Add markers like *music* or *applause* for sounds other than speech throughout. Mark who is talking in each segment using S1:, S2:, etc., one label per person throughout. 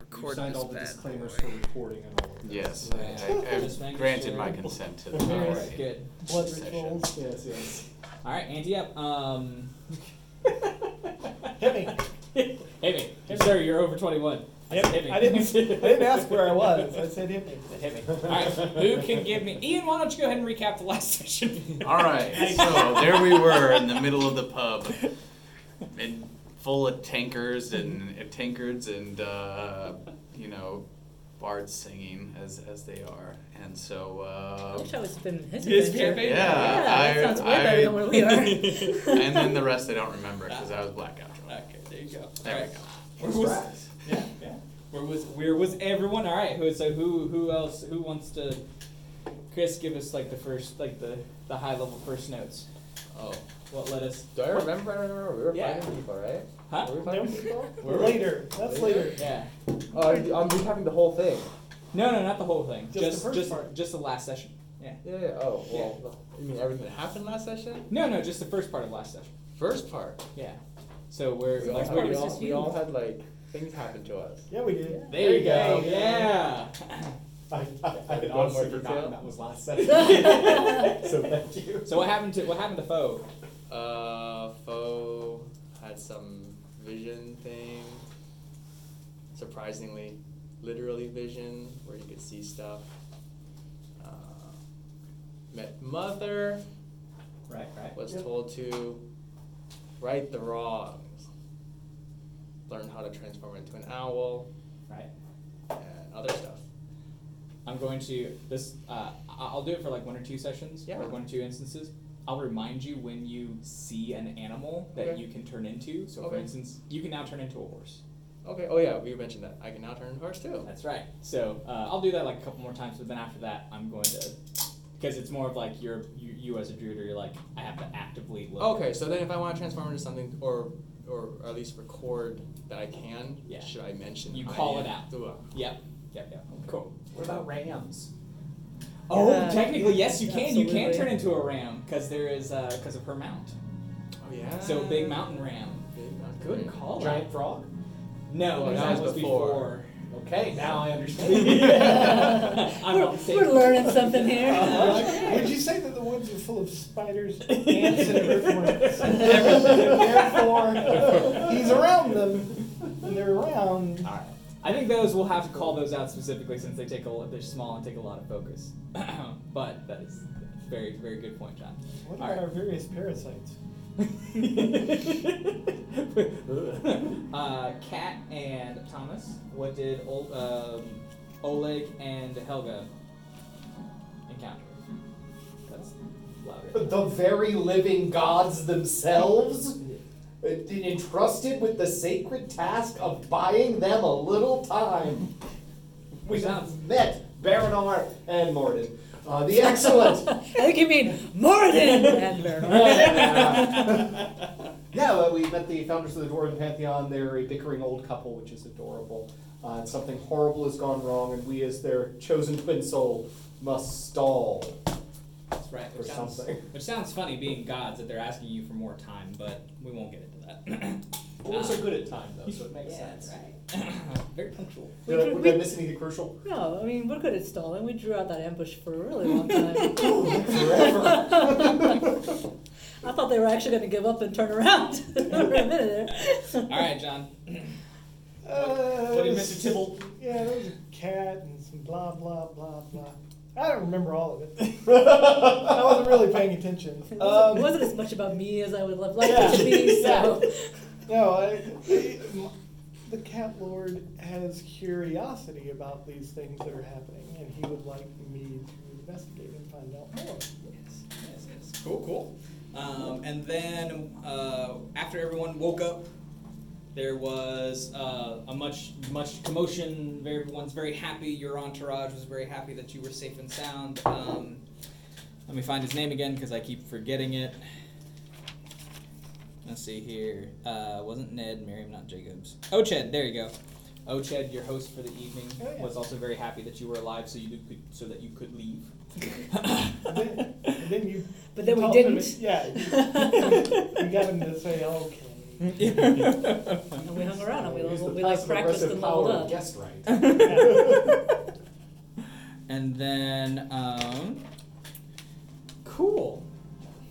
S1: You
S2: record
S1: signed
S2: this
S1: all the
S2: bad
S1: disclaimers
S2: boy.
S1: for recording and all of that.
S3: Yes,
S1: Right.
S3: I, I-
S4: Just
S3: I've
S4: making
S3: granted
S4: sure.
S3: my consent to the
S4: Very
S3: policy.
S4: good. Blood
S3: Session.
S4: rituals.
S1: Yes, yes.
S4: All right, Andy up. Um,
S5: *laughs* Hit me.
S4: *laughs* hey, mate. Sir, you're over 21. I
S5: Hit
S4: said,
S5: me. *laughs* I didn't, I didn't ask where I was. I said hit me.
S4: I said, hit me. All right, who can give me? Ian, why don't you go ahead and recap the last *laughs* session?
S3: All right, so there we were in the middle of the pub, and full of tankers and uh, tankards and uh, you know bards singing as as they are, and so
S6: I
S3: uh,
S6: wish I was been his
S4: His
S6: adventure.
S4: campaign?
S3: Yeah,
S6: that
S3: I-
S6: sounds way better
S3: I-
S6: than where we are.
S3: and then the rest I don't remember because I was blackout drunk.
S4: Okay, there you go.
S3: There
S4: All
S3: we
S4: right.
S3: go.
S4: Where was, yeah, yeah. Where was where was everyone? All right. Who, so who who else? Who wants to? Chris, give us like the first like the the high level first notes.
S7: Oh.
S4: What led us?
S7: Do I remember? I don't remember. We were
S4: Yeah.
S7: fighting people, right?
S4: Huh?
S7: Were we fighting people?
S5: Later. That's later.
S4: Yeah.
S7: Oh, I'm, I'm recapping the whole thing.
S4: No, no, not the whole thing.
S5: Just the
S4: just
S5: first
S4: just,
S5: part.
S4: just the last session. Yeah.
S7: Yeah, yeah. Oh, well. You mean everything that happened last session?
S4: No, no, just the first part of last session.
S7: First part.
S4: Yeah. So we're
S7: We all,
S4: like
S7: had-
S4: where
S7: we,
S4: does
S7: all,
S4: this
S7: we all had, like, things happen to us.
S5: Yeah, we did.
S4: There you
S7: There
S4: go.
S7: you go.
S4: Yeah.
S1: I, I, I had
S7: Not more
S1: honestly
S7: detail.
S1: forgotten that was last session.
S5: *laughs*
S1: So thank you.
S4: So what happened to what happened to Foe?
S7: Uh, Foe had some vision thing. Surprisingly, literally vision, where he could see stuff. Uh, met Mother,
S4: Right, right.
S7: was
S5: Yep.
S7: told to right the wrongs, learn how to transform into an owl,
S4: Right.
S7: and other stuff.
S4: I'm going to this. Uh, I- I'll do it for like one or two sessions,
S7: Yeah.
S4: or one or two instances. I'll remind you when you see an animal that
S7: Okay.
S4: you can turn into. So, for
S7: Okay.
S4: instance, you can now turn into a horse.
S7: Okay, oh yeah, we mentioned that. I can now turn horse too.
S4: That's right. So uh, I'll do that like a couple more times, but then after that, I'm going to because it's more of like you're you, you as a druider. You're like I have to actively look.
S7: Okay, so then if I want to transform into something, or or at least record that I can,
S4: Yeah.
S7: should I mention?
S4: You
S7: I ah.
S4: call it
S7: am
S4: out.
S7: Thua?
S4: Yep. Yep. Yep. Cool.
S1: What about rams?
S4: Oh,
S6: Yeah.
S4: technically, yes, you can. You can
S6: Absolutely.
S4: turn into a ram because there is because of her mount.
S7: Oh yeah.
S6: Ah.
S4: So big mountain ram.
S7: Big mountain.
S4: Good
S5: Oh.
S4: call.
S1: Giant frog?
S4: No,
S7: Well,
S4: that,
S7: that was
S4: was
S7: before.
S4: before.
S1: Okay, now I
S5: *laughs*
S6: *laughs*
S1: understand.
S4: *laughs* I'm
S6: we're,
S4: not mistaken.
S6: we're learning something here.
S5: Uh,
S1: *laughs*
S5: Would you say that the woods are full of spiders, ants,
S1: *laughs*
S5: and earthworms? Therefore, he's around them, and they're around.
S4: All right. I think those we'll have to call those out specifically since they take a lo- they're small and take a lot of focus. *clears throat* but that is a very very good point, John.
S5: What
S4: All right.
S5: about our various parasites?
S4: uh, Kat and Thomas. What did Ol- um, Oleg and Helga encounter? That's louder.
S1: *laughs* the very living gods themselves uh, entrusted with the sacred task of buying them a little time. We
S4: Sounds-
S1: met Barinar and Morden. Uh, the *laughs* excellent.
S6: I think you mean Morden and
S5: *laughs*
S1: *laughs* yeah, but we met the founders of the Dwarven Pantheon. They're a bickering old couple, which is adorable. Uh, and something horrible has gone wrong, and we, as their chosen twin soul, must stall
S4: That's right.
S1: or
S4: Which sounds,
S1: something.
S4: which sounds funny, being gods, that they're asking you for more time, but we won't get into that.
S1: Dwarves are good at time, though, so it makes
S6: Yeah,
S1: sense.
S6: right.
S4: *coughs* Very punctual.
S1: Did I, did I miss anything
S6: *laughs*
S1: crucial?
S6: No, I mean, we're good at stalling. We drew out that ambush for a really long time. *laughs*
S1: Forever.
S6: I thought they were actually going to give up and turn around *laughs* for a minute there.
S4: All right, John.
S5: Uh,
S4: What did Mr. Tibble?
S5: Yeah, there was a cat and some blah blah blah blah. I don't remember all of it.
S6: *laughs*
S5: I wasn't really paying attention.
S6: It wasn't,
S5: Um,
S6: it wasn't as much about me as I would love like
S5: Yeah.
S6: it to be. So
S5: No, I, I- m- the cat lord has curiosity about these things that are happening, and he would like me to investigate and find out more.
S4: Yes, yes, yes. Cool, cool. Um, and then uh, after everyone woke up, there was uh, a much, much commotion. Very- Everyone's very happy. Your entourage was very happy that you were safe and sound. Um, let me find his name again because I keep forgetting it. Let's see here. Uh, wasn't Ned, Miriam, not Jacobs. Oched, there you go. Oched, your host for the evening,
S5: Oh, yeah.
S4: was also very happy that you were alive, so you could, so that you could
S5: *laughs*
S4: leave. *laughs*
S5: And then, and then you.
S6: But then we
S5: told him
S6: *laughs* didn't.
S5: it- yeah, you, you got him to say, okay,
S6: *laughs* And we hung around and we,
S1: Use the
S6: we like
S1: passive
S6: practiced
S1: aggressive
S6: and
S1: power
S6: leveled
S1: of
S6: up.
S1: Guessed right.
S4: And then, um, cool.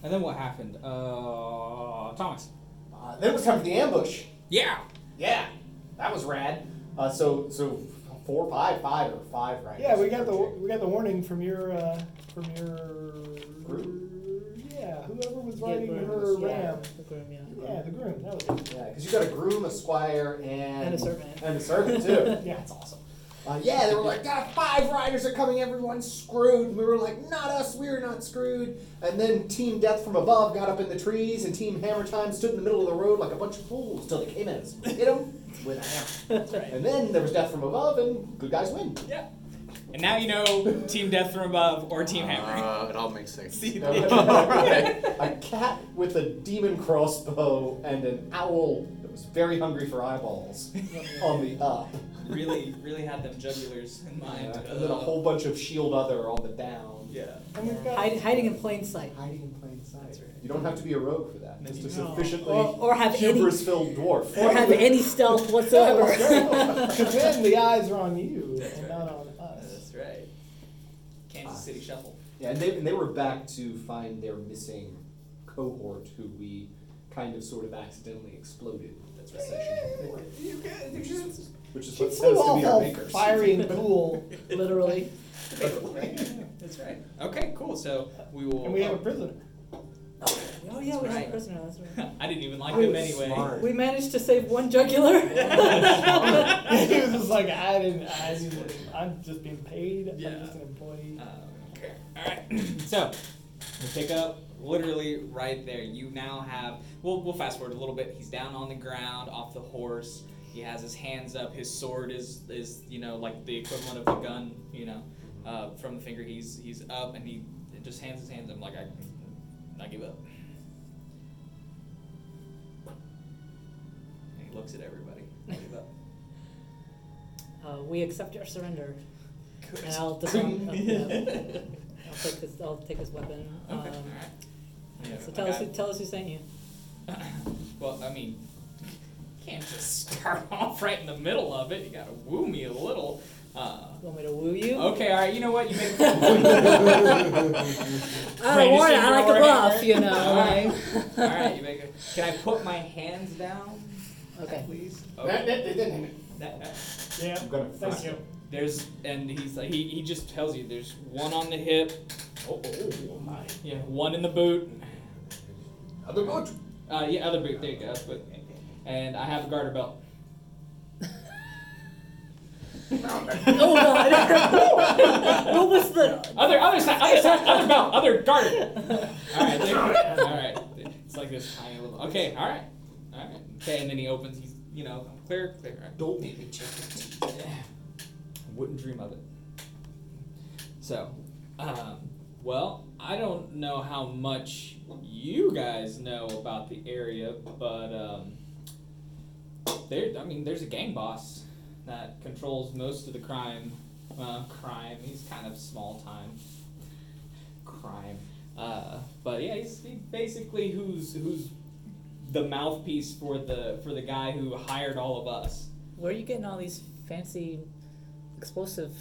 S4: And then what happened? Uh, Thomas.
S1: *laughs* Uh, then it was time for the ambush.
S4: Yeah.
S1: Yeah, that was rad. Uh, so so four, five, five, or five, right?
S5: Yeah, we got the we got the warning from your uh, from your yeah whoever was riding her
S6: yeah,
S5: ram.
S6: the groom, yeah.
S5: Yeah, the groom. That was it.
S1: Yeah, because you got a groom, a squire, and
S6: And a servant.
S1: and a servant too.
S5: *laughs* Yeah.
S1: that's awesome. Uh, yeah, they were like, God, five riders are coming, everyone's screwed. And we were like, not us, we are not screwed. And then Team Death from above got up in the trees, and Team Hammer Time stood in the middle of the road like a bunch of fools till they came in and hit them with a hammer.
S6: That's right.
S1: And then there was Death from above, and good guys win.
S4: Yeah. And now you know Team Death from Above or Team Hammer.
S3: Uh, it all makes sense. *laughs*
S7: *laughs*
S1: All right. A cat with a demon crossbow and an owl that was very hungry for
S4: *laughs*
S1: eyeballs on the up.
S4: really, really had them jugulars in mind.
S1: and then a whole bunch of shield other on the down.
S4: Yeah.
S5: And we've got
S6: Hide, hiding in plain sight.
S1: Hiding in plain sight.
S5: *laughs*
S6: That's right.
S1: You don't have to be a rogue for that. Just a sufficiently
S6: Or- or have any-
S1: hubris-filled dwarf.
S6: Or have any stealth *laughs* whatsoever.
S5: Because then the eyes are on you and not on us.
S4: That's right. Kansas City Shuffle.
S1: Yeah, and they, and they were back to find their missing cohort who we kind of sort of accidentally exploded. That's right. Which is
S5: She
S1: what
S5: flew
S1: tends to
S5: off
S1: be our
S5: all
S1: makers.
S5: fiery and cool,
S6: Literally.
S4: That's right. Okay, cool. So we will.
S5: and we have a prisoner.
S1: *laughs*
S5: *laughs*
S6: Oh yeah, we had
S4: right.
S6: a prisoner. That's right.
S4: *laughs* I didn't even like
S1: I
S4: them
S1: was
S4: anyway.
S1: smart.
S6: *laughs* We managed to save one jugular. *laughs* Uh,
S5: he was just like, I didn't, I didn't, I'm just being paid.
S4: Yeah.
S5: I'm just an employee.
S4: Um, okay. All right. *clears throat* so we pick up literally right there. You now have. We'll we'll fast forward a little bit. He's down on the ground, off the horse. He has his hands up. His sword is is you know like the equivalent of the gun. You know, uh, from the finger. He's he's up and he just hands his hands up like I I give up. And he looks at everybody. I give up.
S6: Uh, we accept your surrender, and *laughs* I'll disarm. uh, *laughs* yeah.
S4: *laughs* okay.
S6: I'll take his. I'll take his weapon. Um,
S4: All right. Yeah,
S6: So
S4: like
S6: tell us.
S4: I-
S6: Who, tell us who sent you.
S4: *coughs* well, I mean, you can't just start *laughs* off right in the middle of it. You gotta woo me a little. Uh,
S6: Want me to woo you?
S4: okay, all right. You know what? You make. *laughs*
S6: I don't want it. I like a bluff, *laughs* you
S4: All
S6: know.
S4: right.
S6: Like.
S4: all right. You make. A, can I put my hands down,
S6: Okay.
S4: please?
S1: That-
S4: Okay.
S1: that- that didn't-
S4: That- that-
S5: Yeah.
S1: I'm gonna
S5: Thank you.
S4: there's and he's like he, he just tells you there's one on the hip,
S1: Oh, oh, oh my.
S4: yeah, one in the boot,
S1: Other boat.
S4: uh, yeah, other boot. There you go. But, and I have a garter belt.
S6: *laughs* Oh god. *laughs* what was the?
S4: Other, other side, other side, other belt, other garter. All right, there- all right. It's like this tiny little. Okay, all right, all right. Okay, and then he opens. He's, you know, clear, clear. all right.
S1: Don't make me check the teeth.
S4: Wouldn't dream of it. So, um, well, I don't know how much you guys know about the area, but um, there, I mean, there's a gang boss that controls most of the crime. Uh, crime. He's kind of small time. Crime. Uh, but yeah, he's he basically who's who's the mouthpiece for the for the guy who hired all of us.
S6: Where are you getting all these fancy, explosive,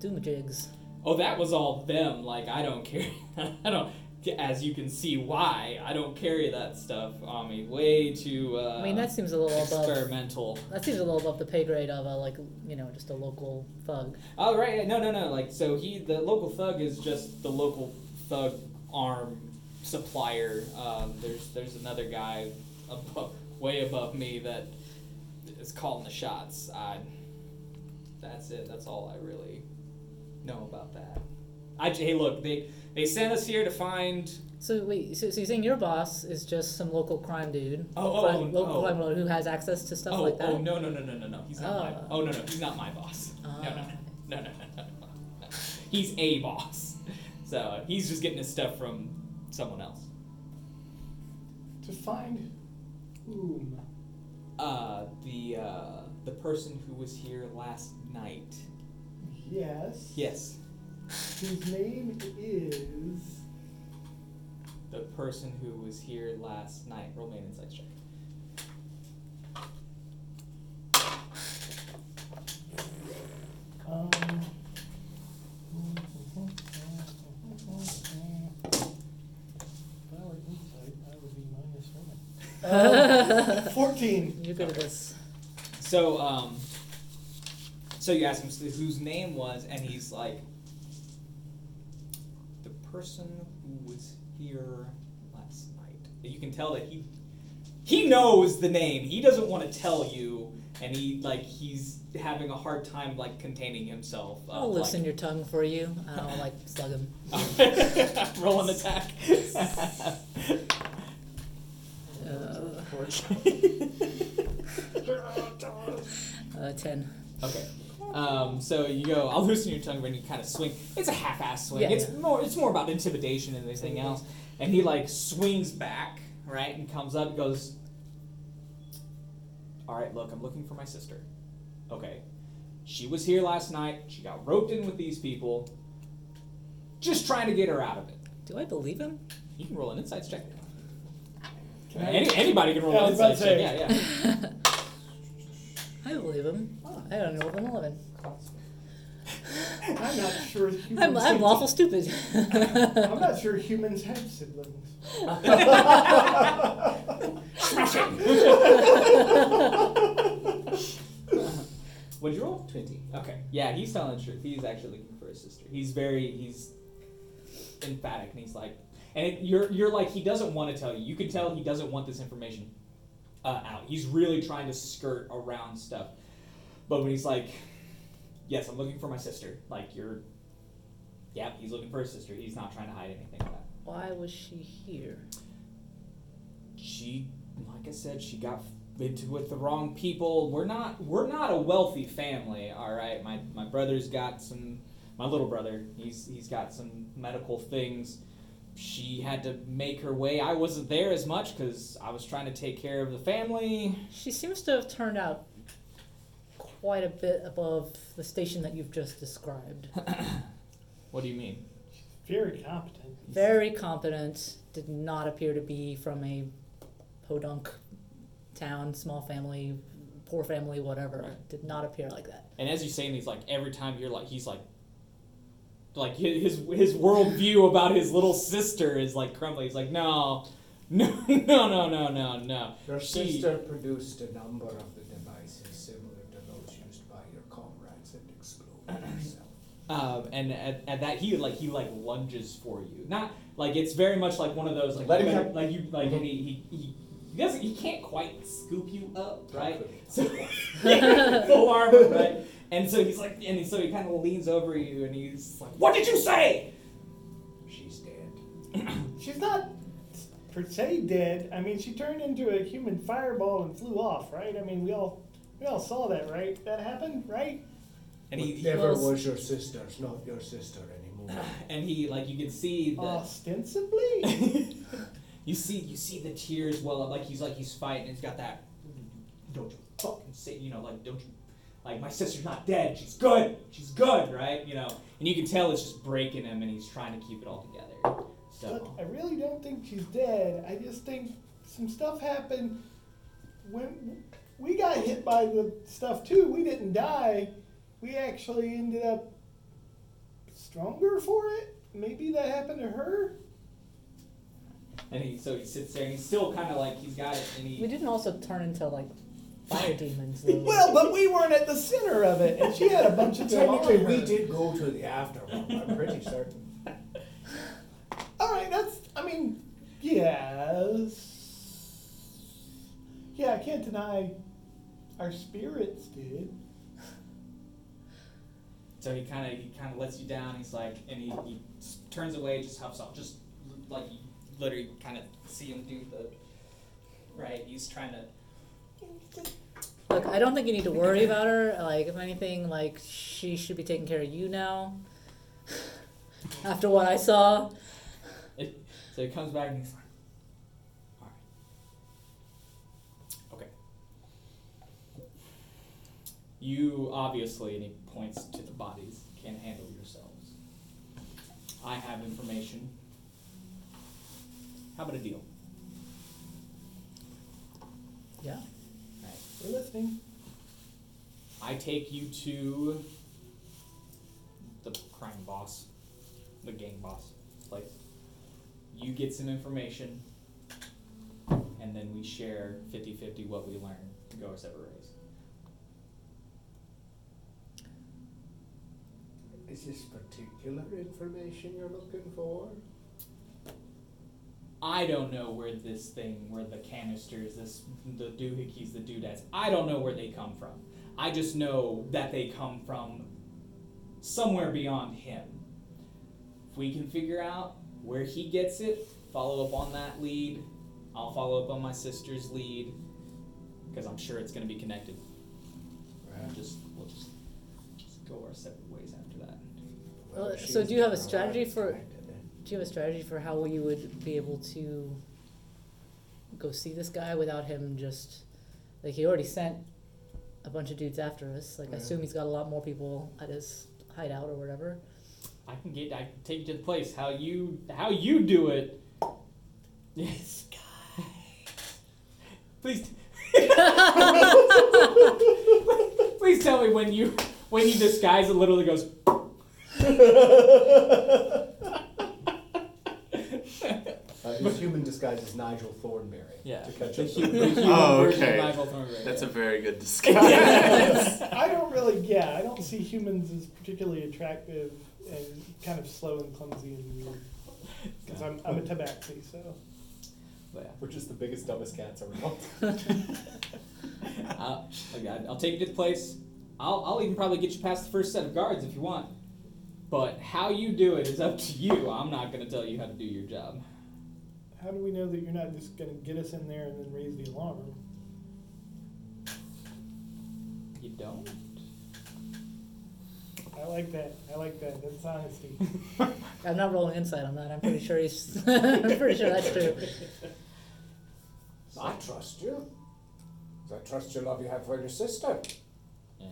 S6: doomajigs?
S4: Oh, that was all them. Like I don't care. *laughs* I don't. As you can see, why I don't carry that stuff on me. Way too. Uh,
S6: I mean, that seems a little above.
S4: experimental.
S6: That seems a little above the pay grade of a like you know just a local thug.
S4: Oh right, no, no, no. Like so, he the local thug is just the local thug arm supplier. Um, there's there's another guy above, way above me that is calling the shots. I. That's it. That's all I really know about that. I hey look they they sent us here to find
S6: So wait, so, so you're saying your boss is just some local crime dude?
S4: Oh, oh,
S6: crime-
S4: oh,
S6: local
S4: oh.
S6: crime lord who has access to stuff
S4: oh,
S6: like that?
S4: Oh
S6: *laughs*
S4: no no no no no no. He's not my.
S6: Ah.
S4: Oh no no. He's not my boss. No no no
S6: Ah.
S4: no no no no. no, no. He's a boss. So he's just getting his stuff from someone else.
S5: To find whom?
S4: Uh, the uh, the person who was here last night.
S5: Yes.
S4: Yes.
S5: Whose name is
S4: The person who was here last night. Roll me an insight check.
S5: um,
S4: Oh,
S5: Uh, Fourteen.
S6: *laughs* You go to this.
S4: So, um, so you ask him whose name was, and he's like, the person who was here last night. You can tell that he he knows the name. He doesn't want to tell you, and he like he's having a hard time like containing himself. Uh,
S6: I'll
S4: like-
S6: loosen your tongue for you. I don't like
S4: *laughs*
S6: slug him.
S4: roll an attack. *laughs*
S6: Uh, uh, ten.
S4: Okay. Um, so you go. I'll loosen your tongue, and you kind of swing. It's a half-ass swing.
S6: Yeah,
S4: it's
S6: yeah.
S4: more. It's more about intimidation than anything else. And he like swings back, right, and comes up, and goes. All right, look, I'm looking for my sister. Okay, she was here last night. She got roped in with these people. Just trying to get her out of it.
S6: Do I believe him?
S4: You can roll an insights check.
S5: Can I-
S4: Any, anybody can roll
S5: Yeah, I
S4: an
S5: was about
S4: insights
S5: to
S4: check.
S5: say.
S4: Yeah, yeah.
S6: I believe him. I don't know if I'm eleven.
S5: I'm not sure. Humans
S6: I'm, I'm
S5: have-
S6: awful stupid. *laughs*
S5: I'm not sure humans have siblings.
S4: What'd you roll? Twenty. Okay. Yeah, he's telling the truth. He's actually looking for his sister. He's very he's emphatic, and he's like, and it, you're you're like he doesn't want to tell you. You can tell he doesn't want this information uh, out. He's really trying to skirt around stuff. But when he's like, "Yes, I'm looking for my sister," like you're, yeah, he's looking for his sister. He's not trying to hide anything. Like that.
S6: Why was she here?
S4: she like i said she got into it with the wrong people we're not we're not a wealthy family all right my my brother's got some my little brother he's he's got some medical things she had to make her way i wasn't there as much because i was trying to take care of the family
S6: She seems to have turned out quite a bit above the station that you've just described.
S4: what do you mean
S5: Very competent.
S6: Very competent, did not appear to be from a podunk town, small family, poor family, whatever. Did not appear like that.
S4: and as you're saying these like every time you're like he's like like hi- his his worldview about his little sister is like crumbling he's like no *laughs* no no no no no no
S2: Your
S4: She-
S2: sister produced a number of the devices similar to those used by your comrades and exploded herself.
S4: Um, and at, at that he like he like lunges for you. Not like it's very much like one of those like
S1: Let
S4: you
S1: him
S4: better-
S1: come.
S4: like you like
S2: Mm-hmm.
S4: and he, he he he doesn't he can't quite scoop you
S2: *laughs*
S4: up right. *laughs* So full armor right. And so he's like and so he kind of leans over you and he's like, "What did you say?"
S2: She's dead.
S5: She's not per se dead. I mean, she turned into a human fireball and flew off, right? I mean, we all we all saw that, right? That happened, right?
S4: And he, he
S2: Never
S6: goes-
S2: was your sister's not your sister anymore.
S4: *laughs* and he like you can see
S5: Oh,
S4: that.
S5: Ostensibly.
S4: *laughs* you see, you see the tears well up. Like he's like he's fighting. He's got that. Don't you fucking say, you know, like don't you, like my sister's not dead. She's good. She's good, right? You know, and you can tell it's just breaking him, and he's trying to keep it all together.
S5: Look,
S4: So
S5: I really don't think she's dead. I just think some stuff happened when we got hit by the stuff too. We didn't die. We actually ended up stronger for it. Maybe that happened to her.
S4: and he so he sits there, and he's still kind of like he's got it, and
S6: We
S4: he.
S6: didn't also turn into like *laughs* fire demons. Though.
S5: Well, but we weren't at the center of it, and she had a bunch of time.
S2: Technically, we did go to the afterworld, I'm pretty certain.
S5: All right, that's. I mean, yes. Yeah, I can't deny our spirits did.
S4: So he kind of he kind of lets you down. He's like, and he, he s- turns away, just huffs off, just like you literally kind of see him do the. Right, he's trying to.
S6: Look, I don't think you need to worry about her. Like, if anything, like she should be taking care of you now. After what I saw,
S4: It, so he comes back and he's like, "All right, okay." You obviously, and he points to the bodies, can't handle yourselves. I have information. How about a deal?
S6: yeah.
S5: We're listening.
S4: I take you to the crime boss, the gang boss place. You get some information, and and then we share 50-50 what we learn to go our separate ways.
S2: Is this particular information you're looking for?
S4: I don't know where this thing, where the canisters, this the doohickeys, the doodads. I don't know where they come from. I just know that they come from somewhere beyond him. If we can figure out where he gets it, follow up on that lead. I'll follow up on my sister's lead because I'm sure it's going to be connected. We'll just we'll just, just go our separate ways after that.
S6: Uh,
S2: she
S6: so do you
S2: was
S6: have a
S2: more
S6: strategy
S2: right
S6: for-
S2: tonight, and then-
S6: Do you have a strategy for how you would be able to go see this guy without him just like he already sent a bunch of dudes after us? Like I
S2: Yeah.
S6: assume he's got a lot more people at his hideout or whatever.
S4: I can get I can take you to the place. How you how you do it. Yes, guy. Please *laughs* Please tell me when you when you disguise it literally goes
S1: Uh, his human disguise is Nigel Thornberry.
S4: Yeah.
S1: To catch
S4: the
S1: up.
S4: hu-
S2: *laughs*
S1: with- *laughs*
S4: the human
S3: Oh,
S4: version of
S3: okay.
S4: Michael Thornberry.
S3: That's a
S4: Yeah.
S3: very
S7: *laughs*
S3: good disguise.
S4: Yes.
S5: I don't really, yeah, I don't see humans as particularly attractive and kind of slow and clumsy and weird. Because I'm, I'm a tabaxi, so.
S4: But yeah.
S1: We're just the biggest, dumbest cats around.
S4: I'll, okay, I'll take you to the place. I'll, I'll even probably get you past the first set of guards if you want. But how you do it is up to you. I'm not going to tell you how to do your job.
S5: How do we know that you're not just going to get us in there and then raise the alarm?
S4: You don't?
S5: I like that. I like that. That's honesty.
S6: I'm not rolling insight on that. I'm pretty sure he's. *laughs* I'm pretty sure that's true.
S2: I trust you. 'Cause I trust your love you have for your sister.
S4: Yeah.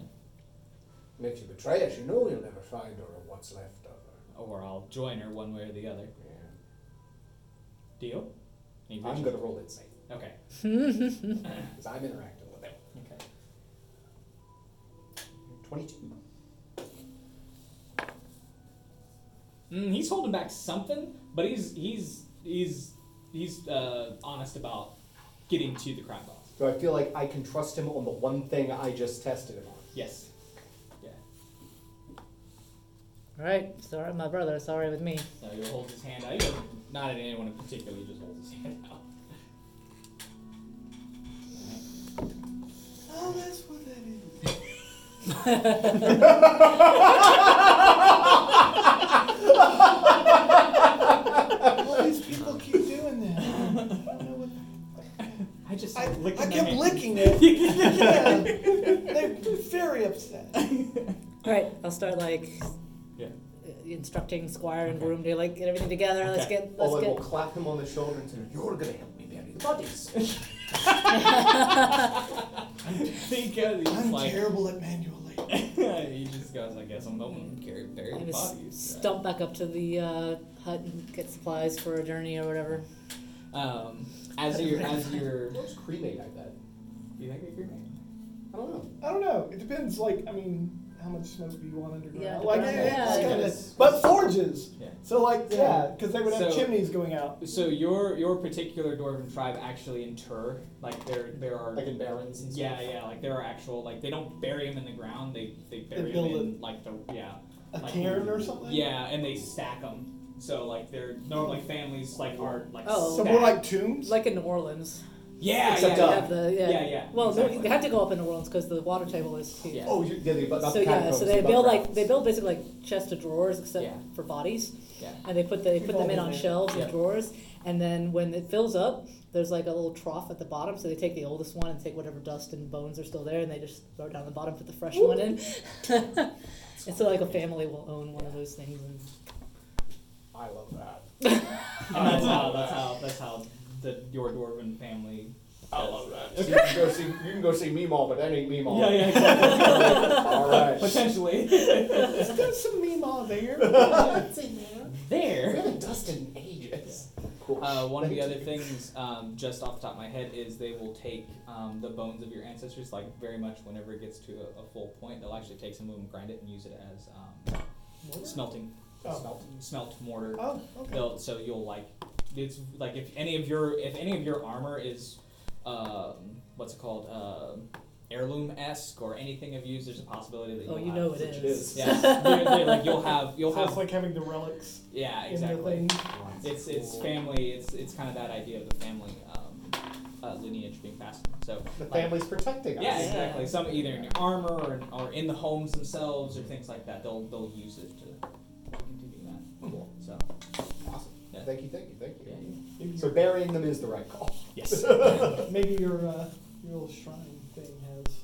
S2: Makes you betray us, you know you'll never find her or what's left of her.
S4: Or I'll join her one way or the other.
S2: Yeah.
S4: Deal? Any
S2: I'm
S4: vision?
S2: gonna roll insight,
S4: Okay.
S2: because I'm interacting with him.
S4: Okay.
S2: Twenty-two.
S4: Mm, he's holding back something, but he's he's he's he's uh, honest about getting to the crime boss.
S1: so I feel like I can trust him on the one thing I just tested him on.
S4: Yes. Yeah.
S6: All right, sorry, my brother. It's all right with me.
S4: So he holds his hand out. He doesn't not at anyone in particular. He just holds his *laughs* hand out.
S5: oh, that's what that is. All these people keep doing that. I don't know what.
S4: I just
S5: I,
S4: licked
S5: I
S4: my
S5: kept
S4: hand. *laughs*
S5: licking *laughs* it. yeah, they're very upset.
S6: All right, I'll start like
S4: Yeah.
S6: instructing Squire and Groom to like get everything together. Let's
S4: Okay.
S6: get. Let's
S1: Owen
S6: get.
S1: Oh, will clap him on the shoulder and say, You're gonna help me bury the
S6: *laughs*
S1: bodies.
S4: Think of these,
S5: I'm
S4: like,
S5: terrible at manual labor.
S4: *laughs* he just goes, I guess I'm the one carrying
S6: I'm
S4: buried
S6: gonna s-
S4: bodies.
S6: stump back up to the uh, hut and get supplies for a journey or whatever.
S4: Um, as you're, as you're,
S1: Those cremate, I bet.
S4: you think you're
S1: I don't know.
S5: I don't know. It depends. Like, I mean, how much smoke do you want underground?
S6: Yeah,
S5: like,
S6: underground,
S5: it- it's
S6: yeah.
S5: kind of. But forges.
S4: Yeah.
S5: So like, yeah, because they would have
S4: So-
S5: chimneys going out.
S4: So your your particular dwarven tribe actually inter, like there there are
S1: Like in barons and stuff.
S4: yeah yeah like there are actual like they don't bury them in the ground they they bury them
S5: build
S4: in like the yeah
S5: A
S4: Like-
S5: cairn or something.
S4: yeah and they stack them so like they're normally families like are like
S6: Oh.
S5: So
S4: stacked.
S5: more like tombs.
S6: Like in New Orleans.
S4: yeah
S1: Except,
S4: yeah,
S1: uh,
S4: yeah.
S6: They have the- yeah.
S4: Yeah, yeah,
S6: Well, no,
S4: exactly.
S6: they have to go up in New Orleans because the water table is huge.
S4: Yeah.
S1: Oh, you yeah, they, but not
S6: So
S1: the
S6: yeah,
S1: catacombs,
S6: so
S1: the
S6: they build like
S1: above
S6: they
S1: grounds.
S6: build basically like chests of drawers except
S4: Yeah.
S6: for bodies.
S4: Yeah.
S6: And they put the, they put them in on shelves and
S4: Yeah.
S6: drawers, and then when it fills up, there's like a little trough at the bottom. So they take the oldest one and take whatever dust and bones are still there, and they just throw it down the bottom, put the fresh one in. and so like a family will own one of those things. And
S1: I love that.
S4: and that's how that's how that's how the your dwarven family
S1: I love that. *laughs* You can go see, you can go see Meemaw, but that ain't Meemaw.
S4: yeah yeah exactly.
S1: *laughs* All right.
S4: potentially *laughs*
S5: There's some meemaw there.
S1: We
S4: there.
S1: haven't dusted in ages. Cool.
S4: Uh, one of the
S1: Thank
S4: other
S1: you.
S4: things, um, just off the top of my head, is they will take um, the bones of your ancestors, like very much whenever it gets to a, a full point, they'll actually take some of them, grind it, and use it as um, smelting,
S5: Oh.
S4: smelt mortar.
S5: Oh, okay.
S4: They'll, so you'll like, it's like if any of your if any of your armor is um, what's it called, uh, heirloom esque or anything of use, there's a possibility that
S6: Oh,
S4: you'll
S6: you
S4: have-
S6: know it
S5: Which it
S6: is.
S5: is.
S4: Yeah, they're- they're like you'll have you'll
S5: *laughs* So it's
S4: have
S5: like having the relics
S4: yeah
S5: in
S4: exactly.
S5: the thing.
S4: It's it's family. It's it's kind of that idea of the family um, uh, lineage being passed. So
S1: The
S4: like-
S1: family's protecting us.
S4: yeah,
S6: Yeah.
S4: exactly. Some either in your armor or in, or in the homes themselves or things like that. They'll they'll use it to continue that.
S1: Cool.
S4: So
S1: Awesome.
S4: Yeah.
S1: Thank you, thank you, thank you.
S4: yeah.
S5: Maybe
S1: So
S5: your,
S1: burying them is the right call. *laughs*
S4: Yes.
S1: Oh,
S5: maybe your uh, your little shrine thing has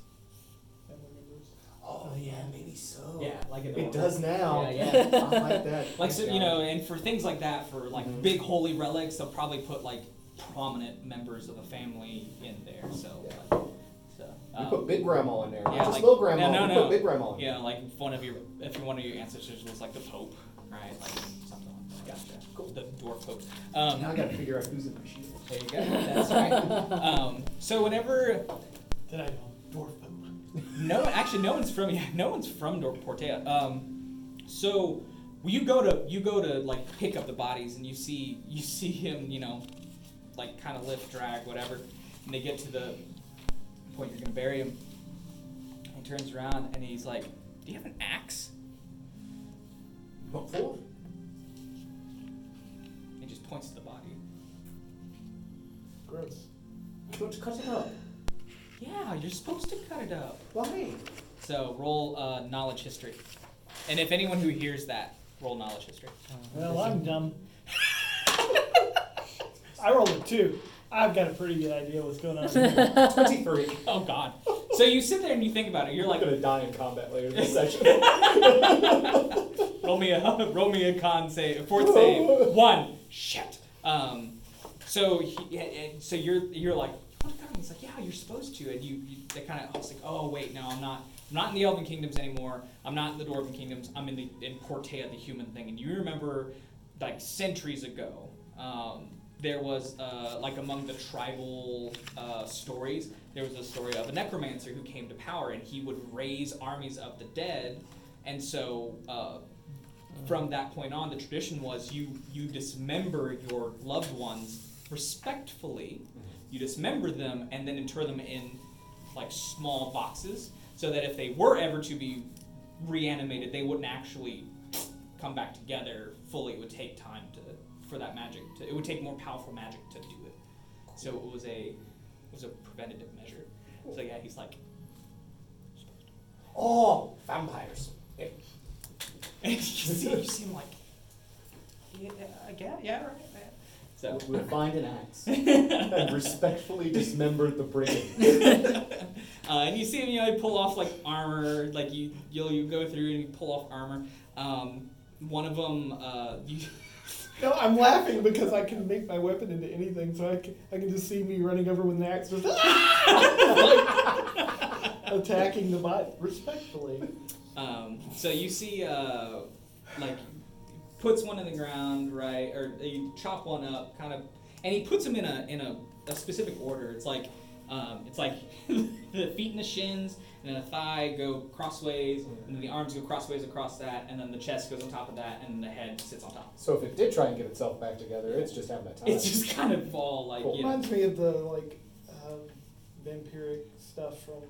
S5: family members.
S1: oh yeah, maybe so.
S4: Yeah, like in the
S1: It does now.
S4: Yeah, yeah.
S1: *laughs* I like that.
S4: *laughs* Like so,
S1: Thank
S4: you
S1: God.
S4: know, and for things like that, for like
S1: Mm-hmm.
S4: big holy relics, they'll probably put like prominent members of the family in there. So,
S1: Yeah.
S4: like, so
S1: We
S4: um,
S1: put big grandma in there. not
S4: yeah,
S1: just
S4: like-
S1: little grandma.
S4: no, no,
S1: we
S4: no.
S1: put big grandma in there.
S4: Yeah, like if one of your if one of your ancestors was like the Pope, right? Like something like that. Gotcha. Cool. The dwarf Pope. Um,
S1: Now I gotta figure out who's in my shield.
S4: there you go. That's right. Um, so whenever
S5: Did I know? Dwarf them.
S4: no, actually, no one's from yeah, no one's from Dor- Portea. Um, so you go to you go to like pick up the bodies, and you see you see him, you know, like kind of lift, drag, whatever, and they get to the point you're gonna bury him. He turns around and he's like, "Do you have an axe?"
S1: What for?
S4: He just points to the body.
S5: Gross.
S1: Don't cut it up.
S4: Yeah, you're supposed to cut it up.
S1: Why?
S4: So roll uh, knowledge history, and if anyone who hears that, roll knowledge history.
S5: Well, I'm dumb. *laughs* I rolled a two. I've got a pretty good idea what's going on. *laughs* here.
S1: Twenty-three.
S4: Oh God! So you sit there and you think about it. You're like,
S1: gonna die in combat later *laughs* this session.
S4: roll me a *laughs* roll me a con save, fourth save, one. Shit. Um, so he, and- so you're you're like, you want to come? He's like, yeah, you're supposed to. And you, you they kind of, I was like, oh wait, no, I'm not. I'm not in the Elven Kingdoms anymore. I'm not in the Dwarven Kingdoms. I'm in the in Portea, the human thing. And you remember, like centuries ago, um, there was uh, like among the tribal uh, stories, there was a story of a necromancer who came to power, and he would raise armies of the dead. And so uh, from that point on, the tradition was you you dismember your loved ones respectfully. You dismember them and then inter them in like small boxes, so that if they were ever to be reanimated, they wouldn't actually come back together fully. It would take time to for that magic. To, it would take more powerful magic to do it. So it was a it was a preventative measure. So yeah, he's like, *laughs*
S1: oh, vampires. Yeah.
S4: and you see, you see him like, yeah, I guess, yeah, right. Yeah. So.
S1: We find an
S4: *laughs*
S1: axe and respectfully dismember the brigand.
S4: Uh, and you see him, you know, you pull off like armor, like you you'll you go through and you pull off armor. Um, one of them, uh, you, *laughs*
S5: No, I'm laughing because I can make my weapon into anything, so I can, I can just see me running over with an axe, just *laughs* attacking the bot respectfully.
S4: um, so you see, uh, like puts one in the ground, right, or you chop one up, kind of, and he puts them in a in a, a specific order. It's like um, it's like *laughs* the feet and the shins, and then the thigh go crossways, and then the arms go crossways across that, and then the chest goes on top of that, and the head sits on top.
S1: So if it did try and get itself back together, it's just having a time.
S4: It's just kind of all like
S1: Cool.
S4: you know.
S5: Reminds me of the like um, vampiric stuff from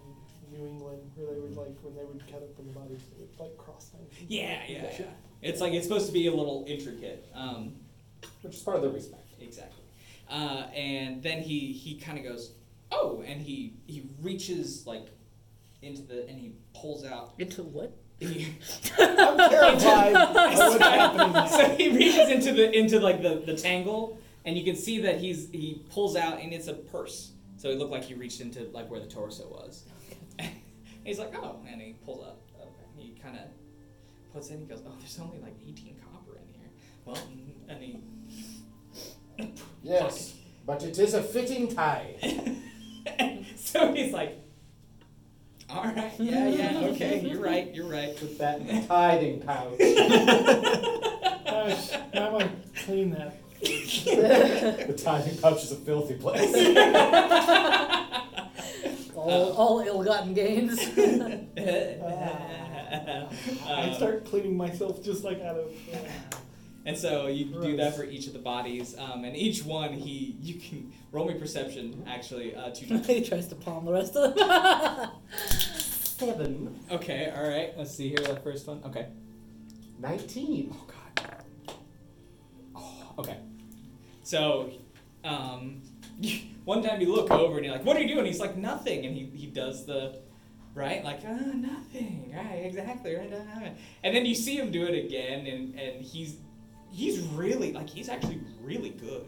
S5: New England, where they would like when they would cut up the bodies, it would like cross things.
S4: Yeah, yeah, yeah. It's like it's supposed to be a little intricate. Um,
S1: which is part of the respect.
S4: exactly. Uh, and then he he kind of goes, oh, and he he reaches like into the and he pulls out.
S6: Into what?
S4: He,
S5: I'm terrified of *laughs* what's happening. now.
S4: so he reaches into the into like the the tangle, and you can see that he's he pulls out and it's a purse. So it looked like he reached into like where the torso was. *laughs* And he's like, oh, and he pulls up. up and he kind of puts in. He goes, oh, there's only like 18 copper in here. Well, mm, and he
S1: Yes, but it is a fitting tie.
S4: *laughs* so he's like, all right, yeah, yeah, okay, you're right, you're
S1: *laughs*
S4: right. *laughs*
S1: Put that in the tithing pouch.
S5: Gosh, I might clean that.
S1: the tithing pouch is a filthy place.
S6: *laughs* All, all ill-gotten gains. *laughs*
S4: Uh, *laughs* Um,
S5: uh, I start cleaning myself just like out of.
S4: And so you can do
S5: Gross.
S4: that for each of the bodies, um, and each one he you can roll me perception actually uh, two times.
S6: he tries to palm the rest of them.
S1: Seven.
S4: *laughs* okay, all right. Let's see here that first one. Okay.
S1: Nineteen.
S4: Oh god. Oh, okay. So, um, *laughs* one time you look over and you're like, "What are you doing?" He's like, "Nothing," and he, he does the right, like, "Ah, nothing." Right, exactly. Right. ah, ah." And then you see him do it again, and and he's he's really like he's actually really good.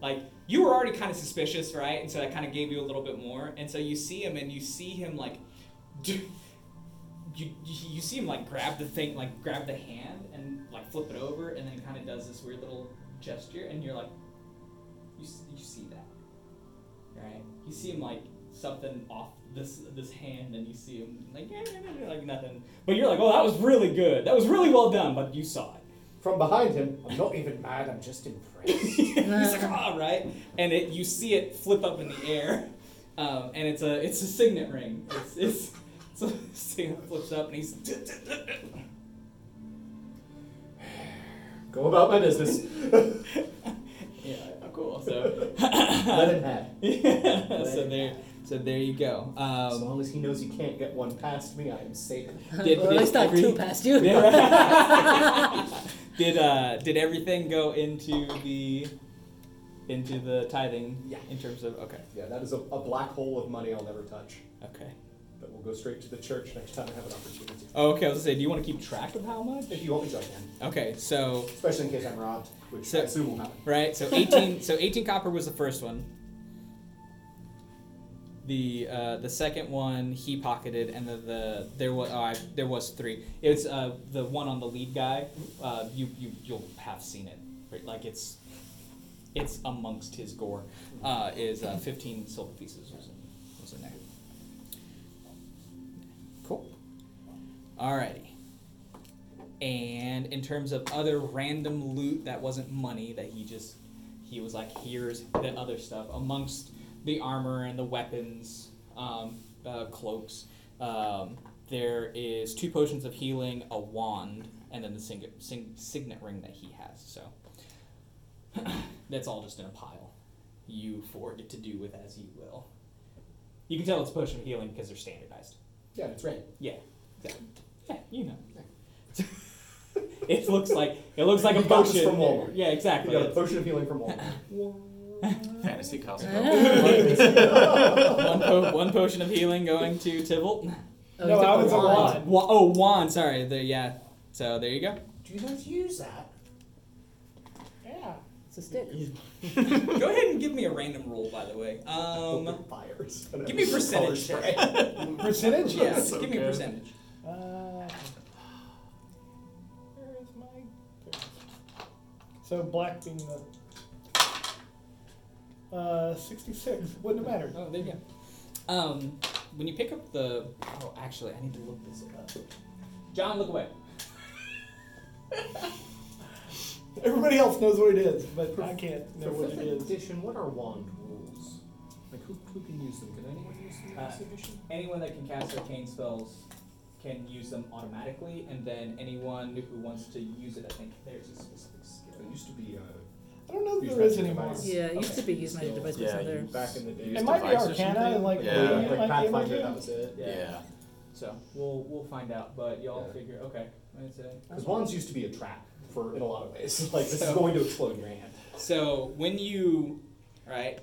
S4: Like you were already kind of suspicious, right? And so that kind of gave you a little bit more. And so you see him, and you see him like. *laughs* Do, you, you you see him like grab the thing, like grab the hand and like flip it over, and then kind of does this weird little gesture, and you're like, you, s- you see that, right? You see him like something off this this hand, and you see him like yeah, yeah, yeah, like nothing, but you're like, oh, that was really good, that was really well done, but you saw it. *laughs*
S1: From behind him.
S2: I'm not even mad, I'm just impressed.
S4: He's like, ah, right, and it you see it flip up in the air, um, and it's a it's a signet ring. It's it's, *laughs* it's a signet flips up, and he's. *laughs*
S1: Go about my business.
S4: Yeah, cool. So,
S1: Let him have. it.
S4: yeah, *laughs* so there, so there you go.
S1: As
S4: Um,
S1: long as he knows he can't get one past me, I am safe.
S4: did,
S6: well, at
S4: did
S6: least not
S4: every-
S6: two
S4: *laughs*
S6: past you. *laughs*
S4: did uh, did everything go into the into the tithing?
S1: Yeah.
S4: In terms of okay,
S1: Yeah, that is a, a black hole of money I'll never touch.
S4: okay,
S1: But we'll go straight to the church next time I have an opportunity.
S4: oh, okay. I was gonna say, do you want to keep track of how much?
S1: If you want me to, I can.
S4: Okay, so
S1: Especially in case I'm robbed, which I
S4: So-
S1: assume will happen.
S4: right, so eighteen, so eighteen copper was the first one. The uh, the second one he pocketed, and the, the there was oh, I, there was three. It's uh, the one on the lead guy. Uh, you you you'll have seen it, right? like it's it's amongst his gore. Uh, is uh, fifteen silver pieces was in, was in there. Cool. Alrighty. And in terms of other random loot that wasn't money, that he just he was like, here's the other stuff amongst the armor and the weapons, um, uh, cloaks. Um, there is two potions of healing, a wand, and then the sing- sing- signet ring that he has. So *clears throat* that's all just in a pile. You four get to do with as you will. You can tell it's a potion of healing because they're standardized.
S1: Yeah, that's right.
S4: Yeah, exactly. Yeah, you know. *laughs* it looks like it looks like a
S1: You got this
S4: potion.
S1: from Walmart.
S4: Yeah,
S1: You
S4: exactly.
S1: got a potion of healing from Walmart.
S7: *laughs*
S3: Fantasy Costco.
S6: oh,
S4: one, po- one potion of healing going to Tybalt.
S6: Oh, he
S5: No,
S6: took
S5: I
S6: the
S5: was a
S6: wand.
S1: Uh,
S5: lot.
S4: Wa- oh, wand. Sorry. There, yeah. So there you go.
S2: Do you guys use that?
S5: Yeah.
S6: It's a stick.
S4: go ahead and give me a random roll, by the way. Um,
S1: Open fires.
S4: give me a percentage.
S5: Percentage?
S4: *laughs* yeah,
S3: So
S4: give me a
S3: good.
S4: percentage.
S5: Uh, where is my? there it is. So black being the. Uh, 66. Wouldn't have mattered.
S4: Oh, there you go. Um, when you pick up the. Oh, actually, I need to look this up. John, look away.
S5: Everybody else knows what it is, but I can't know what
S1: Fifth
S5: it is.
S1: edition, what are wand rules? Like, who, who can use them? Can anyone use them in
S4: Uh,
S1: this edition?
S4: anyone that can cast arcane spells can use them automatically, and then anyone who wants to use it, I think there's a specific
S1: It
S4: skill.
S1: used to be, uh,
S5: I don't know if
S1: Use
S5: there is
S1: magic
S5: anymore.
S1: device.
S6: Yeah, it used to be use magic
S1: Still-
S6: device
S3: Yeah,
S6: yeah, there.
S3: you-
S1: back in the day.
S3: Use
S5: It might be
S3: device or
S5: Arcana and like,
S3: Yeah.
S5: like,
S1: Like,
S5: like
S1: Pathfinder,
S5: images.
S1: that was it.
S3: Yeah.
S4: So we'll we'll find out, but y'all
S1: Yeah.
S4: figure okay. That's it.
S1: Because wands used to be a trap for in a lot of ways. *laughs* Like, this is
S4: So-
S1: going to explode in your hand.
S4: So when you, right?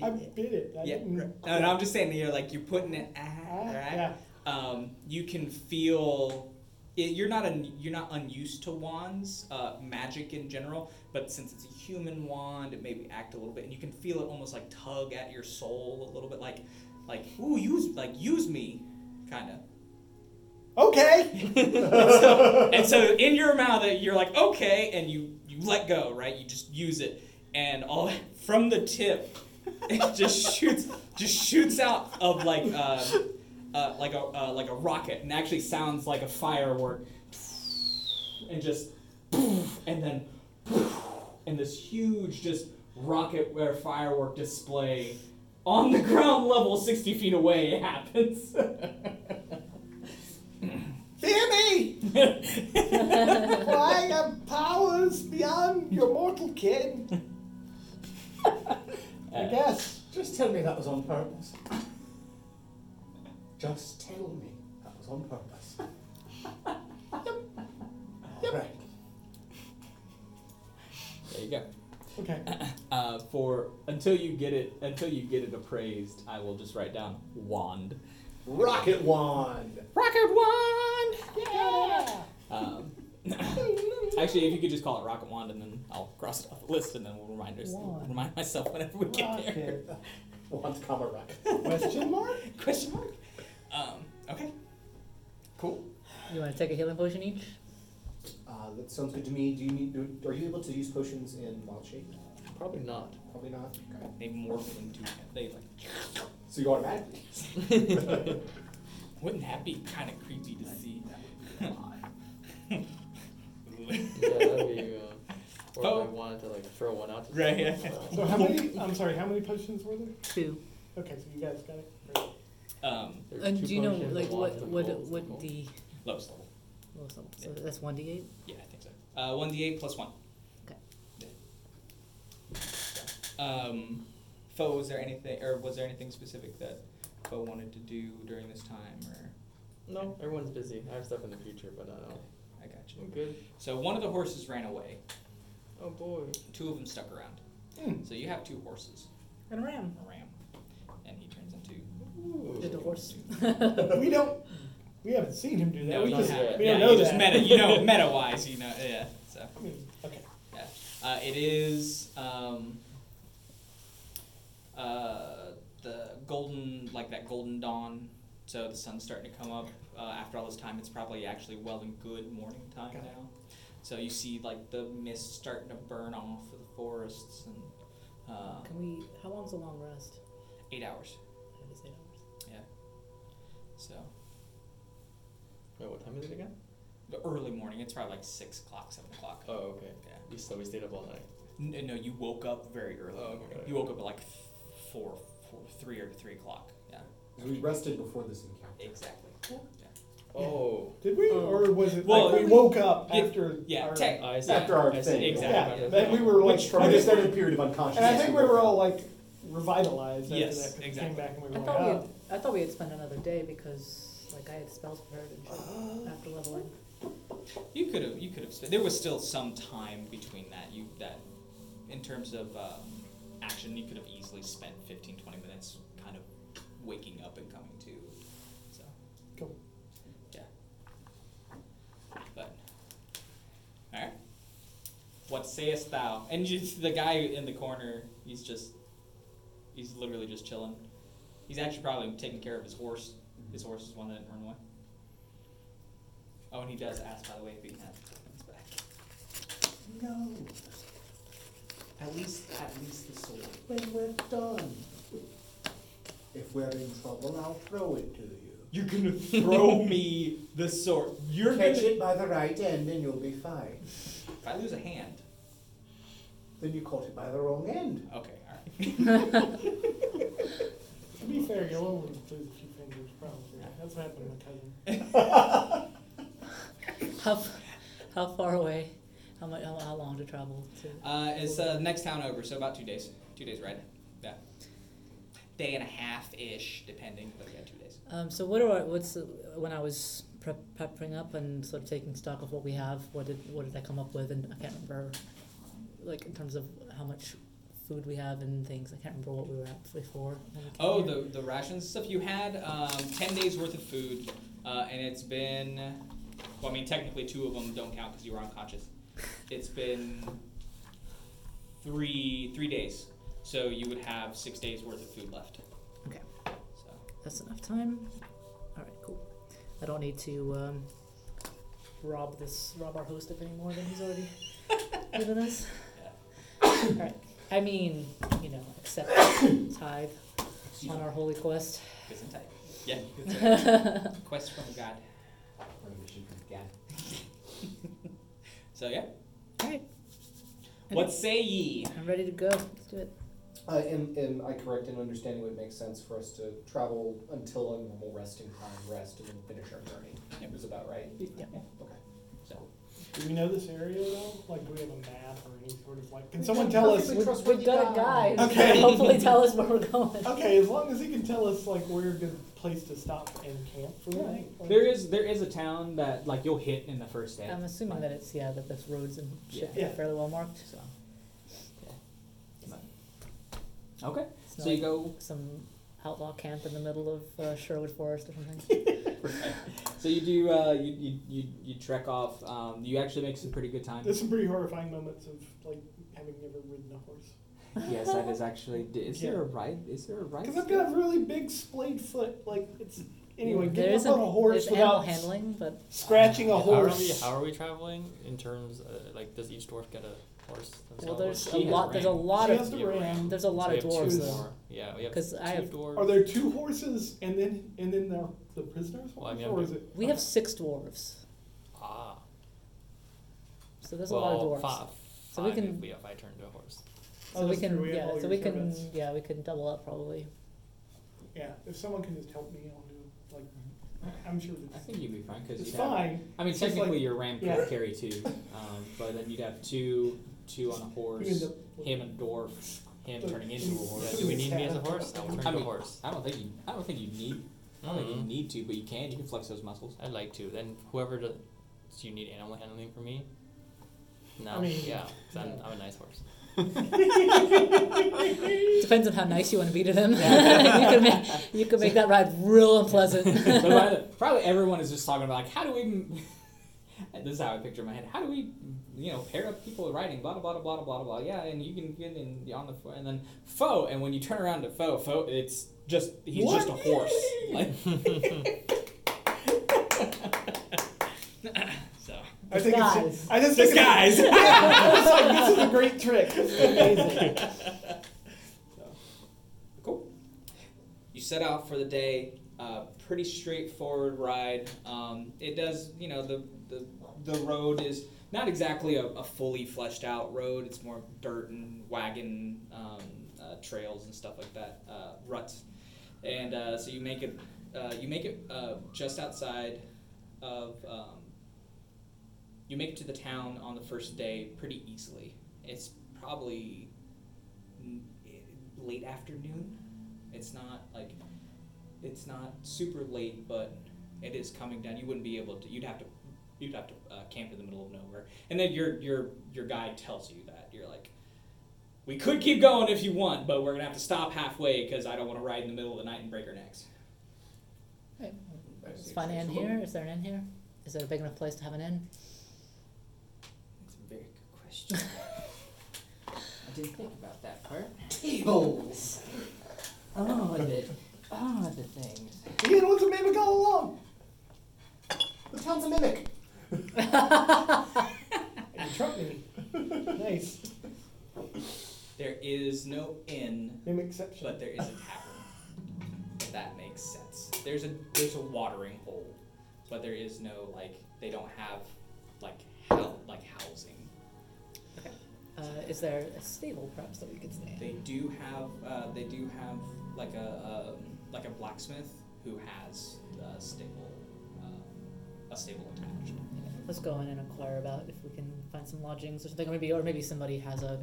S4: Uh,
S5: I bit it. I
S4: yeah.
S5: didn't.
S4: No, no, I'm just saying you're like you're putting it out,
S5: Ah,
S4: right?
S5: yeah.
S4: um, you can feel it, you're not un, you're not unused to wands uh, magic in general but since it's a human wand it maybe act a little bit and you can feel it almost like tug at your soul a little bit like like ooh use like use me kind of
S5: Okay. *laughs*
S4: and, so, and so in your mouth it- you're like okay and you you let go right you just use it and all from the tip it just shoots just shoots out of like uh, uh, like a uh, like a rocket and actually sounds like a firework and just and then and this huge just rocket or firework display on the ground level 60 feet away *laughs* happens
S5: Fear me!
S4: yeah
S5: I have powers beyond kid.
S4: *laughs*
S5: I guess.
S2: Just tell me that was on purpose. Just tell me that was on purpose. All right.
S4: There you go.
S5: Okay.
S4: Uh, for until you get it, until you get it appraised, I will just write down wand.
S2: Rocket wand.
S4: Rocket wand. Yeah. Um, *coughs* actually, if you could just call it rocket wand, and then I'll cross it off the list, and then we'll remind us,
S5: Wand.
S4: remind myself whenever we get there.
S5: Rocket.
S2: Wand comma rocket.
S5: Question mark?
S4: *laughs* Question mark. Um, okay. Cool.
S6: You want to take a healing potion each?
S1: Uh, that sounds good to me. Do you need? Do, are you able to use potions in wild shape?
S7: Probably not.
S1: Probably not. Okay.
S4: They morph into. They like.
S1: So you automatically. *laughs*
S4: Wouldn't that be kind of creepy to see? *laughs*
S7: Yeah, that'd be. Uh, or
S4: Oh.
S7: if I wanted to like throw one out to
S4: Right, yeah. *laughs*
S7: someone. uh,
S5: So how many? I'm sorry. How many potions were there?
S6: Two.
S5: Okay, so you guys got it. Great.
S4: *laughs* um,
S7: There's
S6: And
S7: two
S6: do you know
S7: potions, a
S6: like
S7: wand,
S6: what
S7: and a
S6: what
S7: bowl,
S6: what
S7: cool.
S6: the
S4: lowest level.
S6: what was that? so that's one d eight.
S4: Yeah, I think so. Uh, one d8 plus one.
S6: Okay.
S4: Um, Foe, was there anything, or was there anything specific that Foe wanted to do during this time, or
S7: No, everyone's busy. I have stuff in the future, but I don't.
S4: I got you.
S7: I'm good.
S4: So one of the horses ran away.
S7: Oh boy.
S4: Two of them stuck around.
S5: Hmm.
S4: So you have two horses,
S6: And a ram.
S4: a ram, and he turns into.
S6: Did a horse.
S5: we don't. We haven't seen him do that.
S4: No,
S5: we
S4: you
S5: just,
S4: haven't.
S5: we
S4: yeah,
S5: don't know
S4: you just
S5: that.
S4: meta, you
S5: *laughs*
S4: know, meta wise, you know, yeah. So
S5: I mean, okay.
S4: yeah, uh, it is um, uh, the golden, like that golden dawn. So the sun's starting to come up. Uh, after all this time, it's probably actually well and good morning time
S5: Got it.
S4: now. So you see like the mist starting to burn off of the forests and uh,
S6: *laughs* Can we? How long's a long rest?
S4: eight hours.
S6: I guess eight hours.
S4: So
S7: Wait, Oh, what time is it again?
S4: the early morning. It's probably like six o'clock, seven o'clock.
S7: Oh, okay.
S4: Yeah.
S7: You so we stayed up all night.
S4: N- no, you woke up very early.
S7: Oh, okay.
S4: You woke up at like f- four, four, three or three o'clock. Yeah,
S1: We rested before this encounter.
S4: exactly.
S7: Oh.
S5: Did we,
S6: Oh.
S5: or was it
S4: Well,
S5: like we
S4: we-
S5: woke up
S4: yeah,
S5: after?
S4: Yeah,
S5: our,
S4: tech.
S7: I see.
S1: After our
S7: I
S1: thing,
S7: see.
S4: exactly.
S5: Yeah, that we were like.
S1: Which from
S5: I
S1: an
S5: think-
S1: extended period of unconsciousness.
S5: and I think we were all like revitalized after
S4: Yes,
S5: that 'cause
S4: exactly.
S5: we came back and we were
S6: I
S5: like,
S6: thought we
S5: oh.
S6: had, I thought we had spent another day because like I had spells prepared and shit after leveling.
S4: You could have. You could have. Spent, there was still some time between that. You that, in terms of um, action, you could have easily spent 15, 20 minutes kind of waking up and coming to. So.
S5: Cool.
S4: Yeah. But. All right. What sayest thou? *laughs* And you, the guy in the corner, he's just, he's literally just chilling. He's actually probably taking care of his horse. His horse is one that didn't run away. Oh, and he does ask, by the way, if he can have his back.
S2: No.
S4: At least, at least the sword.
S2: When we're done. If we're in trouble, I'll throw it to you.
S4: You're *laughs* gonna throw me the sword. You're
S2: Catch
S4: gonna.
S2: it by the right end and you'll be fine.
S4: If I lose a hand.
S2: Then you caught it by the wrong end.
S4: Okay, alright.
S5: To be fair, you'll only lose a few fingers, probably. That's what happened to my cousin.
S6: How, f- how far away? How much? How, how long to travel to?
S4: Uh, it's uh, next town over, so about two days. Two days ride. Yeah. Day and a half ish, depending, but yeah, two days.
S6: Um, so what do I? What's the, when I was prep, prepping up and sort of taking stock of what we have? What did what did I come up with? And I can't remember, like in terms of how much food we have and things. I can't remember what we were at before. when we came
S4: Oh,
S6: here.
S4: the, the rations stuff. You had um, 10 days worth of food, uh, and it's been. Well, I mean, technically, two of them don't count because you were *laughs* unconscious. It's been three three days, so you would have six days worth of food left.
S6: Okay.
S4: So
S6: that's enough time. All right, cool. I don't need to um, rob this rob our host of any more than
S4: *laughs*
S6: he's already given us. All right. I mean, you know, accept tithe on our holy quest.
S4: good and tight. Yeah. Good Quest from God.
S1: Permission from Gad.
S4: So yeah.
S6: All right,
S4: What say ye?
S6: *laughs* I'm ready to go. Let's do it.
S1: Uh, am, am I correct in understanding it makes sense for us to travel until a normal resting time, rest, and then finish our journey? It was about right.
S6: Yeah.
S1: Okay.
S4: So,
S5: Do we know this area at all? Like, do we have a map or any sort of like? Can someone tell us?
S1: Perfectly trustworthy
S6: We've got a guide. who
S5: Okay.
S6: can Hopefully tell us where
S4: *laughs*
S6: we're going.
S5: Okay, as long as he can tell us like where a good place to stop and camp for the night. like-
S4: There is there is a town that like you'll hit in the first day.
S6: I'm assuming that it's, yeah, that this roads and shit
S5: Yeah.
S6: are fairly well marked.
S4: So. Okay.
S6: It's not
S4: So you
S6: like
S4: go.
S6: Some outlaw camp in the middle of uh, Sherwood Forest or something.
S4: So you do. Uh, you, you you you trek off. Um, you actually make some pretty good time.
S5: There's some pretty horrifying moments of like having never ridden a horse.
S4: *laughs* yes, that is actually. Is there a right? Is there a right?
S5: Because I've got a really big splayed foot. Like it's *laughs* anyway,
S6: there
S5: getting
S6: is
S5: up on a horse
S6: there's animal
S5: without
S6: handling, but
S5: scratching a
S7: How are we,
S5: horse.
S7: how are we traveling in terms uh, like does each dwarf get a horse?
S6: well,
S7: themselves?
S6: there's a
S4: She has
S6: lot. There's a
S4: ram.
S6: lot
S5: She
S6: of
S5: has the
S7: Yeah.
S5: ram.
S6: there's a lot
S7: So
S6: of
S7: we have
S6: dwarves
S7: two
S6: though.
S7: more. Yeah, we have
S6: 'Cause
S7: two
S6: I have-
S7: dwarves.
S5: Are there two horses and then and then the the prisoner's horse,
S7: Well, I mean,
S5: or
S7: I'm
S5: is it?
S6: We have six dwarves,
S7: ah,
S6: so there's
S7: well,
S6: a lot of dwarves.
S7: Five,
S6: So we
S7: five if
S6: can-
S7: we if I turned to a horse.
S5: Oh,
S6: So we
S5: that's
S6: can
S5: true, we have
S6: yeah.
S5: all
S6: So
S5: your
S6: we can
S5: servants.
S6: yeah. We can double up probably.
S5: Yeah, if someone can just help me, I'll do. Like, I'm sure
S4: I
S5: that's
S4: think you'd be fine because
S5: it's
S4: you'd have
S5: fine.
S4: I mean,
S5: It's just
S4: technically,
S5: like-
S4: your ram could
S5: yeah.
S4: carry two, um, but then you'd have two, two on a horse,
S5: You end up-
S4: him and a dwarf, him
S5: But-
S4: turning into a horse.
S7: Yeah, do we need me as a horse? I will turn
S4: I
S7: to a
S4: mean,
S7: horse.
S4: I don't think you, I don't think you need, I don't
S3: Mm-hmm.
S4: think you need to, but you can. You can flex those
S3: *laughs*
S4: muscles.
S7: I'd like to. Then whoever does, do you need animal handling for me? No.
S5: I mean,
S7: yeah, 'cause I'm, I'm a nice horse.
S6: Depends on how nice you want to be to
S5: *laughs*
S6: them. *laughs* you can make you can make that ride real
S7: *laughs*
S6: unpleasant.
S4: So by the- probably everyone is just talking about like, how do we? *laughs* m- this is how I picture in my head. How do we, you know, pair up people riding? Blah blah blah blah blah blah. Yeah, and you can get in on the fo- and then foe, and when you turn around to foe, foe, it's just he's just a
S5: What?
S4: horse. Like, *laughs* so.
S5: I
S6: *laughs*
S5: think it's
S6: Disguise.
S5: just, I just think
S1: *laughs*
S5: it's-
S4: Disguise.
S5: it's like, *laughs* this is a great
S7: *laughs*
S5: trick. This is amazing.
S4: Cool. You set out for the day. Uh, pretty straightforward ride. Um, it does, you know, the, the the road is not exactly a, a fully fleshed out road. It's more dirt and wagon um, uh, trails and stuff like that, uh, ruts. And uh, so you make it, uh, you make it uh, just outside of. Um, you make it to the town on the first day pretty easily. It's probably n- mm, late afternoon. It's not like it's not super late, but it is coming down. You wouldn't be able to. You'd have to. You'd have to uh, camp in the middle of nowhere. And then your your your guide tells you that you're like, we could keep going if you want, but we're gonna have to stop halfway because I don't want to ride in the middle of the night and break our necks.
S6: Is fun inn here? Is there an inn here? Is it a big enough place to have an inn?
S4: That's a very good *laughs* question. I didn't think about that part.
S1: Tables.
S4: Oh, the oh the things.
S5: Ian was a mimic all along.
S1: The town's a mimic.
S5: And you trucked me. *laughs* Nice.
S4: There is no inn
S5: Mimic exception.
S4: but there is a tavern. If that makes sense. There's a there's a watering hole, but there is no like they don't have like how like housing.
S6: Uh, is there a stable perhaps that we could stay in?
S4: They do have uh, they do have like a um, like a blacksmith who has a stable um, a stable attached.
S6: Let's go in and inquire about if we can find some lodgings or something, or maybe or maybe somebody has a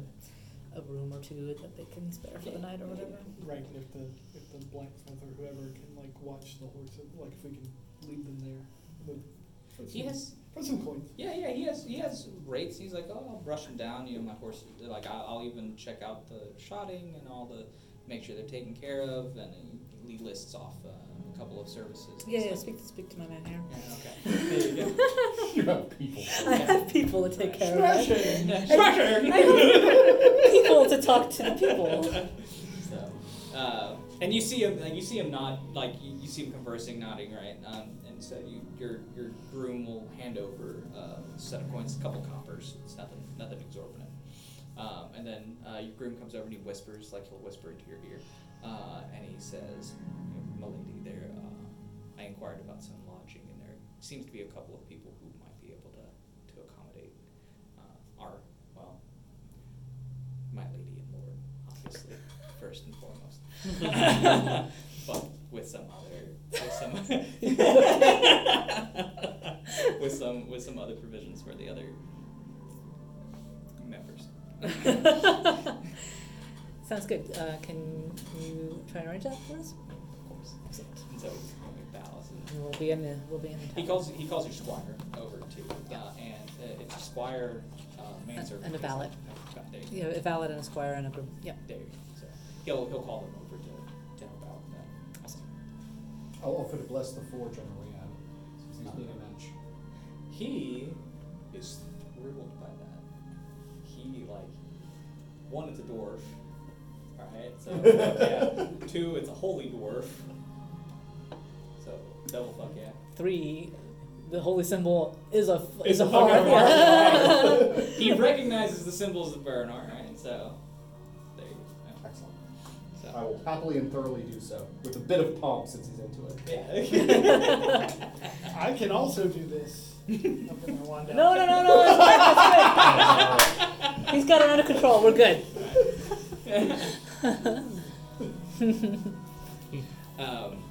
S6: a room or two that they can spare for the night or whatever.
S5: Right, and if the if the blacksmith or whoever can like watch the horses, like if we can lead them there, with, for, some,
S4: He has
S5: for some coins.
S4: yeah yeah he has he has rates. He's like oh I'll brush them down. You know my horse like I- I'll even check out the shotting and all the make sure they're taken care of and he lists off uh, a couple of services.
S6: Yeah, yeah.
S4: It's like-
S6: Speak speak to my man here.
S4: Yeah, okay.
S6: *laughs*
S4: There you go.
S2: *laughs* You have people.
S6: I have people to take care of. it.
S5: Smashing.
S4: *laughs*
S6: people to talk to the
S4: *laughs*
S6: people.
S4: So, uh, and you see him, like, you see him nod, like you, you see him conversing, nodding, right? Um, and so you, your your groom will hand over uh, a set of coins, a couple coppers. It's nothing, nothing exorbitant. Um, and then uh, your groom comes over and he whispers, like he'll whisper into your ear, uh, and he says, "My lady, there, uh, I inquired about some lodging, and there seems to be a couple of people who might be able to to accommodate uh, our well, my lady and lord, obviously, first and
S6: *laughs*
S4: foremost. but
S6: *laughs*
S4: with some other, with some, with some, with some, with some other provisions for the other
S6: *laughs*
S4: members.
S6: Sounds good. Uh, can you try and arrange that for us?
S4: Of course.
S6: Excellent.
S4: And so it's probably Ballast and-
S6: And We'll be in the, we'll be in the
S4: He
S6: town.
S4: calls he calls you squire over too, uh, and uh, it's a squire uh, manservant
S6: and a
S4: is like-
S6: valet.
S4: uh, There you go.
S6: You know, a valid and a squire and a groom. Yep.
S4: There you go. So he'll he'll call them over to to help out. with that. Awesome.
S2: I'll offer to bless the forge on the way out, since he's need a match.
S4: He is thrilled by that. He like one, it's a dwarf. All right, so fuck yeah. Two, it's a holy dwarf. So double fuck yeah.
S6: Three, the holy symbol is a f-
S4: It's
S6: is
S4: a
S6: a heart.
S4: fucking heart.
S6: Yeah. *laughs*
S4: He recognizes the symbols of burn. All right, so there you go.
S2: Excellent.
S4: So-
S2: I will happily and thoroughly do so, with a bit of pomp since he's into it.
S4: Yeah.
S5: I can also do this. Up in my
S6: *laughs*
S5: wand out.
S6: no, no, no, no. It's fine, it's fine. *laughs* He's got it under control. We're good. *laughs*
S4: *laughs* um,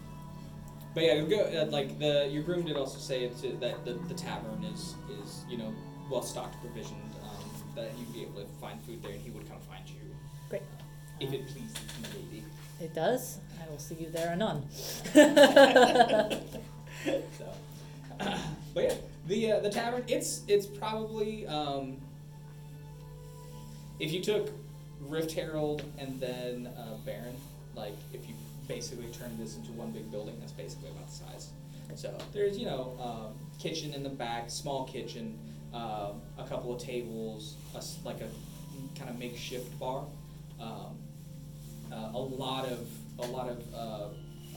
S4: but yeah, go uh, like the your groom did also say to, that the, the tavern is is you know well stocked, provisioned, um, that you'd be able to find food there, and he would come find you Uh,
S6: Great.
S4: if it pleases the lady.
S6: It does. I will see you there anon. *laughs*
S4: so, *coughs* but yeah, the uh, the tavern. It's it's probably um, if you took Rift Herald and then uh, Baron, like if you basically turned this into one big building, that's basically about the size. So there's you know um, kitchen in the back, small kitchen, um, a couple of tables, a s like a kind of makeshift bar. Um, uh, a lot of a lot of uh,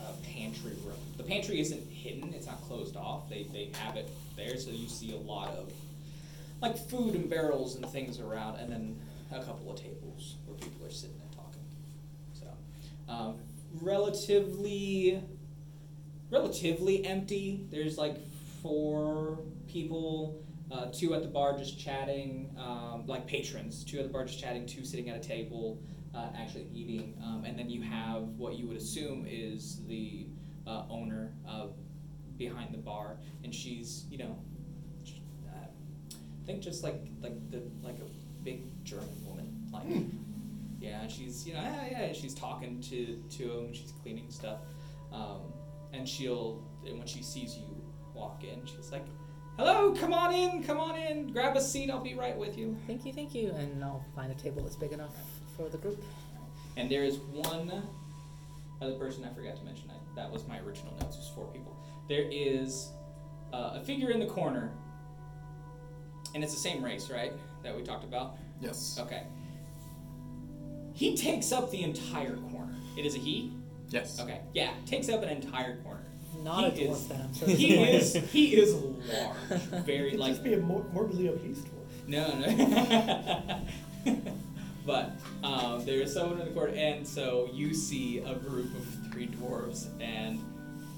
S4: uh, pantry room. The pantry isn't hidden; it's not closed off. They they have it there, so you see a lot of like food and barrels and things around, and then a couple of tables where people are sitting and talking. So, um, relatively relatively empty. There's like four people, uh, two at the bar just chatting, um, like patrons, two at the bar just chatting, two sitting at a table uh, actually eating. Um, and then you have what you would assume is the uh, owner uh, behind the bar, and she's, you know, j- uh, I think just like like the like a big German woman, like yeah, and she's you know yeah, yeah, and she's talking to to him, she's cleaning stuff, um, and she'll and when she sees you walk in, she's like, "Hello, come on in, come on in, grab a seat, I'll be right with you."
S6: thank you, thank you. And I'll find a table that's big enough for the group.
S4: And there is one other person I forgot to mention. I, that was my original notes. It was four people. There is uh, a figure in the corner, and it's the same race, right? That we talked about.
S3: Yes.
S4: Okay. He takes up the entire corner. It is a he?
S3: Yes.
S4: Okay. Yeah, takes up an entire corner.
S6: Not
S4: He
S6: a dwarf
S4: is-
S6: then. I'm so
S4: He
S6: disappointed.
S4: is
S6: *laughs*
S4: he is large. Very
S5: It'd
S4: like
S5: just be a mor- morbidly obese dwarf.
S4: no, no.
S5: *laughs*
S4: *laughs* but um, there is someone in the court, and so you see a group of three dwarves, and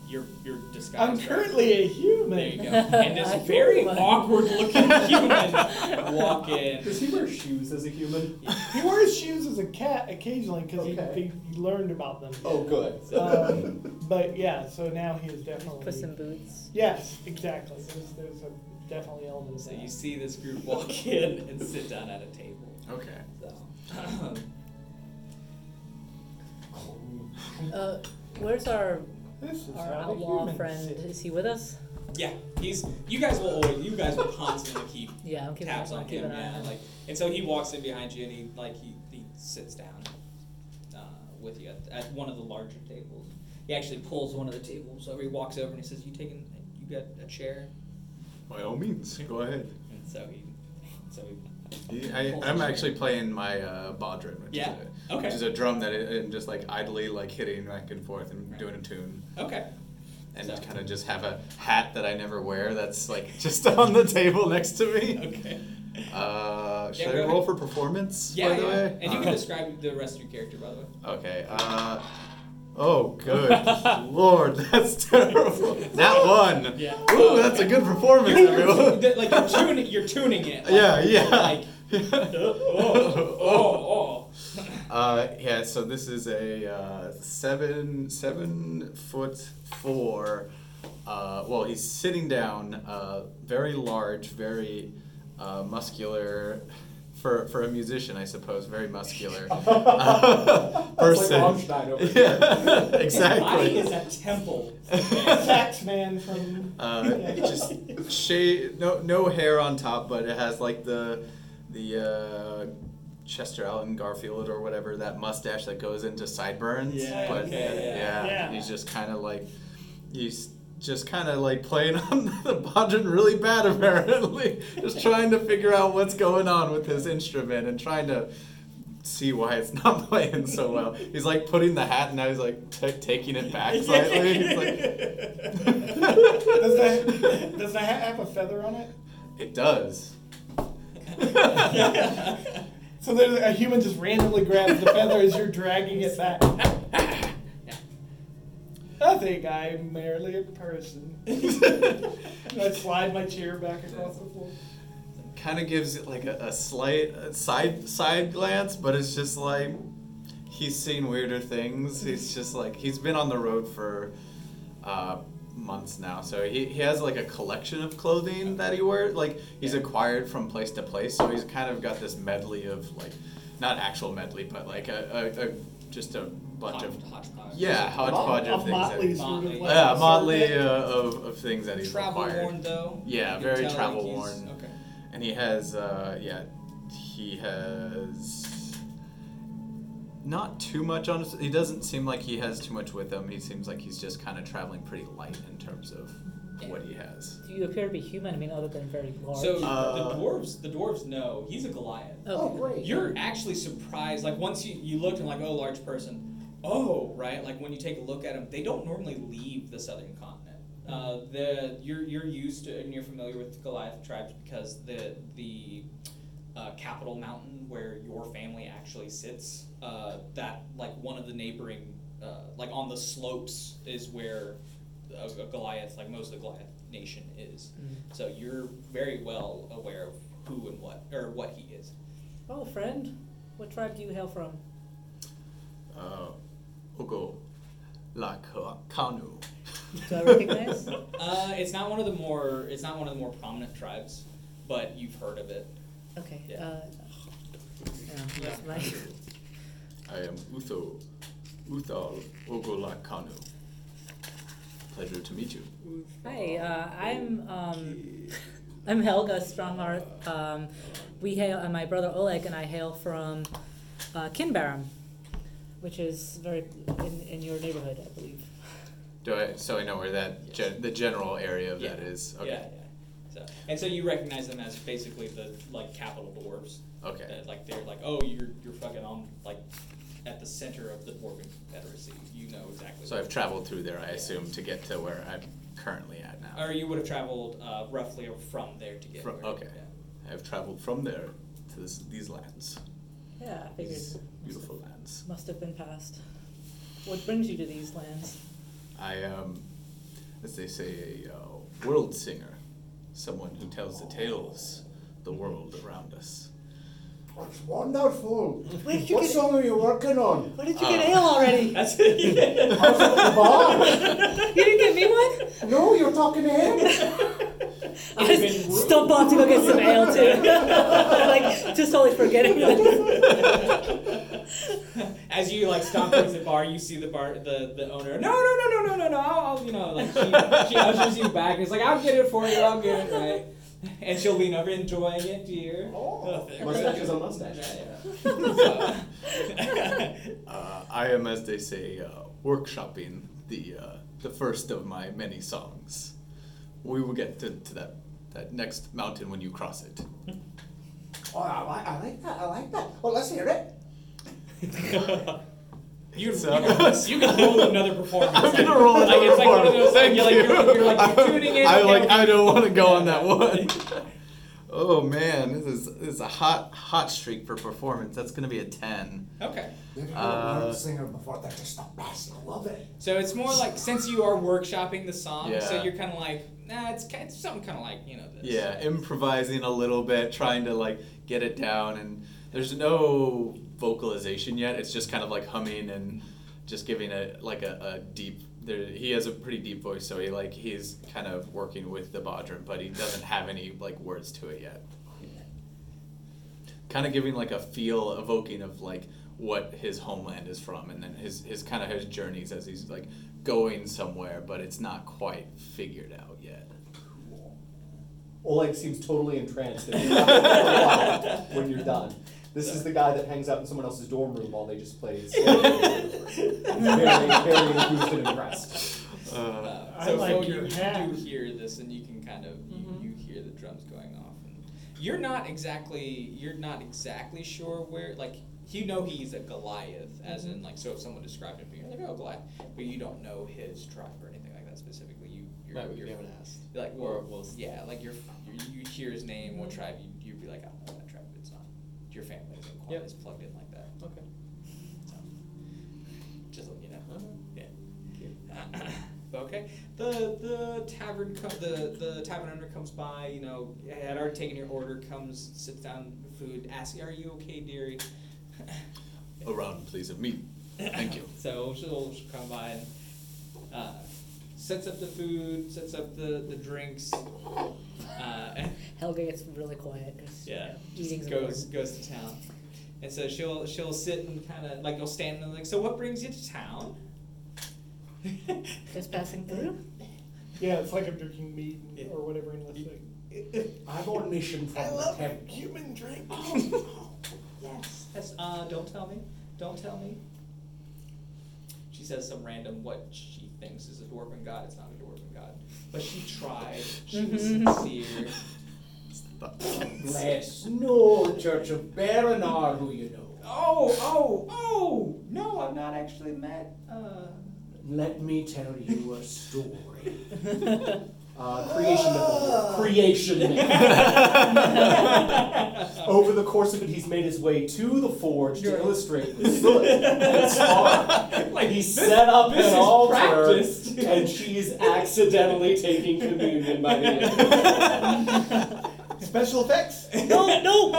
S4: you're you're disguised.
S5: I'm
S4: right?
S5: currently a human.
S4: There you go. And
S6: I
S4: this
S1: *laughs*
S4: *laughs* very
S6: thought- *laughs*
S4: awkward-looking human walk in.
S2: *laughs* Does he wear shoes as a human?
S5: He wears shoes as a cat occasionally because
S2: Okay.
S5: he, he learned about them.
S2: Oh,
S1: *laughs*
S2: good.
S5: Um,
S6: *laughs*
S5: but yeah, so now he is definitely.
S6: Puss in boots.
S5: Yes, exactly. There's, there's a definitely element of
S4: So
S5: that.
S4: you see this group walk in and sit down at a table.
S3: Okay.
S4: So. *laughs*
S6: Uh, where's our
S5: This is
S6: our
S5: how the
S6: outlaw
S5: humans
S6: friend?
S5: sit.
S6: Is he with us?
S4: yeah, he's. You guys will always. You guys will constantly keep
S6: Yeah, I'm keeping
S4: taps
S6: an eye-
S4: on
S6: I'm keeping
S4: him,
S6: an eye
S4: yeah.
S6: on him.
S4: Like, and so he walks in behind you, and he like he, he sits down uh, with you at, at one of the larger tables. He actually pulls one of the tables over. He walks over and he says, "You taking? You got a chair?"
S3: By all means, go ahead.
S4: And so he, so he.
S3: I, I'm actually playing my uh, bodhran, which,
S4: Yeah.
S3: is a,
S4: Okay.
S3: which is a drum that I- I'm just like idly like hitting back and forth and
S4: Right.
S3: doing a tune,
S4: Okay.
S3: and
S4: So-
S3: kind of just have a hat that I never wear that's like *laughs* just on the table next to me.
S4: Okay.
S3: Uh, should
S4: Yeah,
S3: I
S4: go
S3: roll
S4: ahead.
S3: for performance?
S4: Yeah,
S3: by the
S4: yeah.
S3: way,
S4: And you can
S3: Uh,
S4: describe the rest of your character, by the way.
S3: *laughs* Okay. Uh, oh,
S4: *laughs*
S3: good lord, that's terrible. That one.
S4: Yeah.
S3: Ooh, that's a good
S4: *laughs*
S3: performance, everyone.
S4: like you're tuning, you're tuning it. Like,
S3: yeah, yeah. *laughs*
S4: Like, oh, oh, oh.
S3: Uh, yeah, so this is a uh, seven seven foot four Uh, well, he's sitting down, uh, very large, very uh, muscular, for, for a musician, I suppose, very
S2: *laughs*
S3: muscular uh, *laughs* person.
S2: Rammstein
S3: *laughs*
S2: over here.
S3: yeah,
S4: His
S3: *laughs* exactly.
S4: body is a temple.
S5: *laughs* Tax man from. *laughs*
S3: Uh, it just shade, no no hair on top, but it has like the the uh, Chester Allen Garfield or whatever that mustache that goes into sideburns.
S4: Yeah,
S3: but
S4: okay,
S3: yeah,
S4: yeah.
S5: Yeah.
S3: he's just kind of like he's just kind of like playing *laughs* on the bodgeon really bad apparently, *laughs* just trying to figure out what's going on with his instrument and trying to see why it's not *laughs* playing so well. He's like putting the hat and now he's like t- taking it back slightly. He's like,
S5: Does the, does the hat have a feather on it?
S3: it *laughs* does.
S5: So there's a human just randomly grabs the feather as you're dragging it back. I think I'm merely a person. And I slide my chair back across the floor.
S3: kind of gives it like a, a slight uh side side glance, but it's just like he's seen weirder things. He's just like he's been on the road for uh, months now, so he, he has like a collection of clothing that he wears. Like he's acquired from place to place, so he's kind of got this medley of like not actual medley, but like a, a, a just a *laughs* bunch of
S4: Hodgepodge.
S3: yeah hodgepodge
S5: Of
S3: of things. that-
S5: motley sort of
S4: Motley.
S5: like
S3: yeah,
S5: assorted.
S3: motley uh, of, of things that he's
S4: Travel
S3: acquired.
S4: worn though.
S3: Yeah,
S4: You can
S3: very
S4: tell, like,
S3: travel
S4: he's-
S3: worn.
S4: Okay.
S3: And he has, uh, yeah, he has not too much on. his- He doesn't seem like he has too much with him. He seems like he's just kind of traveling pretty light in terms of what he has.
S6: Do you appear to be human? I mean, other than very large.
S4: So
S3: Uh,
S4: the dwarves, the dwarves know he's a Goliath.
S1: Oh,
S6: okay.
S1: great.
S4: You're actually surprised. Like once you you looked and like oh large person, oh right. Like when you take a look at them, they don't normally leave the southern continent. Uh, the you're you're used to and you're familiar with Goliath tribes because the the uh, Capitol Mountain where your family actually sits. Uh, that like one of the neighboring uh, like on the slopes is where a, a Goliath like most of the Goliath nation is. So you're very well aware of who and what or what he is.
S6: Oh, friend, what tribe do you hail from?
S3: Uh, Ugo Lakanu.
S6: Do I recognize?
S4: *laughs* Uh, it's not one of the more it's not one of the more prominent tribes, but you've heard of it.
S6: Okay.
S4: Yeah.
S6: Uh, yeah, that's *laughs* my-
S3: I am Utho Uthal Ugo Lakanu. Pleasure to meet you.
S6: Hi, uh, I'm um, I'm Helga Strongarth. Um, we hail, uh, my brother Oleg and I hail from uh, Kinbarum, which is very in, in your neighborhood, I believe.
S3: Do I? So I know where that gen, the general area of that
S4: Yeah.
S3: is.
S4: Yeah,
S3: Okay.
S4: yeah. So and so you recognize them as basically the like capital dwarves.
S3: Okay.
S4: That, like they're like oh you're you're fucking on like at the center of the dwarven confederacy. You know exactly.
S3: So
S4: what-
S3: I've traveled through there, I assume, to get to where I'm currently at now.
S4: or you would have traveled uh, roughly from there to get.
S3: Fro-
S4: where-
S3: okay.
S4: yeah.
S3: I've traveled from there to this, these lands,
S6: Yeah, I figured
S3: these beautiful lands.
S6: must have been past. What brings you to these lands?
S3: I am, as they say, a uh, world singer, someone who tells the tales, of the world around us.
S2: That's wonderful.
S6: Where did you
S2: What
S6: get-
S2: song are you working
S6: *laughs*
S2: on?
S6: Where did you get ale already?
S4: That's *laughs* it.
S2: House at the bar?
S6: *laughs* You didn't get me one.
S2: No, you're talking to him.
S6: I just stump off to go get some ale too. *laughs* like just totally forgetting.
S4: As you like stomp towards the bar, you see the bar the, the owner. No, no, no, no, no, no, no. I'll, I'll," you know like she, she ushers you back. and It's like I'll get it for you. I'll get it right. And she'll lean over, enjoying it, dear.
S2: Oh,
S1: mustache is a mustache.
S4: Yeah, yeah. So-
S3: Uh, I am, as they say, uh, workshopping the uh, the first of my many songs. We will get to, to that that next mountain when you cross it.
S1: Oh, I, li- I like that. I like that. Well, let's hear it.
S4: You,
S3: So-
S4: you, can, you can roll another performance.
S3: *laughs* I'm gonna roll
S4: Like,
S3: another
S4: it's like one of
S3: *laughs*
S4: those, like,
S3: Thank
S4: you're, like,
S3: you.
S4: you're, you're, like, you're tuning in.
S3: I
S4: okay,
S3: like.
S4: okay.
S3: I don't want to go on that one. Oh man, this is this is a hot hot streak for performance. That's gonna be a ten.
S4: Okay.
S2: You're
S3: Uh,
S2: a world singer before. They're just the best. I love it.
S4: So it's more like since you are workshopping the song, so
S3: Yeah.
S4: you're kind of like, nah, it's kind it's something kind of like you know this. *laughs*
S3: Yeah, improvising a little bit, trying to like get it down, and there's no vocalization yet. It's just kind of like humming and just giving a like a, a deep there, he has a pretty deep voice, so he like he's kind of working with the Bodrum, but he doesn't have any like words to it yet. Kind of giving like a feel evoking of like what his homeland is from, and then his his kind of his journeys as he's like going somewhere, but it's not quite figured out yet.
S1: Oleg seems totally entranced and you're not gonna follow when you're done. This is the guy that hangs out in someone else's dorm room while they just play. Very, very enthused and impressed.
S3: Uh,
S4: Uh,
S5: I
S4: so
S5: like
S4: Phil, you,
S5: your
S4: you
S5: hat. Mm-hmm.
S4: do hear this, and you can kind of you-
S6: Mhm.
S4: you, hear the drums going off. And you're not exactly you're not exactly sure where like you know he's a Goliath, as
S5: Mm-hmm.
S4: in like so if someone described him, to you, you're like oh Goliath, but you don't know his tribe or anything like that specifically. You you're,
S7: Right, we
S4: you're
S7: haven't asked.
S4: like
S7: Or
S4: well,
S7: we'll see.
S4: yeah like you're, you you hear his name,
S5: Mm-hmm.
S4: what tribe you you'd be like I don't know that tribe. It's not your family isn't quite
S7: Yep.
S4: as plugged in like that.
S7: Okay.
S4: So, just let you know.
S7: Alright.
S4: Yeah. *coughs* okay. The the tavern co- the the tavern owner comes by. You know, had already taken your order. Comes, sits down, food. Asks, "Are you okay, dearie?" *laughs*
S3: a round, please, of meat. Thank you.
S4: so she'll, she'll come by and uh, sets up the food, sets up the the drinks. Uh,
S6: *laughs* Helga gets really quiet. 'cause,
S4: Yeah.
S6: you know, eating's
S4: goes
S6: important.
S4: goes to town, and so she'll she'll sit and kind of like you'll stand and like so what brings you to town? *laughs*
S6: Just passing through.
S5: Yeah, it's like I'm drinking meat and-
S4: Yeah.
S5: or whatever in this thing.
S1: I'm on mission from the temple.
S5: human drink.
S4: yes. That's uh. Don't tell me. Don't tell me. She says some random what she thinks is a dwarven god. It's not a dwarven god, but she tried. She was
S6: Mhm.
S4: sincere.
S2: Bless no Church of Baranar, who you know.
S4: Oh oh oh! No, I've not actually met. Uh.
S2: Let me tell you a story.
S1: *laughs* Uh, creation myth.
S2: Creation.
S1: *laughs* Over the course of it, he's made his way to the forge to illustrate with soot and spark.
S4: *laughs* like
S1: He
S4: this-
S1: set up
S4: this
S1: an
S4: is
S1: altar,
S4: *laughs* practiced.
S1: and she is accidentally taking communion by the end. of it.
S5: Special effects.
S6: no, no,
S3: *laughs*
S6: no.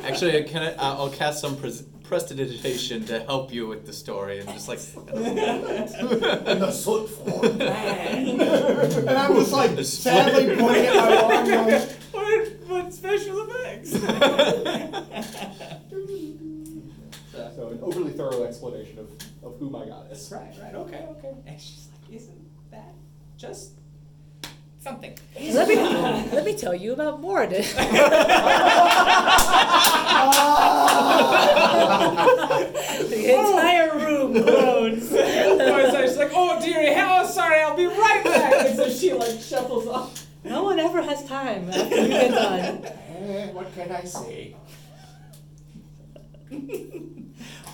S4: *laughs*
S3: Actually, I can I, I'll cast some pres- prestidigitation to help you with the story, and just like *laughs*
S2: In the soot form.
S5: And I'm just like sadly pointing at my arm going,
S4: what, what special effects? so,
S1: So an overly thorough explanation of, of who my god is.
S4: right, right, okay, okay. And she's like, isn't that just *laughs* something?
S6: let me let me tell you about
S4: *laughs*
S6: Moradin.
S5: Ah!
S6: *laughs* the entire room groans.
S4: Oh, so she's like, oh dearie, hell, sorry, I'll be right back. And so she like shuffles off.
S6: *laughs* no one ever has time after you get done.
S2: Eh, what can I say?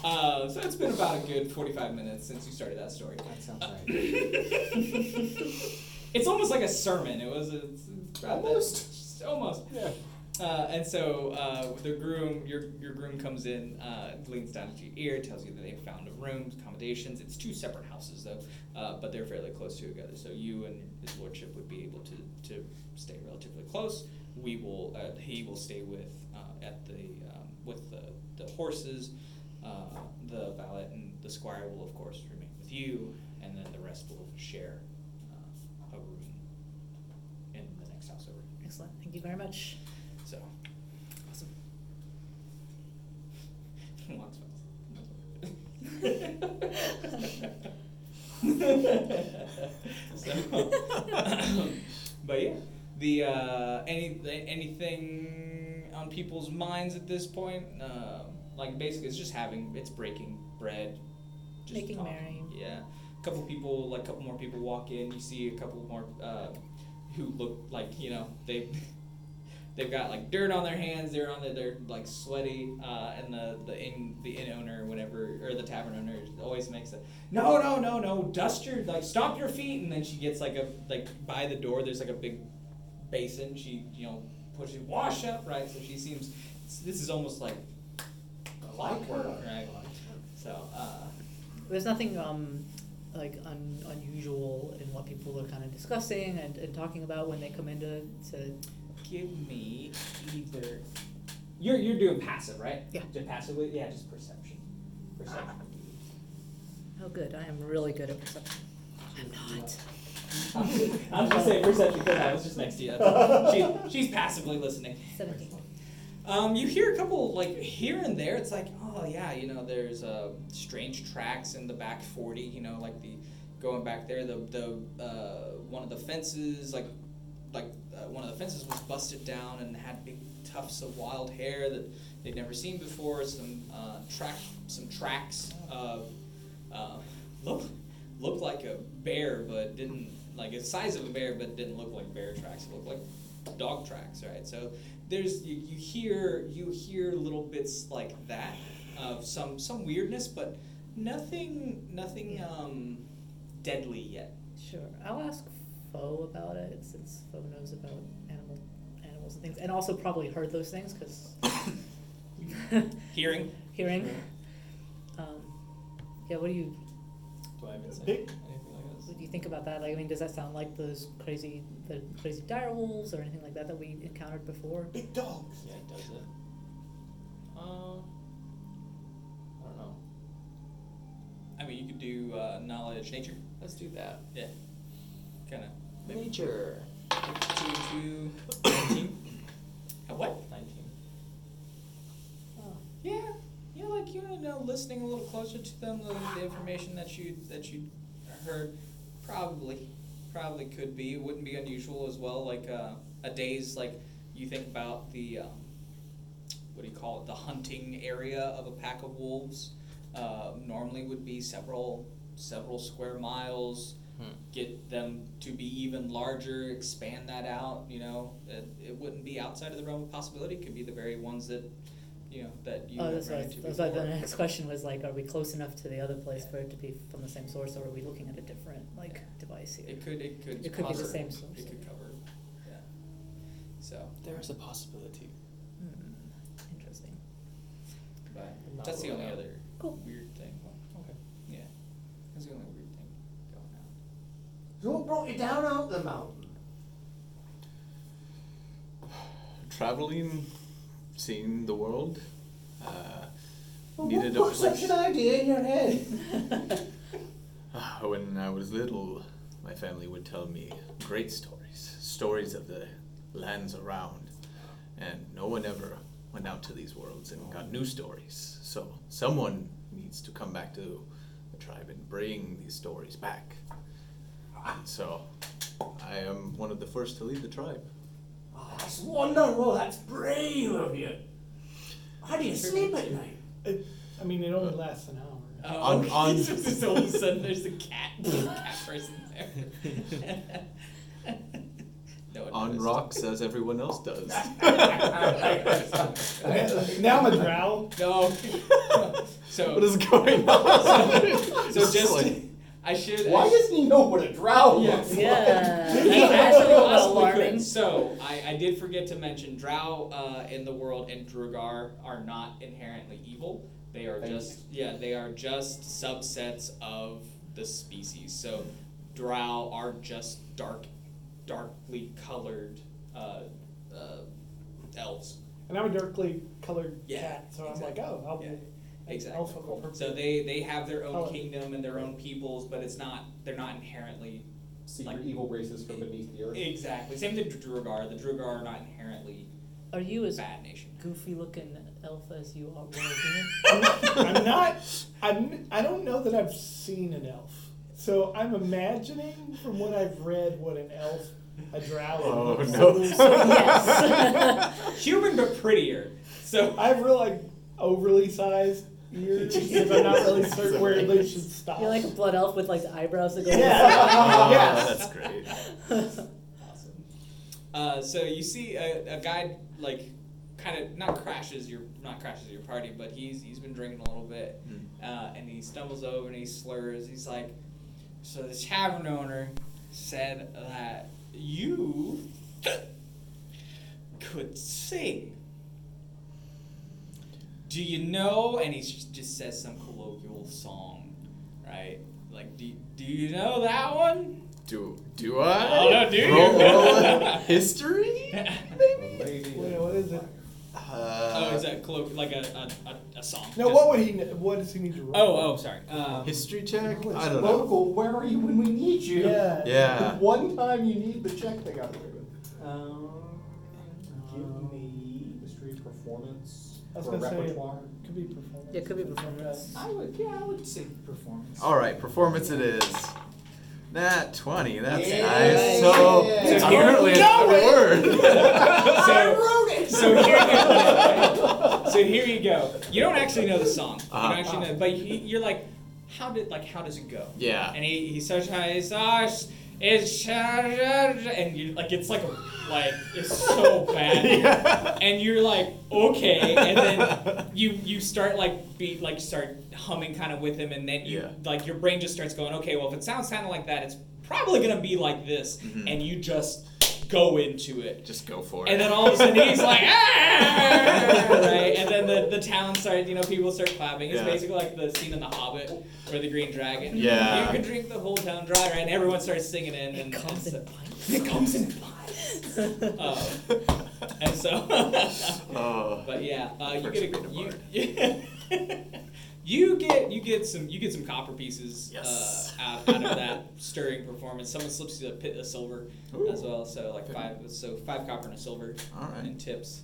S4: Uh, so it's been about a good 45 minutes since you started that story.
S2: That sounds right.
S4: It's almost like a sermon. It was a, it's it's about that-
S1: Almost.
S4: almost.
S1: Yeah.
S4: Uh, and so uh, the groom, your, your groom comes in, uh, leans down to your ear, tells you that they found a room, accommodations. It's two separate houses though, uh, but they're fairly close to each other. So you and his lordship would be able to, to stay relatively close. We will, uh, he will stay with uh, at the um, with the, the horses, uh, the valet, and the squire will of course remain with you, and then the rest will share uh, a room in the next house over.
S6: Excellent. Thank you very much.
S4: So. Awesome. *laughs* Walks so, *laughs* but yeah, the uh, any anything on people's minds at this point, Um like basically, it's just having it's breaking bread, just
S6: Making
S4: talking.
S6: merry.
S4: Yeah, a couple people, like a couple more people walk in. You see a couple more uh, who look like you know they *laughs* they've got like dirt on their hands. They're on their they're like sweaty, uh, and the the inn the inn owner whenever or the tavern owner always makes a no no no no dust your like stomp your feet, and then she gets like a like by the door. There's like a big basin. She you know pushes wash up right. So she seems this is almost like clockwork right. So. Uh,
S6: There's nothing um, like un- unusual in what people are kind of discussing and, and talking about when they come into to.
S4: Give me either. You're you're doing passive, right?
S6: Yeah.
S4: Just passively, yeah, just perception. Perception.
S6: Oh, good. I am really good at perception. I'm not.
S4: I was just saying perception. Good, I was just next to you. That's all. She, she's passively listening.
S6: Seventeen.
S4: Um, you hear a couple like here and there. It's like, oh yeah, you know, there's uh, strange tracks in the back forty. You know, like the going back there, the the uh, one of the fences, like like uh, one of the fences was busted down and had big tufts of wild hair that they'd never seen before. Some uh, track, some tracks. Uh, uh, look, looked like a bear, but didn't like the size of a bear, but didn't look like bear tracks. It looked like dog tracks, right? So there's you, you hear you hear little bits like that of some some weirdness, but nothing nothing um, deadly yet.
S6: Sure. I'll ask Fo about it since Fo knows about animal animals and things, and also probably heard those things because
S4: Hearing
S6: *laughs* hearing. Um, yeah. What do you
S7: Do I have insight?
S5: Big-
S7: Anything like this?
S6: what do you think about that? Like, I mean, does that sound like those crazy the crazy dire wolves or anything like that that we encountered before?
S5: Big dogs.
S7: Yeah, it does it. Uh,
S4: Um,
S7: I don't know.
S4: I mean, you could do uh, knowledge nature.
S7: Let's do that.
S4: Yeah, kind of.
S7: Nature.
S4: Two, two, *coughs* 19. A what?
S7: 19.
S4: Yeah, yeah, like you know, listening a little closer to them, the, the information that you that you heard, probably, probably could be. It wouldn't be unusual as well. Like uh, a day's like you think about the um, what do you call it? The hunting area of a pack of wolves uh, normally would be several several square miles.
S7: Hmm.
S4: Get them to be even larger, expand that out. You know, it, it wouldn't be outside of the realm of possibility. It could be the very ones that you know that you
S6: oh,
S4: have
S6: that's
S4: ran
S6: right.
S4: into
S6: That's
S4: before.
S6: why the next question was like, are we close enough to the other place for it to be from the same source, or are we looking at a different like device here?
S4: It could, it could.
S6: It could be the
S4: cover-
S6: same source.
S4: It could cover, yeah. So,
S7: There is a possibility.
S6: Hmm. Interesting.
S4: but
S7: I'm not
S4: that's the
S7: ruling
S4: only
S7: out.
S4: other
S6: Cool.
S4: weird thing.
S7: Okay.
S4: Yeah, that's the only weird thing going on.
S1: Who brought you down out the mountain?
S3: Traveling, seeing the world. Uh,
S1: Well,
S3: needed
S1: what
S3: a
S1: put
S3: place.
S1: such an idea in your head?
S3: Ah, When I was little, my family would tell me great stories, stories of the lands around, and no one ever went out to these worlds and got new stories. So someone needs to come back to the tribe and bring these stories back. And so I am one of the first to lead the tribe.
S1: Oh, that's wonderful. That's brave of you. How do you sleep at night?
S5: It, I mean, it only lasts an hour.
S3: On-
S4: *laughs*
S3: on-
S4: Oh, just all of a sudden there's
S3: *laughs*
S4: a cat, there's a cat person there. *laughs* no one
S3: On
S4: noticed. *laughs*
S3: rocks as everyone else *laughs* does.
S5: now I'm
S2: *laughs*
S5: a drow.
S4: No. *laughs* so,
S3: What is going on?
S4: so just,
S3: like-
S4: I should. I
S1: Why
S4: should-
S1: doesn't he know what a drow
S4: Yeah.
S1: looks like?
S6: Yeah. *laughs* That's
S4: Yeah,
S6: actually
S4: I
S6: a little
S4: possibly
S6: alarming.
S4: could. So I, I did forget to mention Drow uh, in the world and Drugar are not inherently evil. They are
S1: Thank
S4: just yeah, they are just subsets of the species. So Drow are just dark, darkly colored uh, uh, elves.
S5: And I'm a darkly colored
S4: Yeah,
S5: cat, so I'm like,
S4: exactly.
S5: oh, I'll be
S4: Yeah,
S5: an
S4: Exactly.
S5: elf of a purple. *laughs*
S4: So they, they have their own
S5: Color.
S4: kingdom and their own peoples, but it's not they're not inherently
S1: Secret
S4: Like-
S1: evil races from beneath the earth.
S4: exactly same to Drugar. The Drugar are not inherently
S6: Are you as
S4: bad nation.
S6: goofy looking elf as you are? were human?
S5: I'm not. I'm. I don't know that I've seen an elf. So I'm imagining from what I've read what an elf, a drow.
S3: *laughs* Oh,
S5: looks
S3: no.
S5: like.
S6: yes.
S4: Human but prettier. So
S5: I have real like overly sized
S3: *laughs*
S5: ears because I'm not really certain where they should stop.
S6: *laughs* You're like a blood elf with like the eyebrows that go.
S5: yeah.
S3: Ah,
S5: yes.
S3: That's great.
S4: Uh, so you see a, a guy like kind of not crashes your not crashes your party, but he's he's been drinking a little bit,
S3: Hmm.
S4: uh, and he stumbles over and he slurs. He's like, "So the tavern owner said that you *coughs* could sing. Do you know?" And he s- just says some colloquial song, right? Like, do, do you know that one?
S3: Do do I?
S4: Oh, *laughs* I don't know, do you?
S3: Roll, roll a history?
S5: Wait, what is it?
S3: Uh,
S4: oh, is
S3: Uh,
S4: that colloquial, like a, a, a, a song?
S5: Now,
S4: Just-
S5: what would he? kn- What does he need to roll?
S4: Oh, oh, sorry. Um,
S3: Uh, history check?
S1: Oh, It's
S3: I don't know.
S1: local. Where are you when we need you?
S5: Yeah.
S1: The *laughs*
S3: Yeah.
S1: one time you need the check, they got away with.
S2: Um,
S1: Give me history performance
S5: I was
S1: or
S5: gonna say-
S1: repertoire.
S5: Could be performance.
S6: *laughs* Yeah, could be performance.
S2: I would, yeah, I would say
S1: *laughs*
S2: performance.
S3: All right, performance it is. Nat 20, that's
S1: Yeah.
S3: nice. So
S1: Yeah.
S3: apparently it's
S1: Know
S3: the
S1: it.
S4: *laughs*
S1: *laughs*
S3: word.
S4: so,
S1: wrote it.
S4: so here you go. so here you go. You don't actually know the song.
S3: Uh-huh.
S4: You don't actually know, but you, you're like, how did like how does it go?
S3: yeah.
S4: And he he says, "It's us, it's and you like it's like a, like it's so *laughs*
S3: *laughs*
S4: bad.
S3: Yeah.
S4: And you're like, okay, and then
S3: *laughs*
S4: you you start like be like start humming kind of with him, and then you
S3: Yeah.
S4: like your brain just starts going, okay, well if it sounds kind of like that, it's probably gonna be like this,
S3: Mm-hmm.
S4: and you just go into it.
S3: Just go for it.
S4: And then all of
S3: *laughs*
S4: a sudden he's like, ah! right? And then the, the town started, you know, people start clapping. It's
S3: Yeah.
S4: basically like the scene in The Hobbit or The Green Dragon.
S3: Yeah.
S4: You can drink the whole town dry, right? And everyone starts singing in. And,
S6: comes
S4: and
S6: in
S4: so, It comes in *laughs* pies. Um, and so,
S3: *laughs* oh.
S4: but yeah, uh, you
S3: First
S4: get
S3: bit
S4: a,
S3: of
S4: you,
S3: art.
S4: *laughs* you get you get some you get some copper pieces
S3: Yes.
S4: uh, out, out of
S3: *laughs*
S4: that stirring performance. Someone slips you a pit of silver as well, so like
S3: Okay.
S4: five so five copper and a silver
S3: All right.
S4: and tips.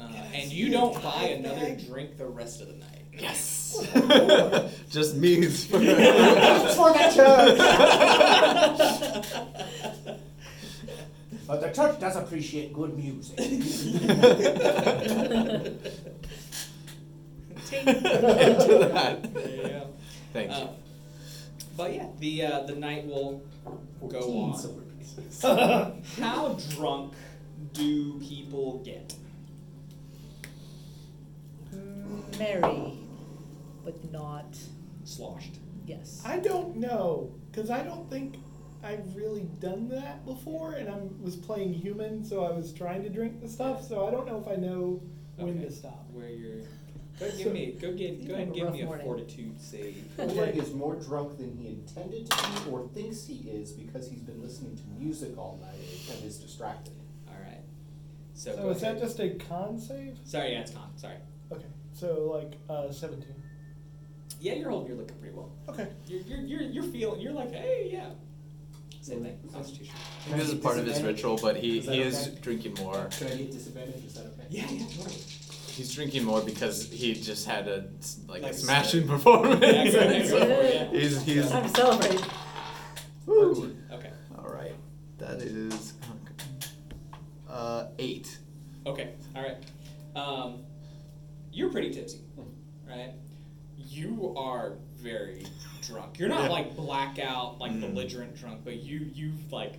S4: Uh,
S5: Can I
S4: and
S5: see
S4: you
S5: a
S4: don't
S5: dye
S4: buy another
S5: bag?
S4: drink the rest of
S5: *laughs*
S4: the night. *laughs*
S3: Yes. *laughs* Just means. for-
S1: for the church. But the church does appreciate good *laughs* music.
S3: *laughs* Into that.
S4: There you go.
S3: Thank you.
S4: Uh, but yeah, the uh, the night will go
S1: Fourteen
S4: on.
S1: silver *laughs* pieces.
S4: *laughs*
S5: *laughs*
S4: How drunk do people get?
S6: Merry, but not
S4: Sloshed.
S6: yes.
S5: I don't know, because I don't think I've really done that before, and I was playing human, so I was trying to drink the stuff, so I don't know if I know when
S4: Okay.
S5: to stop.
S4: Where you're. Go give me. Go give.
S6: You
S4: Go ahead and
S6: have a
S4: give
S6: rough
S4: me a
S6: morning.
S4: fortitude save.
S1: Nobody is more drunk than he intended to be or thinks he is because he's been listening to music all night and is distracted.
S4: All right. So.
S5: So
S4: go
S5: is that
S4: ahead.
S5: just a con save?
S4: Sorry, yeah, it's con. Sorry.
S5: Okay, so like uh, 17.
S4: Yeah, you're holding. You're looking pretty well.
S5: Okay.
S4: You're you're you're, you're feeling. You're like, hey, yeah. Same thing.
S1: Right.
S4: Constitution.
S1: Can I
S3: this is
S1: get
S3: part of his
S1: disadvantage?
S3: ritual, but he,
S1: Is that
S3: he is
S1: okay?
S3: drinking more.
S1: Can I get disadvantage? Is that okay?
S4: Yeah, yeah, totally.
S3: He's drinking more because he just had a like,
S4: Like
S3: a
S4: a
S3: smashing performance.
S4: Yeah, go ahead,
S3: *laughs* So
S4: go for it, yeah.
S3: he's he's.
S6: I'm celebrating.
S3: Ooh.
S4: Okay.
S3: All right, that is uh eight.
S4: Okay. All right. Um, you're pretty tipsy, right? You are very drunk. You're not
S3: Yeah.
S4: like blackout, like
S3: Mm.
S4: belligerent drunk, but you you've like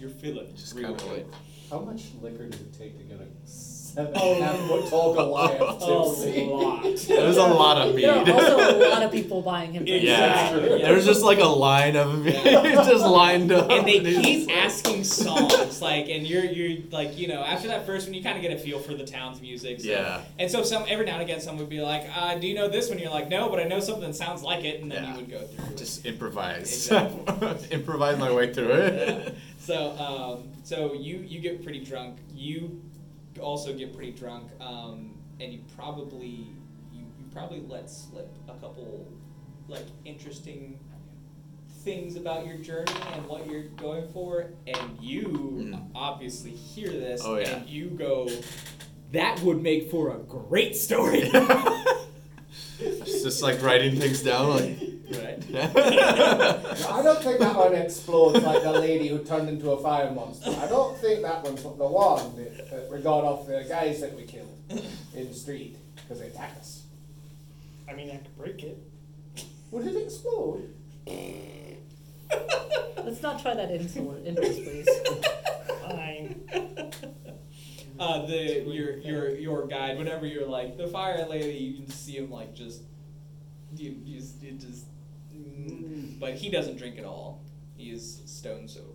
S4: you're feeling
S3: Just
S4: real
S3: kinda
S4: good.
S3: like-
S1: How much liquor does it take to get a seven
S4: Oh.
S1: and a half foot tall Goliath
S4: a
S1: tipsy?
S4: lot.
S3: There was a lot of mead.
S6: There are also a lot of people buying him.
S3: *laughs*
S6: drinks.
S3: yeah,
S4: Exactly, yeah.
S3: there was just like a line of *laughs* just lined up.
S4: and
S3: *laughs*
S4: they
S3: he's
S4: keep
S3: just like-
S4: asking songs like and you're you're like you know after that first one you kind of get a feel for the town's music
S3: *laughs*
S4: so-
S3: Yeah.
S4: and so some every now and again someone would be like uh, do you know this one you're like no but i know something that sounds like it and then
S3: Yeah.
S4: you would go through it.
S3: Just improvise.
S4: Exactly.
S3: *laughs* improvise my way through it.
S4: *laughs* so um, so you you get pretty drunk you also get pretty drunk um, and you probably you, you probably let slip a couple like interesting things about your journey and what you're going for and you
S3: Mm.
S4: obviously hear this
S3: Oh, yeah.
S4: and you go that would make for a great
S3: *laughs*
S4: story
S3: It's just like writing things down. Like,
S4: *laughs* right
S1: I don't think that one explodes like the lady who turned into a fire monster. I don't think that one's the one that, that we got off the guys that we killed in the street because they attacked us.
S5: I mean, I could break *laughs* it.
S1: Would it explode?
S6: Let's not try that indoor- indoors, please.
S5: Fine.
S4: *laughs* uh, the your your your guide, whenever you're like the fire lady, you can see him like just you, you just, it just mm. but he doesn't drink at all. He is stone sober.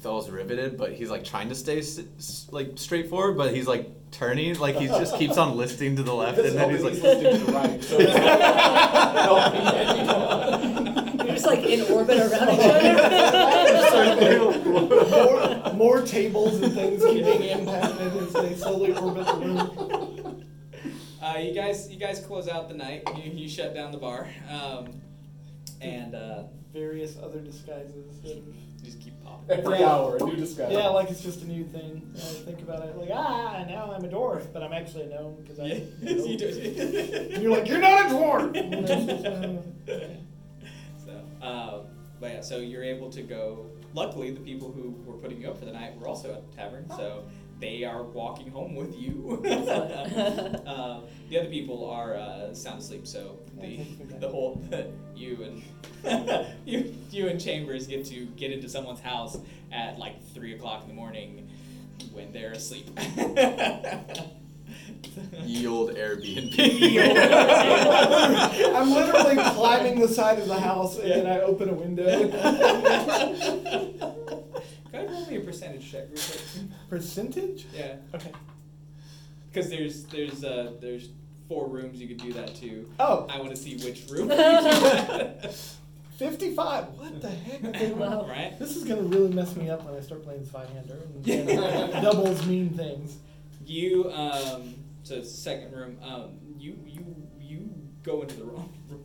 S3: He was riveted, but he's like trying to stay s- s- like straightforward, but he's like turning, like he just keeps on listing to the left, and then he's
S1: Nobody's
S3: like,
S1: listening to the right,
S3: *laughs*
S1: so it's not helping
S6: We're
S1: anyone.
S5: *laughs*
S6: just like in orbit around each other.
S1: Circle.
S5: More, more tables and things getting impacted as they slowly orbit the room.
S4: Uh, you guys, you guys close out the night. You, you shut down the bar, um, and uh,
S5: Various other disguises.
S4: just keep popping.
S1: Every
S5: Yeah.
S1: hour, a new discovery. *laughs*
S5: Yeah, like it's just a new thing. I think about it like, ah, now I'm a dwarf, but I'm actually a gnome because I.
S4: Yeah,
S5: *laughs*
S4: *laughs* you do.
S5: And *laughs* you're like, you're not a dwarf. And I'm just,
S4: *laughs*
S5: uh,
S4: So, um, but yeah, so you're able to go. Luckily, the people who were putting you up for the night were also at the tavern, so they are walking home with you. *laughs*
S6: Excellent.
S4: um, the other people are uh, sound asleep, so the the whole *laughs* you and *laughs* you you and Chambers get to get into someone's house at like three o'clock in the morning when they're asleep. *laughs*
S3: Ye *laughs* old Airbnb.
S5: I'm literally climbing the side of the house and then I open a window. *laughs*
S4: Can I roll me a percentage check real quick? *laughs*
S5: Percentage?
S4: Yeah.
S5: Okay.
S4: Because there's there's uh there's four rooms you could do that to.
S5: Oh,
S4: I want to see which room. you do that.
S5: 55. What the heck? Okay, well,
S4: *laughs*
S6: Wow.
S4: Right.
S5: This is gonna really mess me up when I start playing Five Hander. *laughs* Doubles mean things.
S4: You um so it's the second room. Um you you you go into the wrong *laughs* room.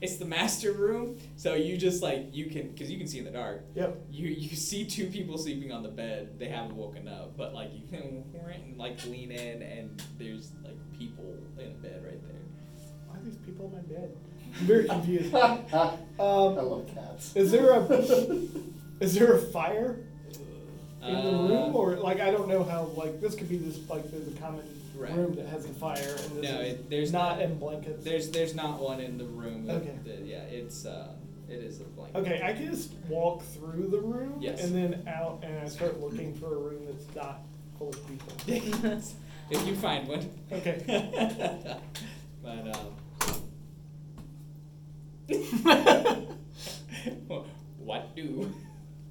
S4: it's the master room. So you just like you can because you can see in the dark.
S5: Yep.
S4: You you see two people sleeping on the bed. They haven't woken up, but like you can like lean in and there's like people in the bed right there.
S5: Why are these people in my bed? I'm very *laughs* confused.
S1: I
S5: Um,
S1: love cats.
S5: is there
S1: *laughs*
S5: a is there a fire in the
S4: Uh,
S5: room or like I don't know how like this could be this like there's a common
S4: Right.
S5: room that has a fire and this
S4: No,
S5: is
S4: it- there's
S5: not
S4: not-
S5: in blankets.
S4: There's there's not one in the room.
S5: Okay.
S4: The- yeah, it's uh, it is a blank.
S5: Okay, I can just walk through the room
S4: Yes.
S5: and then out and I start looking for a room that's not full of people.
S4: *laughs* *laughs*
S5: *laughs*
S4: if you find one.
S5: Okay.
S4: *laughs* but um. *laughs* what do?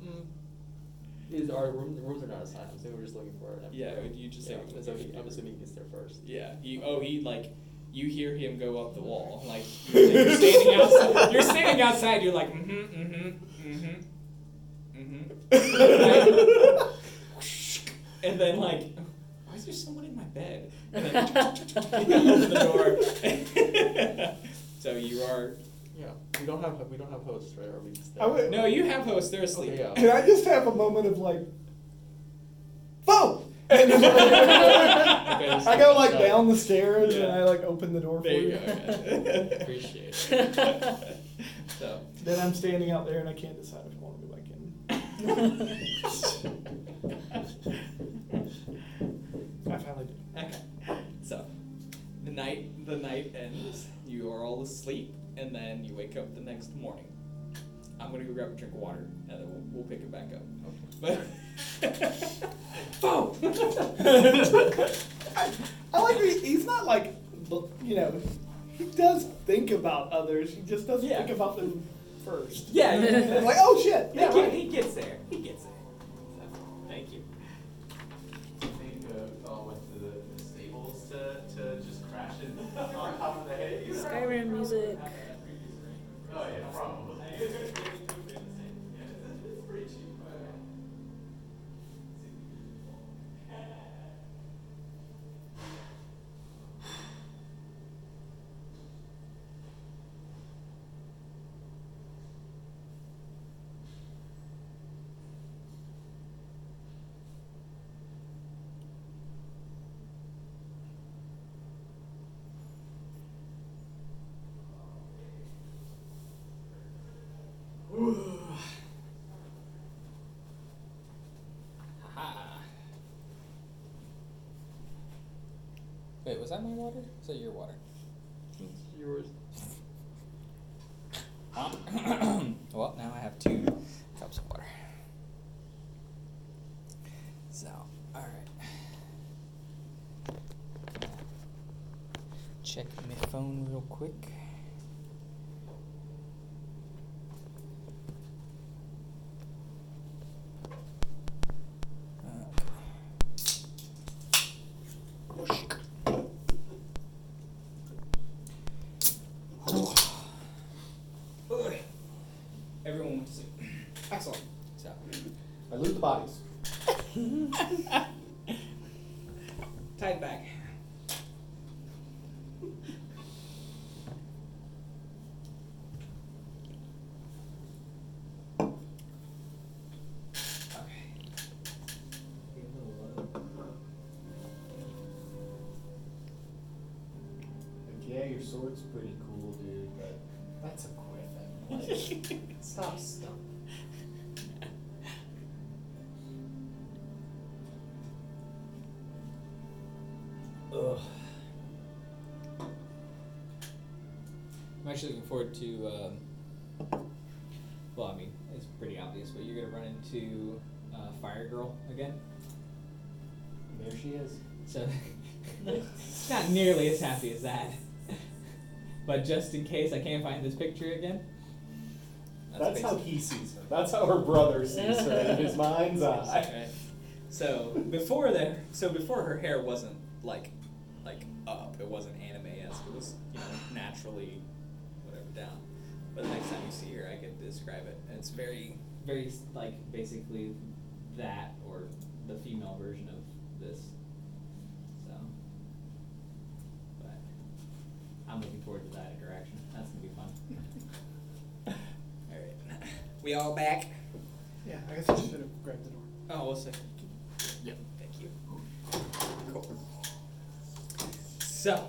S4: *laughs*
S7: Is our room, the rooms are not assigned, so we're just looking for it.
S4: Yeah, would you just
S7: Yeah,
S4: say-
S7: so he- I'm assuming he gets there first.
S4: Yeah. You, oh, he like. You hear him go up the wall, like you're standing outside. You're standing outside. You're like, mm-hmm, mm-hmm, mm-hmm, mm-hmm. And then like, why is there someone in my bed? And then open the door. *laughs* so you are.
S7: Yeah, we don't have, we don't have hosts, right, or we just.
S5: I would-
S4: No, you have hosts. They're asleep.
S7: Okay, yeah.
S5: Can I just have a moment of like, phone? And
S4: *laughs*
S5: just- I go like down the stairs and I like open the door for
S4: There
S5: you.
S4: you go.
S7: Appreciate
S4: it. so.
S5: Then I'm standing out there and I can't decide if I want to go back in.
S4: *laughs*
S5: I finally did.
S4: Okay. So, the night the night ends. You are all asleep, and then you wake up the next morning. I'm gonna go grab a drink of water, and then we'll, we'll pick it back up. *laughs* But
S5: I like that he's not like, look, you know, he does think about others. He just doesn't
S4: Yeah.
S5: think about them first.
S4: yeah,
S5: And like, oh shit,
S4: he,
S5: yeah,
S4: get-
S5: right.
S4: he gets there. He gets there. So, thank you.
S3: I think uh, all went to the, the stables to, to just crash in on top of the haze.
S6: Skyrim music.
S3: Oh yeah, probably. It's pretty cheap, but-
S4: Wait, was that my water? Is that your water? *coughs*
S7: Yours.
S4: well, now I have two cups of water. So, alright. Check my phone real quick. Everyone went to sleep.
S1: Excellent.
S4: So.
S1: I loot the bodies.
S4: tied back.
S1: Like, yeah, your sword's pretty cool, dude, but that's a quick thing.
S6: *laughs*
S1: Like, stop, stop.
S4: Ugh. I'm actually looking forward to. Um, well, I mean, it's pretty obvious, but you're gonna run into uh, Fire Girl again.
S1: There she is.
S4: So *laughs* it's not nearly as happy as that. but just in case I can't find this picture again.
S1: That's, how
S4: basically-
S1: he sees her. That's how her brother sees her in his mind's eye.
S4: Alright. So before there, so before her hair wasn't like, like up. It wasn't anime esque. It was you know naturally, whatever down. But the next time you see her, I could describe it. And it's very, very like basically that or the female version of this. So, but I'm looking forward to that interaction. That's gonna be fun. all right, we all back.
S5: Yeah, I guess I should have grabbed the door.
S4: Oh, one second.
S3: Yep.
S4: Thank you. Cool. So,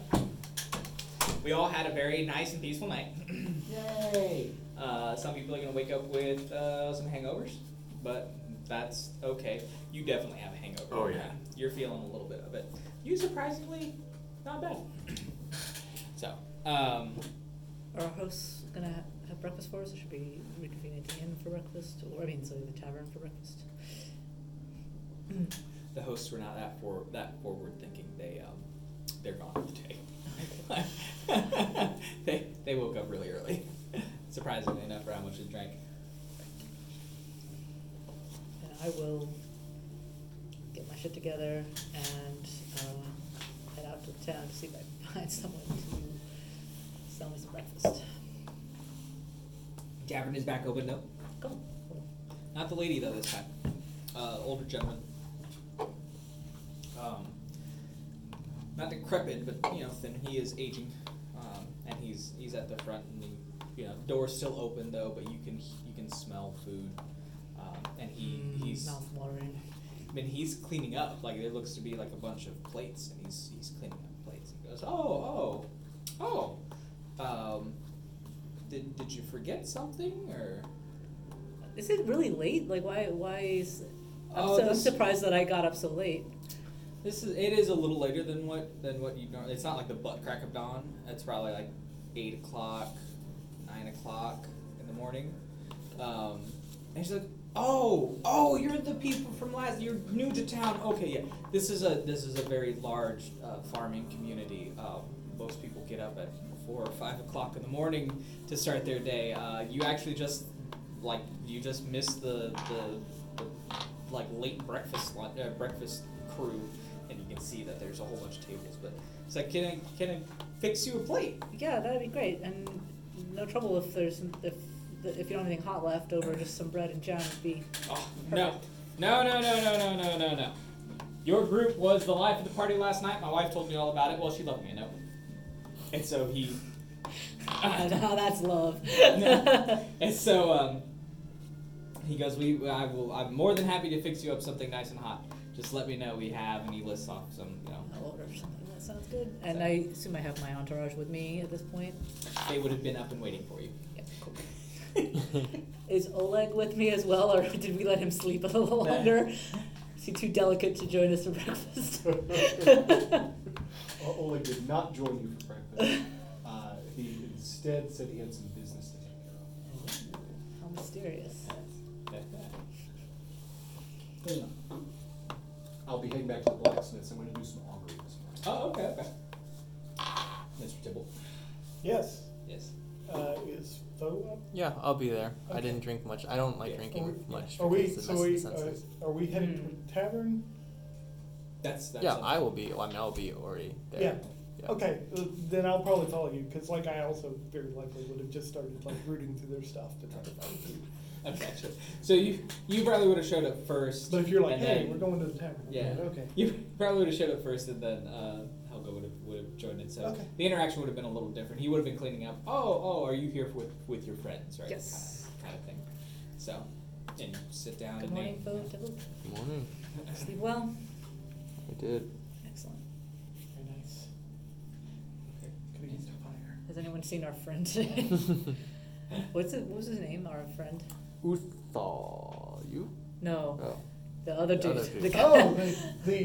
S4: we all had a very nice and peaceful night. *clears throat*
S1: Yay!
S4: Uh, some people are going to wake up with uh, some hangovers, but that's okay. You definitely have a hangover.
S3: Oh, yeah.
S4: You're feeling a little bit of it. You surprisingly, not bad. *clears throat* So, um,
S6: Our host's gonna ha- have breakfast for us. It should be reconvene at the inn for breakfast, or I mean, sorry, the tavern for breakfast.
S4: the hosts were not that for that forward thinking. They um, they're gone today. *laughs* they they woke up really early. *laughs* Surprisingly enough, for how much they drank.
S6: And I will get my shit together and uh, head out to the town to see if I can *laughs* find someone to sell me some breakfast.
S4: Tavern is back open though.
S6: Cool.
S4: Not the lady though this time. Uh, older gentleman. Um, not decrepit, but you know, thin. He is aging, um, and he's he's at the front, and he, you know, door's still open though, but you can you can smell food, um, and he he's
S6: Mm, mouth watering.
S4: I mean, he's cleaning up. Like there looks to be like a bunch of plates, and he's he's cleaning up plates. He goes, "Oh, oh, oh. Um, did did you forget something or?"
S6: Is it really late? Like, why? Why is? I'm,
S4: Oh,
S6: so, I'm
S4: this-
S6: surprised that I got up so late.
S4: This is it is a little later than what than what you normally. It's not like the butt crack of dawn. It's probably like eight o'clock, nine o'clock in the morning. Um, and she's like, "Oh, oh, you're the people from last. You're new to town. Okay, yeah. This is a this is a very large uh, farming community. Um, most people get up at four or five o'clock in the morning to start their day. Uh, you actually just like you just missed the the, the like late breakfast lun uh, breakfast crew." And you can see that there's a whole bunch of tables, but it's like, can I can I fix you a plate?
S6: Yeah, that'd be great, and no trouble if there's if if you don't have anything hot left over, just some bread and jam would be *laughs*
S4: Oh, no. No, no, no, no, no, no, no, no. Your group was the life of the party last night. My wife told me all about it. Well, she left me a note. And so he.
S6: Ah, no, that's love.
S4: *laughs* No. And so um, he goes, "We, I will. I'm more than happy to fix you up something nice and hot. Just let me know we have." And he lists off some, you know,
S6: I'll order something. That sounds good. And I assume I have my entourage with me at this point.
S4: they would have been up and waiting for you.
S6: *laughs* Is Oleg with me as well, or did we let him sleep a little longer? Is he too delicate to join us for *laughs* breakfast?
S1: O- Oleg did not join you for breakfast. Uh, he instead said he had some business to take care of.
S6: How mysterious.
S1: I'll be heading back to the blacksmiths. I'm going to do some augury this morning.
S4: Oh, okay, okay. Mr. Tibble.
S5: Yes.
S4: Yes.
S5: Uh, is Fo up?
S7: Yeah, I'll be there. I
S5: Okay.
S7: didn't drink much. I don't like
S4: Yeah,
S7: drinking
S5: are
S7: much.
S5: Are we?
S7: because it
S5: So
S7: messes
S5: we?
S7: the senses.
S5: Uh, are we headed to
S4: Hmm.
S5: the tavern?
S4: That's that's.
S7: yeah,
S4: up.
S7: I will be. Well, I mean, I'll be already there.
S5: Yeah.
S7: Yeah.
S5: Okay, uh, then I'll probably follow you because, like, I also very likely would have just started like rooting through their stuff to try to find food.
S4: Okay, sure. So you you probably would have showed up first.
S5: But if you're like,
S4: and
S5: hey,
S4: then-
S5: we're going to the tavern.
S4: *laughs* Yeah.
S5: *laughs* Okay.
S4: You probably would have showed up first, and then uh, Helga would have would have joined in. So
S5: Okay.
S4: the interaction would have been a little different. He would have been cleaning up. Oh, oh, are you here with with your friends, right?
S6: Yes.
S4: Kind of, kind of thing. So, and you sit down.
S6: Good
S4: and
S6: morning,
S4: they-
S6: food. Double.
S8: Morning.
S6: Sleep well.
S8: I did.
S6: Excellent.
S5: Very nice. Could we get some fire?
S6: Has anyone seen our *laughs* friend today? What's it? What was his name? Our friend?
S8: Uthal. You?
S6: No,
S8: Oh.
S6: the other
S8: The
S6: dude.
S8: other dude.
S6: The guy. *laughs*
S5: Oh, the,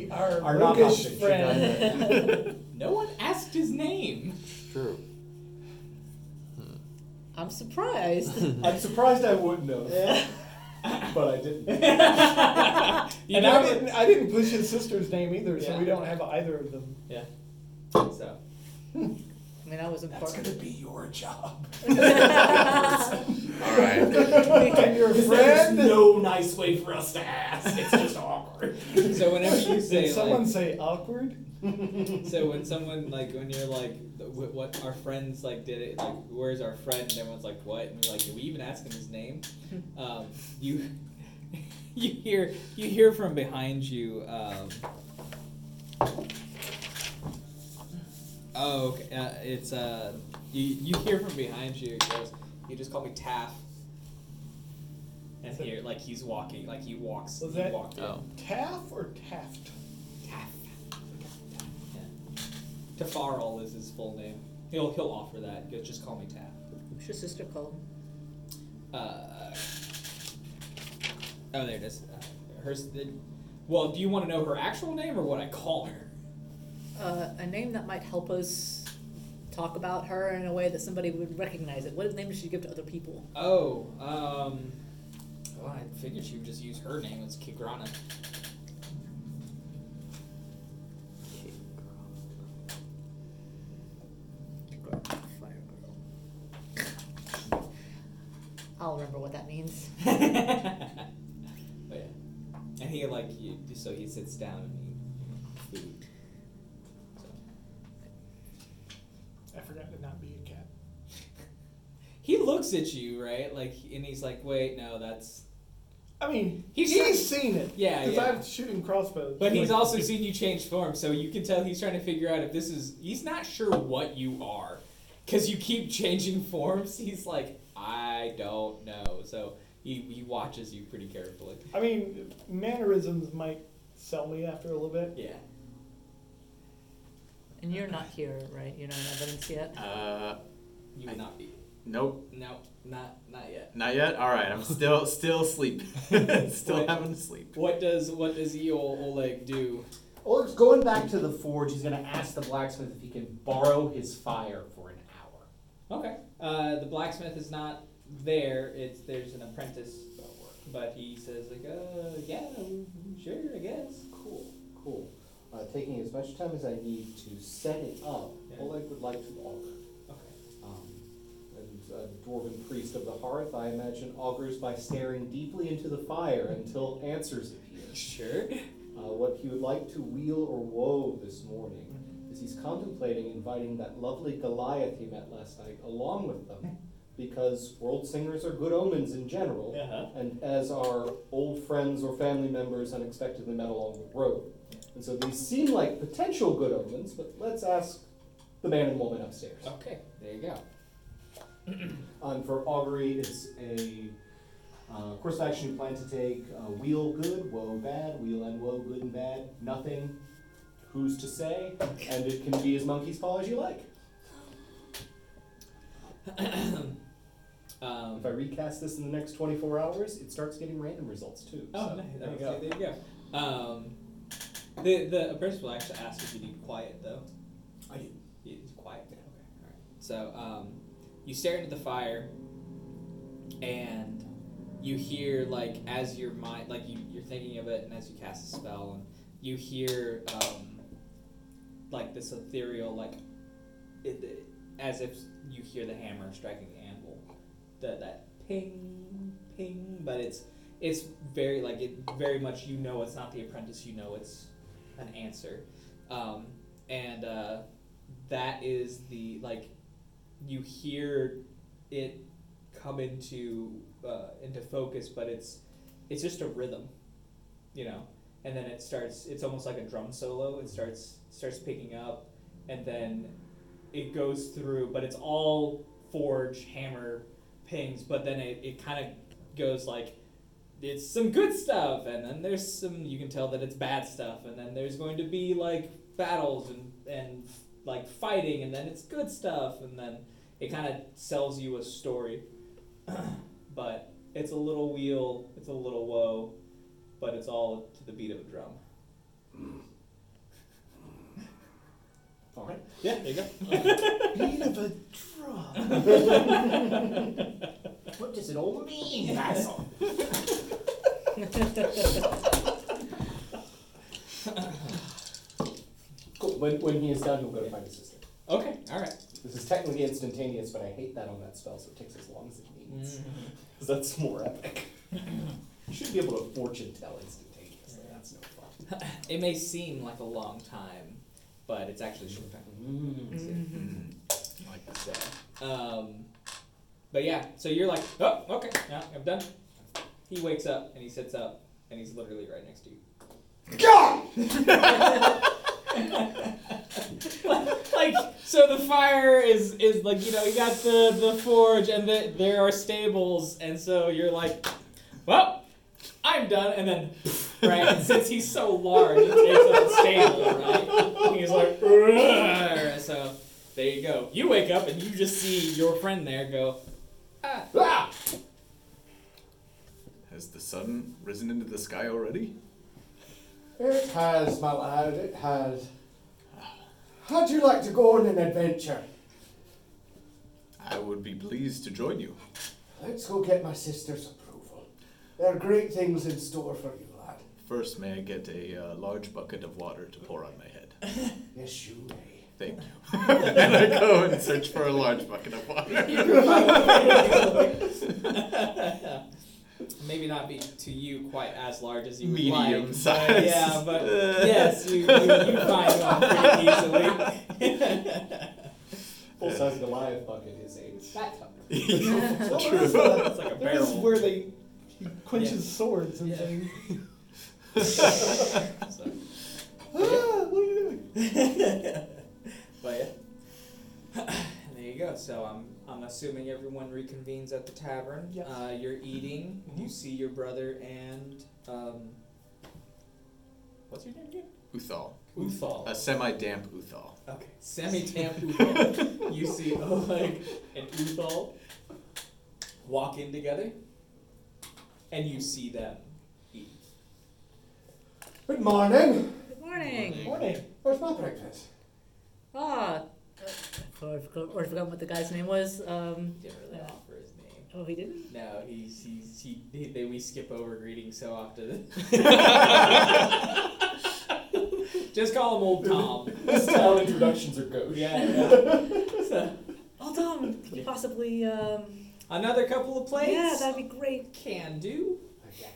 S5: the our,
S9: Our
S5: roguish
S9: Nakashi.
S5: friend.
S4: No one asked his name.
S8: True.
S6: *laughs* I'm
S9: *laughs*
S6: surprised.
S9: I'm surprised I wouldn't have, but I didn't.
S4: You
S5: and
S4: know
S5: I didn't, I didn't push his sister's name either, so
S4: Yeah.
S5: we don't have either of them.
S4: Yeah. So.
S6: I mean, I was
S9: That's
S6: important.
S9: gonna be your
S1: *laughs*
S9: job.
S3: All right.
S5: and *laughs* your
S9: There's
S5: friend.
S9: no nice way for us to ask. It's just
S1: *laughs*
S9: awkward.
S4: So whenever
S5: *laughs*
S4: you
S5: Did
S4: say
S5: someone
S4: like,
S5: say awkward?
S4: so when someone like when you're like wh- what our friends like did it like where's our friend and everyone's like what and you're like did we even ask him his name um, you *laughs* you hear you hear from behind you um, oh okay. uh, it's uh you, you hear from behind you it goes you just call me Taff and here like he's walking like he walks
S5: Was
S4: he
S5: that-
S4: walked in.
S8: Oh.
S5: Taff or Taft?
S4: Taff. Tafarel is his full name. He'll he'll offer that. He'll just call me Taff.
S6: What's your sister called?
S4: Uh, oh, there it is. Uh, her. s- The, well, do you want to know her actual name or what I call her? *laughs*
S6: Uh, a name that might help us talk about her in a way that somebody would recognize it. What name does she give to other people?
S4: Oh, um, well, I figured she would just use her name. It's Kigrana.
S6: I'll remember what that means.
S4: but yeah, and he like you, so he sits down and he food. So.
S5: I forgot to not be a cat.
S4: He looks at you, right? Like, and he's like, "Wait, no, that's."
S5: I mean,
S4: He's
S5: he's,
S4: trying-
S5: seen it.
S4: Yeah,
S5: Because
S4: yeah.
S5: I'm shooting crossbows.
S4: But he's
S5: Like,
S4: also seen you change form, so you can tell he's trying to figure out if this is. He's not sure what you are, because you keep changing forms. He's like, "I don't know." So he he watches you pretty carefully.
S5: I mean, mannerisms might sell me after a little bit.
S4: Yeah.
S6: *laughs* And you're not here, right? You're not in evidence *laughs* yet.
S3: Uh,
S4: You would not be.
S3: nope,
S4: No, not not yet.
S3: not yet. All right, I'm still still asleep. *laughs* still
S4: Wait.
S3: having to sleep.
S4: What does what does Eol Oleg do?
S1: Oleg's going back to the forge. He's going to ask the blacksmith if he can borrow his fire for an hour.
S4: Okay. Uh, the blacksmith is not there. It's there's an apprentice, but he says like, uh, yeah, sure, I guess.
S1: Cool, cool. Uh, taking as much time as I need to set it up,
S4: Yeah.
S1: Oleg would like to augur.
S4: Okay.
S1: Um, and a dwarven priest of the hearth, I imagine, augurs by staring deeply into the fire until answers appear.
S4: Sure.
S1: Uh, what he would like to wheel or woe this morning is he's contemplating inviting that lovely Goliath he met last night along with them because world singers are good omens in general,
S4: Uh-huh.
S1: and as are old friends or family members unexpectedly met along the road. And so these seem like potential good omens, but let's ask the man and woman upstairs.
S4: Okay. There you go.
S1: And Um, for augury, it's a uh, course of action you plan to take. Uh, wheel good, woe bad, wheel and woe good and bad, nothing. Who's to say? And it can be as monkey's paw as you like.
S4: Um,
S1: If I recast this in the next 24 hours, it starts getting random results too.
S4: oh,
S1: so
S4: nice.
S1: there you
S4: Okay,
S1: go.
S4: There you go. Um, the the apprentice will actually ask if you need quiet though.
S1: I didn't.
S4: It's quiet. Okay. All right. So um, you stare into the fire, and you hear like as your mind, like you you're thinking of it, and as you cast a spell, and you hear um, like this ethereal like, it, it- as if you hear the hammer striking the anvil, that that ping ping, but it's it's very like it very much you know it's not the apprentice, you know it's an answer, um, and. Uh, that is the like you hear it come into uh, into focus, but it's it's just a rhythm, you know. And then it starts. It's almost like a drum solo. It starts starts picking up, and then it goes through. But it's all forge hammer pings. But then it, it kind of goes like it's some good stuff, and then there's some you can tell that it's bad stuff, and then there's going to be like battles and and like fighting, and then it's good stuff, and then it kind of sells you a story. *clears throat* but it's a little wheel, it's a little woe, but it's all to the beat of a drum.
S10: All *laughs* right.
S4: Yeah, there you go.
S2: Beat of a drum.
S1: *laughs*
S10: What does it all mean, Basil? cool. When, when he is done, he'll go to find his sister.
S4: Okay, all right.
S10: This is technically instantaneous, but I hate that on that spell, so it takes as long as it
S4: Mm.
S10: needs.
S4: Mm-hmm.
S10: Because that's more epic. you should be able to fortune tell instantaneously. That's no fun.
S4: It may seem like a long time, but it's actually a short time.
S2: Mm.
S4: Mm-hmm.
S3: Like this.
S4: Um, but yeah, so you're like, oh, okay, yeah, I'm done. He wakes up and he sits up and he's literally right next to you. God. *laughs* like so, the fire is is like you know you got the the forge and the, there are stables and so you're like, well, I'm done and then. Right, and since he's so large, it takes up the stable, right? And he's like, "Ugh," so there you go. You wake up and you just see your friend there go, ah, ah.
S3: Has the sun risen into the sky already?
S2: It has, my lad, it has. How'd you like to go on an adventure?
S3: I would be pleased to join you.
S2: Let's go get my sister's approval. There are great things in store for you, lad.
S3: First, may I get a uh, large bucket of water to pour on my head?
S2: Yes, you may.
S3: Thank you. *laughs* and I go and search for a large bucket of water.
S4: Maybe not be to you quite as large as *laughs* you would
S3: Medium
S4: like.
S3: size.
S4: Yeah,
S3: *laughs*
S4: but yes, you, you, you find one pretty easily.
S10: Full size Goliath bucket is
S4: *laughs*
S10: a bathtub.
S3: True.
S4: it's like a
S5: This is
S4: barrel.
S5: where they he quenches swords and
S4: Yeah.
S5: things.
S4: so.
S5: Ah, what are you doing?
S4: *laughs* but yeah. *clears throat* there you go. So I'm I'm assuming everyone reconvenes at the tavern.
S5: Yes.
S4: Uh, you're eating. You see your brother and um, what's your name again?
S3: Uthal.
S4: Uthal.
S3: A semi damp Uthal.
S4: Okay. Semi Tam Uthal. *laughs* you see Oleg and Uthal walk in together, and you see them eat.
S2: Good morning.
S6: Good morning.
S2: Morning. Where's my breakfast?
S6: Ah. Oh, I forgot, or I forgot what the guy's name was. Um,
S4: Didn't really offer his name.
S6: oh, he didn't?
S4: No, he's he's he. he they, we skip over greetings so often. Just call him old Tom.
S10: This town introductions are gauche.
S4: Yeah. yeah. So,
S6: Oh, Tom, could you possibly, um,
S4: another couple of plates.
S6: yeah, that'd be great.
S4: can do.
S2: Okay.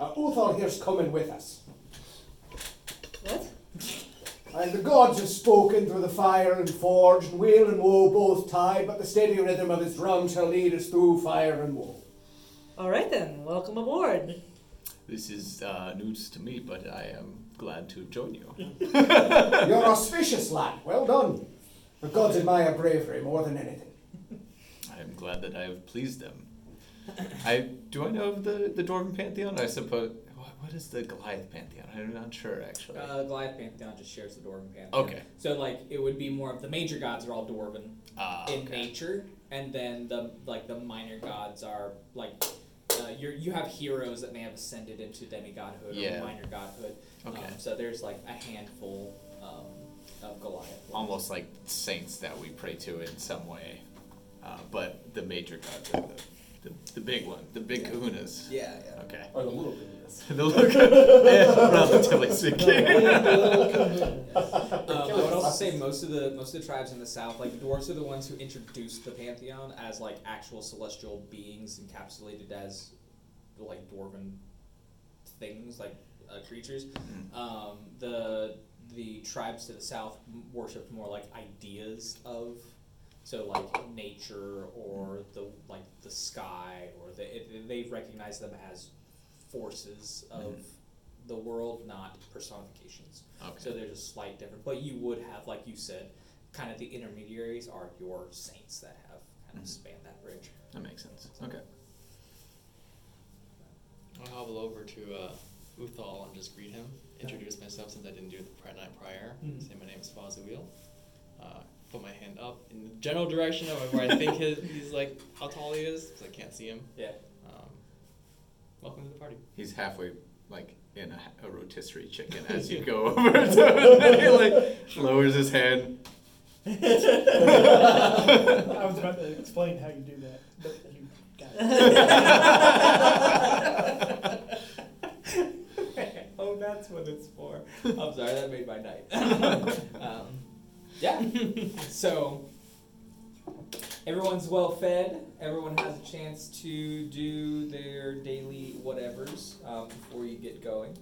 S2: Uh, Uthal here's coming with us.
S6: What?
S2: And the gods have spoken through the fire and forge, and weal and woe both tied, but the steady rhythm of his drum shall lead us through fire and
S5: *laughs*
S2: woe.
S6: All right then, welcome aboard.
S3: This is uh, news to me, but I am glad to join you.
S2: You're auspicious, lad. Well done. The gods admire bravery more than anything.
S3: I am glad that I have pleased them. I do I know of the the Dwarven pantheon? I suppose. What, what is the Goliath pantheon? I'm not sure actually.
S4: Uh, Goliath Pantheon just shares the Dwarven Pantheon.
S3: Okay.
S4: So like it would be more of the major gods are all Dwarven
S3: Ah,
S4: in
S3: okay.
S4: nature, and then the like the minor gods are like uh, you you have heroes that may have ascended into demigodhood
S3: Yeah.
S4: or minor godhood.
S3: Okay.
S4: Um, so there's like a handful um, of Goliath.
S3: Almost like saints that we pray to in some way, uh, but the major gods are the, the, the big one, the big Kahunas.
S4: Yeah, yeah.
S3: Okay. *laughs*
S10: Or the little goodness.
S3: the look, *laughs* eh, relatively
S4: *laughs*
S3: speaking.
S4: Um, I would also say most of the most of the tribes in the south, like the dwarves, are the ones who introduced the pantheon as like actual celestial beings encapsulated as like dwarven things, like uh, creatures. Um, the the tribes to the south m- worship more like ideas of So like nature or the like the sky or the it, they recognize them as forces of the world, not personifications. So
S3: Okay.
S4: there's a slight difference, but you would have, like you said, kind of the intermediaries are your saints that have kind
S3: Mhm.
S4: of spanned that bridge.
S3: That makes sense. Okay.
S7: I'll hobble over to uh, Uthal and just greet him. Introduce myself since I didn't do it the pri- night prior.
S4: Mhm.
S7: Say my name is Faziwil. Uh, put my hand up in the general direction of where I think *laughs* his, he's like how tall he is because I can't see him.
S4: *laughs* Yeah.
S7: Um, welcome to the party.
S3: He's halfway like in a, a rotisserie chicken as you go over to him. he like lowers his head.
S5: I was about to explain how you do that, but you got it.
S4: oh, that's what it's for. I'm sorry, that made my *laughs* night. um, yeah. So everyone's well fed. Everyone has a chance to do their daily whatevers um, before you get going.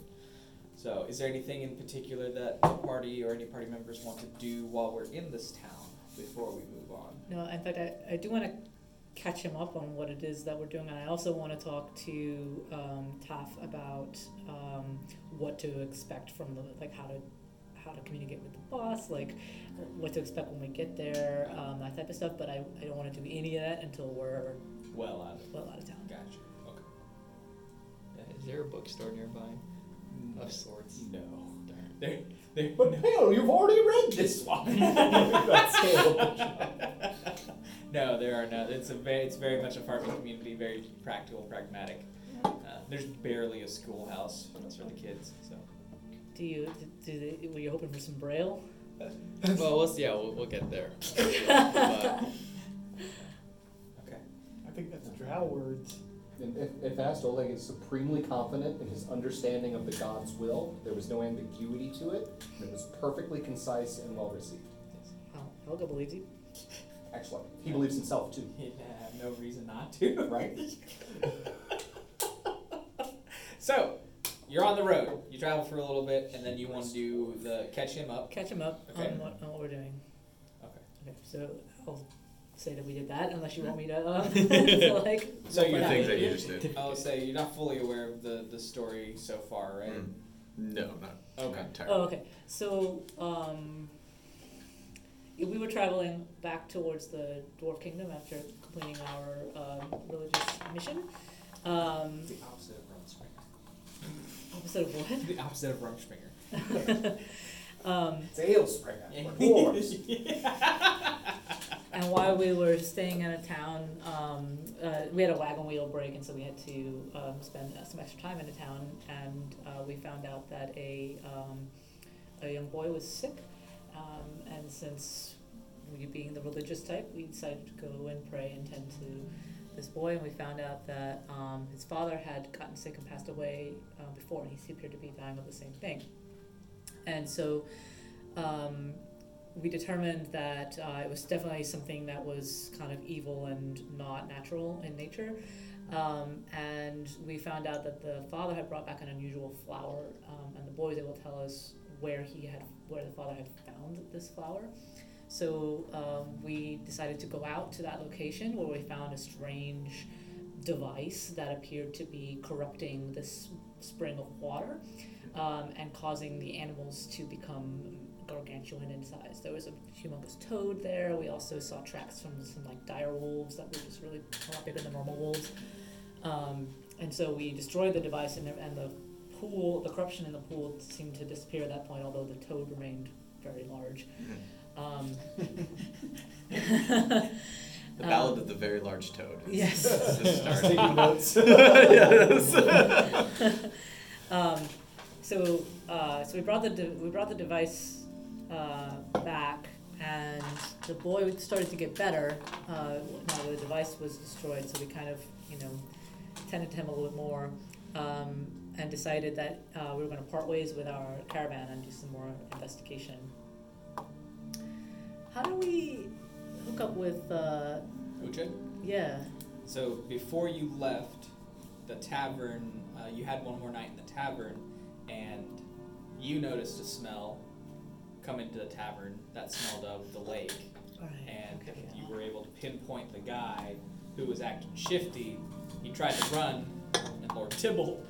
S4: So, is there anything in particular that the party or any party members want to do while we're in this town before we move on?
S6: No, in fact, I, I do want to catch him up on what it is that we're doing. And I also want to talk to um, Taff about um, what to expect from the, like, how to how to communicate with the boss, like what to expect when we get there, um, that type of stuff. But I, I don't want to do any of that until we're
S4: Well, out of
S6: well out of town.
S4: gotcha. Okay.
S7: Yeah, is there a bookstore nearby of sorts?
S4: No.
S7: Darn.
S4: There, there,
S2: But hell, you've already read
S4: this one.
S2: That's terrible.
S4: no, there are no. It's a very, it's very much a farming community, very practical, pragmatic. Uh, there's barely a schoolhouse that's for the kids. So
S6: Do you do they, were you hoping for some braille?
S7: well, we'll see. Yeah, we'll, we'll get *laughs* there. But
S4: okay,
S5: I think that's drow words.
S10: And if, if Astoleg is supremely confident in his understanding of the god's will, there was no ambiguity to it, and it was perfectly concise and well received.
S6: Hel- Helga believes you.
S10: Excellent. He believes himself too,
S4: you have no reason not to.
S5: *laughs*
S10: right?
S4: *laughs* So you're on the road. You travel for a little bit, and then you want to do the catch him up.
S6: Catch him up
S4: Okay.
S6: on, what, on what we're doing.
S4: Okay.
S6: Okay, so I'll say that we did that, unless you want me to.
S4: *laughs*
S6: Uh, *laughs* so like,
S4: So
S6: roll
S4: you
S6: for that.
S3: Things that you just did.
S4: I'll say you're not fully aware of the the story so far, right?
S3: Mm. No, not,
S4: Okay.
S3: not entirely.
S6: Oh, okay. So, um, yeah, we were traveling back towards the Dwarf Kingdom after completing our um, religious mission. Um,
S4: The opposite of Rumspringer.
S6: opposite of what?
S4: The opposite of Rumspringer.
S6: Um,
S10: It's ale spring.
S5: *laughs*
S6: and while we were staying in a town, um, uh, we had a wagon wheel break, and so we had to um, spend uh, some extra time in a town. And uh, we found out that a um, a young boy was sick, um, and since we being the religious type, we decided to go and pray and tend to this boy. And we found out that um, his father had gotten sick and passed away uh, before, and he appeared to be dying of the same thing. And so. Um, we determined that uh, it was definitely something that was kind of evil and not natural in nature. Um, and we found out that the father had brought back an unusual flower, um, and the boy was able to tell us where he had, where the father had found this flower. So um, we decided to go out to that location where we found a strange device that appeared to be corrupting this spring of water um, and causing the animals to become gargantuan in size. There was a humongous toad there. We also saw tracks from some like dire wolves that were just really a lot bigger than normal wolves. Um, and so we destroyed the device, and, the- and the pool, the corruption in the pool seemed to disappear at that point, although the toad remained very large. Um, *laughs*
S3: The Ballad of the Very Large Toad. is-
S6: Yes.
S3: is the start. *laughs*
S6: *laughs* um, so uh, so we brought the de- we brought the device uh, back, and the boy started to get better. Uh, now that the device was destroyed, so we kind of you know tended to him a little bit more, um, and decided that uh, we were going to part ways with our caravan and do some more investigation. How do we hook up with? Uh,
S4: Uche?
S6: yeah.
S4: So before you left the tavern, uh, you had one more night in the tavern, and you noticed a smell come into the tavern that smelled of the lake.
S6: Alright.
S4: and you were able to pinpoint the guy who was acting shifty. He tried to run, and Lord Tibble,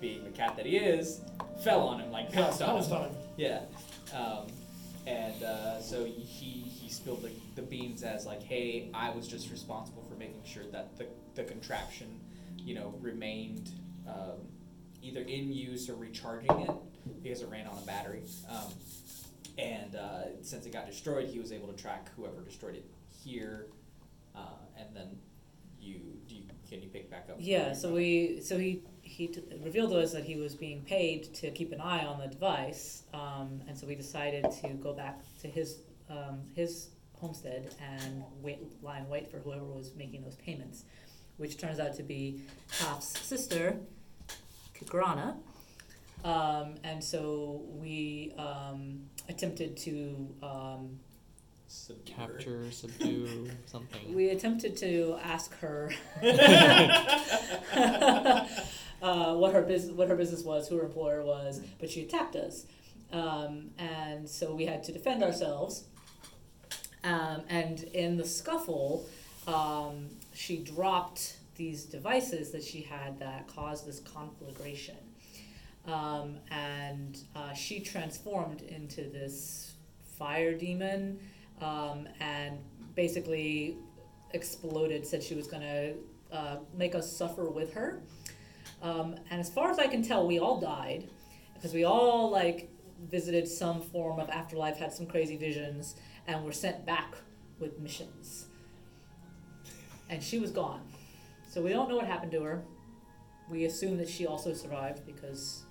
S4: being the cat that he is, fell on him like pounced on him.
S5: time.
S4: Yeah, um, and uh, so he he spilled the, the beans as like, hey, I was just responsible for making sure that the the contraption, you know, remained um, either in use or recharging it because it ran on a battery. Um, and uh, since it got destroyed, he was able to track whoever destroyed it here, uh, and then you do you, can you pick back up?
S6: Yeah, so we, so he, he t- revealed to us that he was being paid to keep an eye on the device, um, and so we decided to go back to his, um, his homestead and wait, lie and wait for whoever was making those payments, which turns out to be Top's sister, Kigrana. Um, and so we, um, attempted to, um,
S4: Subdue her.
S7: Capture, subdue, something.
S6: We attempted to ask her *laughs* uh, what her business, what her business was, who her employer was, but she attacked us, um, and so we had to defend ourselves. Um, and in the scuffle, um, she dropped these devices that she had that caused this conflagration, um, and uh, she transformed into this fire demon um, and basically exploded, said she was going to uh, make us suffer with her. Um, and as far as I can tell, we all died because we all like visited some form of afterlife, had some crazy visions, and were sent back with missions. And she was gone. So we don't know what happened to her. We assume that she also survived because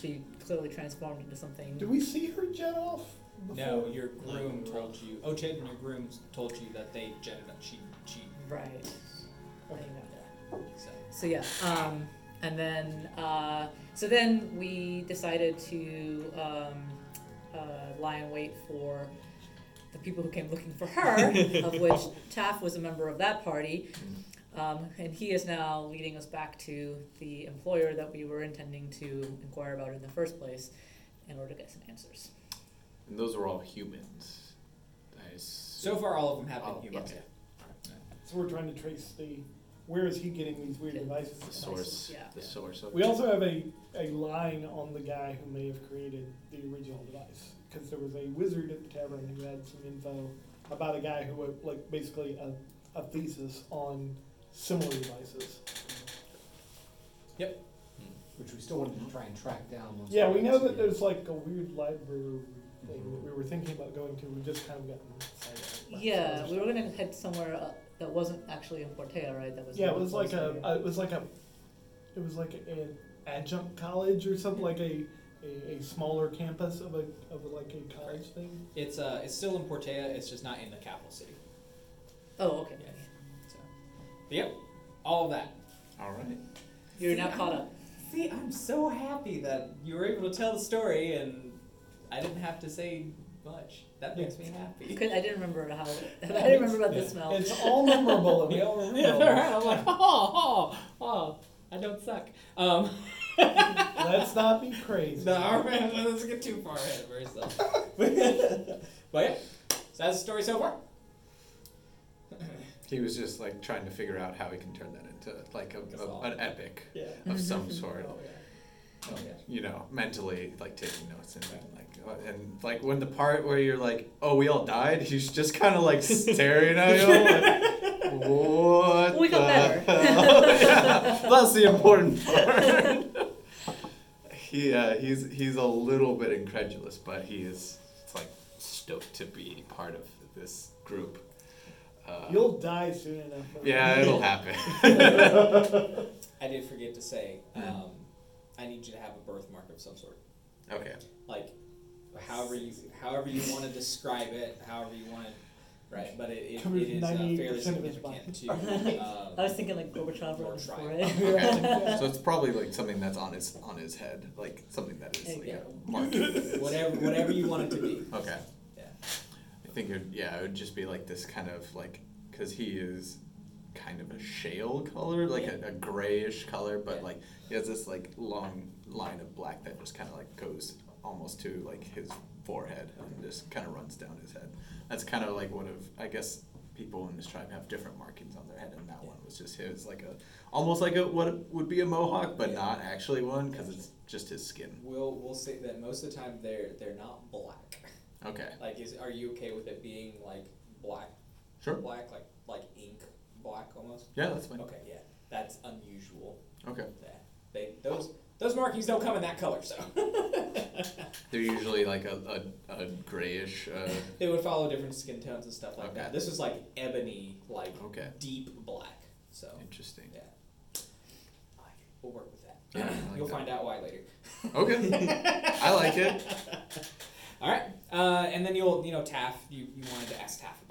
S6: she clearly transformed into something.
S5: Do we see her jet off?
S4: No,
S5: before?
S4: your groom told you. Oh, Ted and your groom told you that they jetted up. She, she.
S6: Right. Like,
S4: So.
S6: So yeah, um, and then uh, so then we decided to um, uh, lie in wait for the people who came looking for her, of which Taff was a member of that party, um, and he is now leading us back to the employer that we were intending to inquire about in the first place, in order to get some answers.
S3: And those are all humans. Nice.
S4: So far, all of them have been
S3: Oh,
S4: humans.
S3: okay.
S5: So we're trying to trace the where is he getting these weird
S6: Yeah.
S5: devices?
S3: the source.
S6: Yeah.
S3: The source. Of
S5: We also have a, a line on the guy who may have created the original device because there was a wizard at the tavern who had some info about a guy who wrote like basically a, a thesis on similar devices.
S10: which we still wanted to try and track down. Once
S5: Yeah, we know
S10: get
S5: that there's like a weird library thing that we were thinking about going to. We just kind of gotten sidetracked by
S6: Yeah,
S5: ourselves.
S6: we were gonna head somewhere uh, that wasn't actually in Portea, right? That was
S5: Yeah, it was like a,
S6: closer.
S5: a it was like a it was like an adjunct college or something like a a, a smaller campus of a of like a college thing.
S4: It's uh, it's still in Portea. It's just not in the capital city.
S6: oh okay.
S4: Yeah. So, but yep, all of that.
S3: All right.
S6: You're now caught up.
S4: See, I'm so happy that you were able to tell the story, and I didn't have to say much. That makes me happy.
S6: Could- I didn't remember how. *laughs* I didn't remember about the smell.
S5: It's all memorable and we all
S4: *laughs* *laughs* Yeah,
S5: remember.
S4: they're
S5: *laughs*
S4: right. I'm like, oh, oh, oh, I don't suck. Um, *laughs*
S5: Let's not be crazy.
S4: No, *laughs* all right, let's get too far ahead of ourselves. but yeah, so that's the story so far.
S3: He was just like trying to figure out how he can turn that into like a, a, an epic
S4: Yeah.
S3: of
S6: Mm-hmm.
S3: some sort.
S4: Oh, yeah.
S3: You know, mentally like taking notes and like uh, and like when the part where you're like, oh, we all died. *laughs* He's just kind of like staring at you. Like, what?
S6: We got
S4: uh,
S3: the
S6: better."
S4: *laughs*
S3: hell?" Yeah, *laughs* that's the important part. *laughs* he uh, he's he's a little bit incredulous, but he is like stoked to be part of this group. Uh,
S5: You'll die soon enough. *laughs*
S3: yeah, it'll happen. *laughs*
S4: I did forget to say, um, I need you to have a birthmark of some sort.
S3: okay.
S4: Like, however you however you want to describe it, however you want to, right? But it, it,
S5: Covers
S4: it is uh,
S5: 98%
S4: fairly
S5: of his body.
S4: significant to.
S6: I
S4: Uh,
S6: was thinking like Gorbachev
S4: Or
S6: or
S4: try.
S6: forehead.
S3: Okay. so it's probably like something that's on his on his head, like something that is like
S6: Yeah.
S3: a mark. okay.
S4: whatever whatever you want it to be. Yeah.
S3: I think it yeah, it would just be like this kind of like because he is kind of a shale color, like a, a grayish color, but
S4: Yeah.
S3: like he has this like long line of black that just kind of like goes almost to like his forehead and just kind of runs down his head. That's kind of like one of I guess people in this tribe have different markings on their head, and that one was just his like a almost like a what would be a mohawk, but not actually one because it's just his skin.
S4: We'll we'll say that most of the time they're they're not black.
S3: Okay,
S4: Like, is are you okay with it being like black,
S3: sure.
S4: black like like ink black almost?
S3: Yeah, that's fine.
S4: Okay, yeah, that's unusual.
S3: Okay.
S4: That they those those markings don't come in that color, so *laughs*
S3: They're usually like a, a, a grayish. Uh,
S4: they would follow different skin tones and stuff like
S3: Okay.
S4: that. This is like ebony, like
S3: okay,
S4: deep black. So
S3: interesting.
S4: yeah, I like it. we'll work with that.
S3: Yeah, I like
S4: You'll
S3: that.
S4: find out why later.
S3: Okay, I like it.
S4: All right, uh, and then you'll you know Taff. You you wanted to ask Taff about.
S6: *laughs*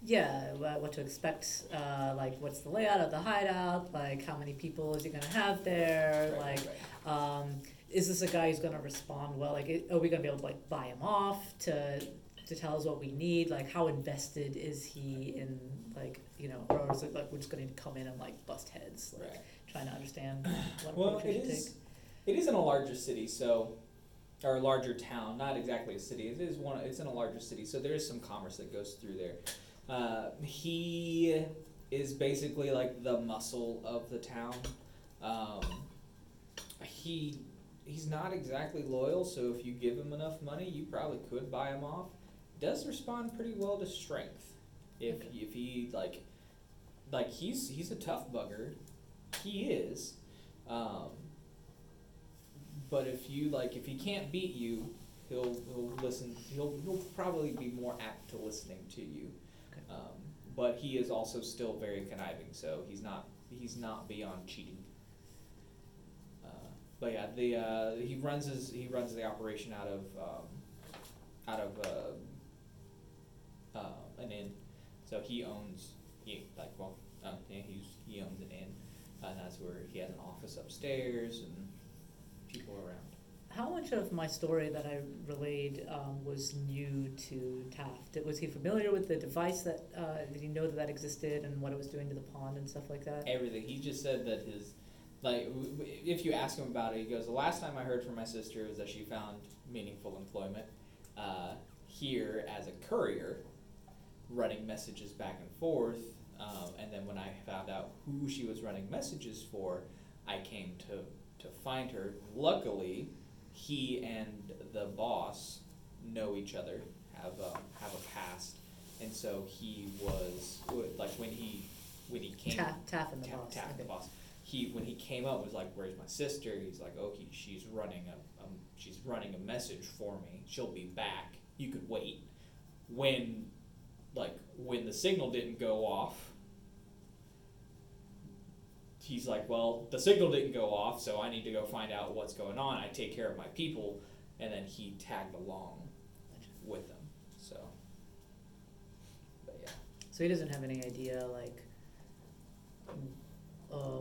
S6: Yeah, wha- what to expect, uh, like what's the layout of the hideout, like how many people is he gonna have there,
S4: Right,
S6: like,
S4: right, right.
S6: um, is this a guy who's gonna respond well, like, i- are we gonna be able to like buy him off to, to tell us what we need, like, how invested is he in, like, you know, or is it like we're just gonna come in and like bust heads, like,
S4: Right.
S6: trying to understand
S4: *clears throat*
S6: what
S4: Well,
S6: approach we
S4: it
S6: should take?
S4: is. It is in a larger city, so or a larger town, not exactly a city. It is one. It's in a larger city, so there is some commerce that goes through there. Uh, he is basically like the muscle of the town. Um, he he's not exactly loyal, so if you give him enough money, you probably could buy him off. Does respond pretty well to strength. If if he like like he's he's a tough bugger, he is. Um, but if you like, if he can't beat you, he'll he'll listen. He'll he'll probably be more apt to listening to you.
S6: Okay.
S4: Um, but he is also still very conniving, so he's not he's not beyond cheating. Uh, but yeah, the uh, he runs his he runs the operation out of um, out of uh, uh, an inn, so he owns he like well uh, yeah, he's he owns an inn, and that's where he has an office upstairs and people around.
S6: How much of my story that I relayed um, was new to Taft? Was he familiar with the device that, uh, did he know that that existed and what it was doing to the pond and stuff like that?
S4: everything. He just said that his, like, w- w- if you ask him about it, he goes, "The last time I heard from my sister was that she found meaningful employment uh, here as a courier, running messages back and forth. Um, and then when I found out who she was running messages for, I came to to find her. Luckily, he and the boss know each other, have a, have a past." And so he was like when he when he came
S6: Taff, Taff and the
S4: tap,
S6: boss.
S4: tap the
S6: okay.
S4: boss. He when he came up was like, "Where's my sister?" He's like, "Oh, he, she's running a um, she's running a message for me. She'll be back. You could wait." When, like, when the signal didn't go off, he's like, "Well, the signal didn't go off, so I need to go find out what's going on. I take care of my people," and then he tagged along with them. So, but yeah.
S6: So he doesn't have any idea, like, uh,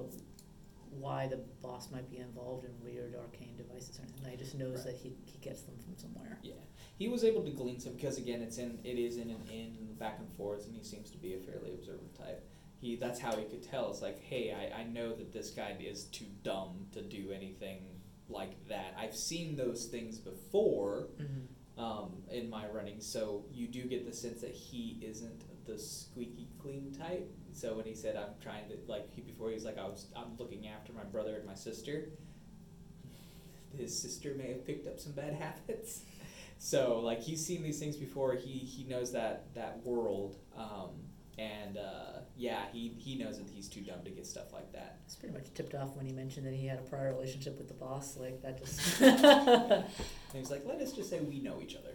S6: why the boss might be involved in weird arcane devices or anything. He just knows that he, he gets them from somewhere.
S4: Yeah, he was able to glean some because again, it's in it is in an in back and forth, and he seems to be a fairly observant type. He that's how he could tell. It's like, hey, I, I know that this guy is too dumb to do anything like that. I've seen those things before
S6: Mm-hmm.
S4: um, in my running, so you do get the sense that he isn't the squeaky clean type. So when he said, I'm trying to like he before he was like, I was I'm looking after my brother and my sister his sister may have picked up some bad *laughs* habits. So like he's seen these things before. He he knows that that world. Um, and uh, yeah, he he knows that he's too dumb to get stuff like that.
S6: It's pretty much tipped off when he mentioned that he had a prior relationship with the boss. Like, that just.
S4: And he's like, let us just say we know each other.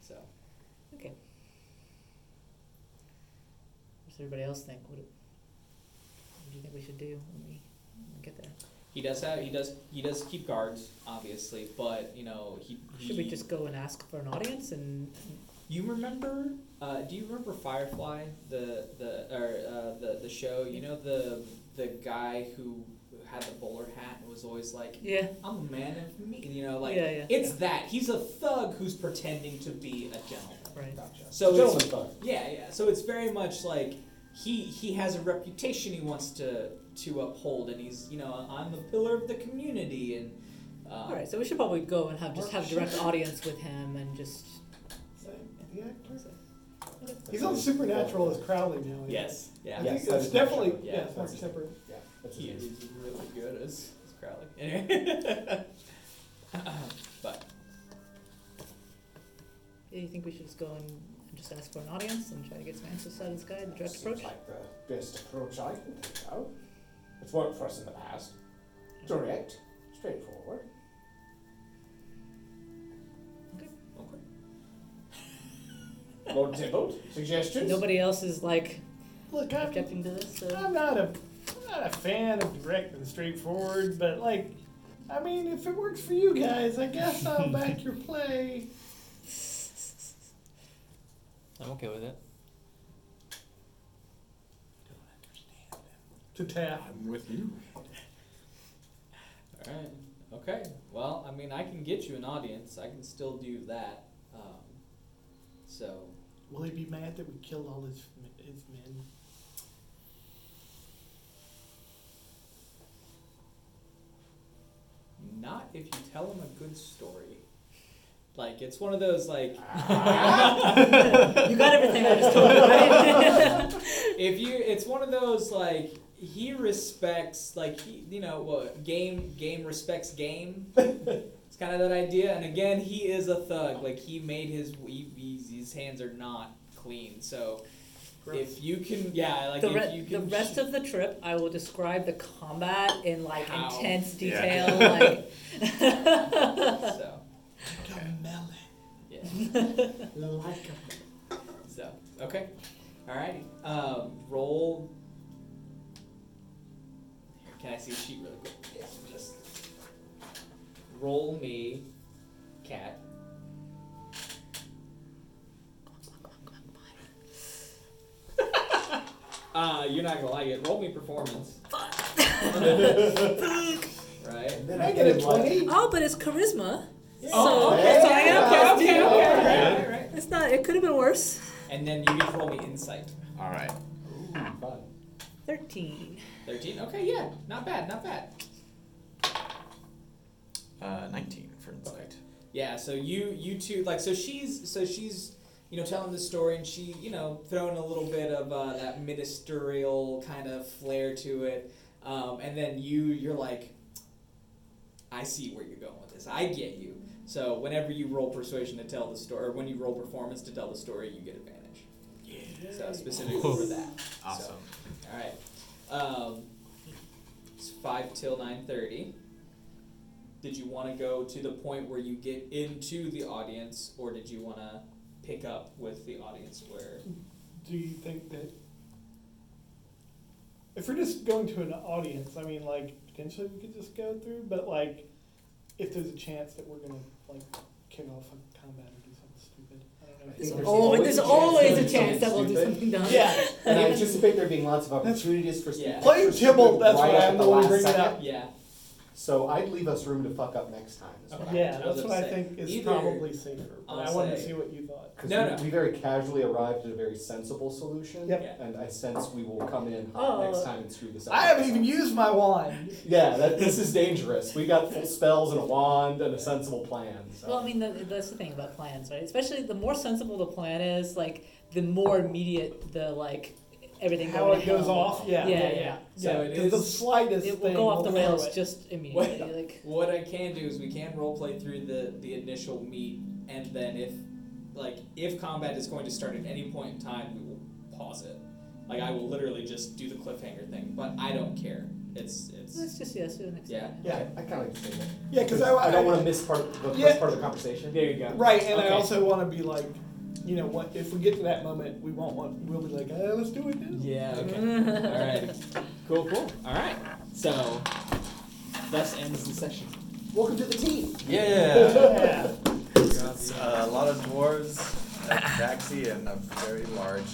S4: So
S6: Okay. What does everybody else think? What, what do you think we should do when we, when we get there?
S4: he does have he does he does keep guards obviously, but you know he, he
S6: Should we just go and ask for an audience and
S4: You remember? Uh, do you remember Firefly, the the or uh, the the show? You know the the guy who had the bowler hat and was always like,
S6: yeah?
S4: I'm a man of meat. You know, like
S6: Yeah, yeah.
S4: it's that he's a thug who's pretending to be a gentleman.
S6: Right.
S10: Gotcha.
S4: So
S10: Gentleman
S4: it's-
S10: thug.
S4: Yeah, yeah. So it's very much like he he has a reputation he wants to to uphold, and he's you know I'm a pillar of the community, and Uh,
S6: All right, so we should probably go and have just have direct audience with him and just.
S5: The actor? He's on Supernatural as Crowley now.
S4: Yes. Yeah.
S5: I
S10: Yeah.
S5: think
S10: Yes, that
S5: that's
S10: is
S5: definitely,
S10: Crowley.
S4: Yeah,
S5: yes,
S4: that's
S5: that's
S4: it.
S5: separate.
S10: Yeah, that's
S4: He
S10: his
S4: is
S10: name.
S4: really good as, as Crowley. Anyway. *laughs* but
S6: Do you think we should just go and just ask for an audience and try to get some answers out of this guy? The direct approach.
S10: Seems like the best approach I can think of. It's worked for us in the past. Direct, straightforward.
S5: *laughs*
S10: Lord Tybalt, suggestions?
S6: Nobody else is like
S5: Look, I'm,
S6: objecting to
S5: *laughs*
S6: this. So.
S5: I'm not a, I'm not a fan of direct and straightforward, but like, I mean, if it works for you guys, I guess
S4: *laughs*
S5: I'll back your play.
S11: I'm okay with it.
S5: To tap.
S3: I'm with you.
S4: all right. Okay. Well, I mean, I can get you an audience. I can still do that. Um, so
S5: Will he be mad that we killed all his his men?
S4: not if you tell him a good story. Like it's one of those like
S6: Ah.
S4: *laughs*
S6: You got everything I just told you, right?
S4: if you it's one of those like he respects like he you know what game game respects game
S5: *laughs*
S4: it's kind of that idea and again he is a thug like he made his he, he's, his hands are not clean so if you can yeah like
S6: the,
S4: if
S6: re-
S4: you
S6: the
S4: can
S6: rest of the trip, I will describe the combat in like
S4: How?
S6: intense
S3: Yeah.
S6: detail. *laughs* Like,
S4: *laughs* so yeah
S10: Like
S4: so okay all right um, roll Here, can I see the sheet really quick yes just roll me cat Uh, you're not gonna like it. Roll me performance.
S6: *laughs*
S4: *laughs* right?
S10: Then
S5: I get a
S10: did like-
S5: twenty.
S6: oh, but it's charisma.
S4: Oh,
S6: so,
S10: okay.
S6: so I am
S10: Okay,
S6: plus
S10: okay,
S6: two.
S10: okay.
S4: Right, right.
S6: It's not. It could have been worse.
S4: And then you get to roll me insight.
S3: All right.
S10: Fun.
S6: Thirteen.
S4: Thirteen. Okay, yeah, not bad, not bad.
S3: Uh, 19 for insight.
S4: Yeah. So you, you two, like, so she's, so she's, you know, telling the story, and she, you know, throwing a little bit of uh, that ministerial kind of flair to it, um, and then you, you're like, I see where you're going with this. I get you. So whenever you roll persuasion to tell the story, or when you roll performance to tell the story, you get advantage. Yeah. So specifically for that.
S3: Awesome.
S4: All right. Um, it's five till nine thirty. Did you want to go to the point where you get into the audience, or did you want to pick up with the audience where?
S5: Do you think that if we're just going to an audience, I mean, like potentially we could just go through, but like if there's a chance that we're gonna like kick off a combat or do something stupid, I don't know.
S10: It's
S5: Or-
S10: all-
S6: Oh, there's always a
S10: there's
S6: chance that we'll do
S10: stupid.
S6: something dumb.
S5: yeah,
S10: And I anticipate there being lots of
S5: That's-
S10: opportunities for
S4: Yeah.
S5: Playing
S10: for
S5: Tybalt,
S10: stupid
S5: that's
S10: right
S5: why
S10: at
S5: I'm
S10: the
S5: the one
S10: last
S5: bringing it
S10: second.
S5: up.
S4: Yeah.
S10: So I'd leave us room to fuck up next time. Is what I-
S5: yeah,
S4: I was
S5: that's what
S4: gonna
S5: I
S4: say,
S5: think is
S4: either-
S5: probably safer. But I
S4: I'll
S5: wanted to
S4: say-
S5: see what you thought.
S10: 'Cause
S4: No,
S10: we,
S4: no.
S10: we very casually arrived at a very sensible solution.
S5: Yep.
S4: Yeah.
S10: And I sense we will come in hot
S6: Oh.
S10: next time and screw this up.
S5: I haven't even used my wand.
S10: Yeah, that, this is dangerous. We got full spells and a wand and a sensible plan. So.
S6: Well, I mean, the, that's the thing about plans, right? Especially the more sensible the plan is, like the more immediate the like everything
S5: How
S6: going
S5: it
S6: to hell.
S5: goes off, yeah,
S6: Yeah,
S5: yeah,
S6: yeah.
S5: yeah.
S4: So
S5: Yeah,
S4: it
S5: 'cause the
S4: is-
S5: slightest
S6: It will
S5: thing
S6: go off the
S5: throw
S6: rails
S5: it.
S6: just immediately.
S4: Well-
S6: Like
S4: What I can do is we can role play through the the initial meet, and then if like if combat is going to start at any point in time, we will pause it. Like I will literally just do the cliffhanger thing, but I don't care. It's it's
S6: let's just yeah, see you next
S4: Yeah.
S6: time.
S10: yeah, I kind of like to say that.
S5: Yeah, because I,
S10: I don't want to miss part of the
S5: Yeah.
S10: first part of the conversation.
S4: there you go.
S5: Right, and I
S4: Okay.
S5: also want to be like, you know, what if we get to that moment, we won't want. We'll be like, eh, let's do it now.
S4: Yeah. Okay. All
S6: *laughs*
S4: right. Cool. Cool. All right. So, thus ends the session.
S10: Welcome to the team.
S3: Yeah.
S5: *laughs* Yeah.
S3: It's, uh, a lot of dwarves, a taxi, and a very large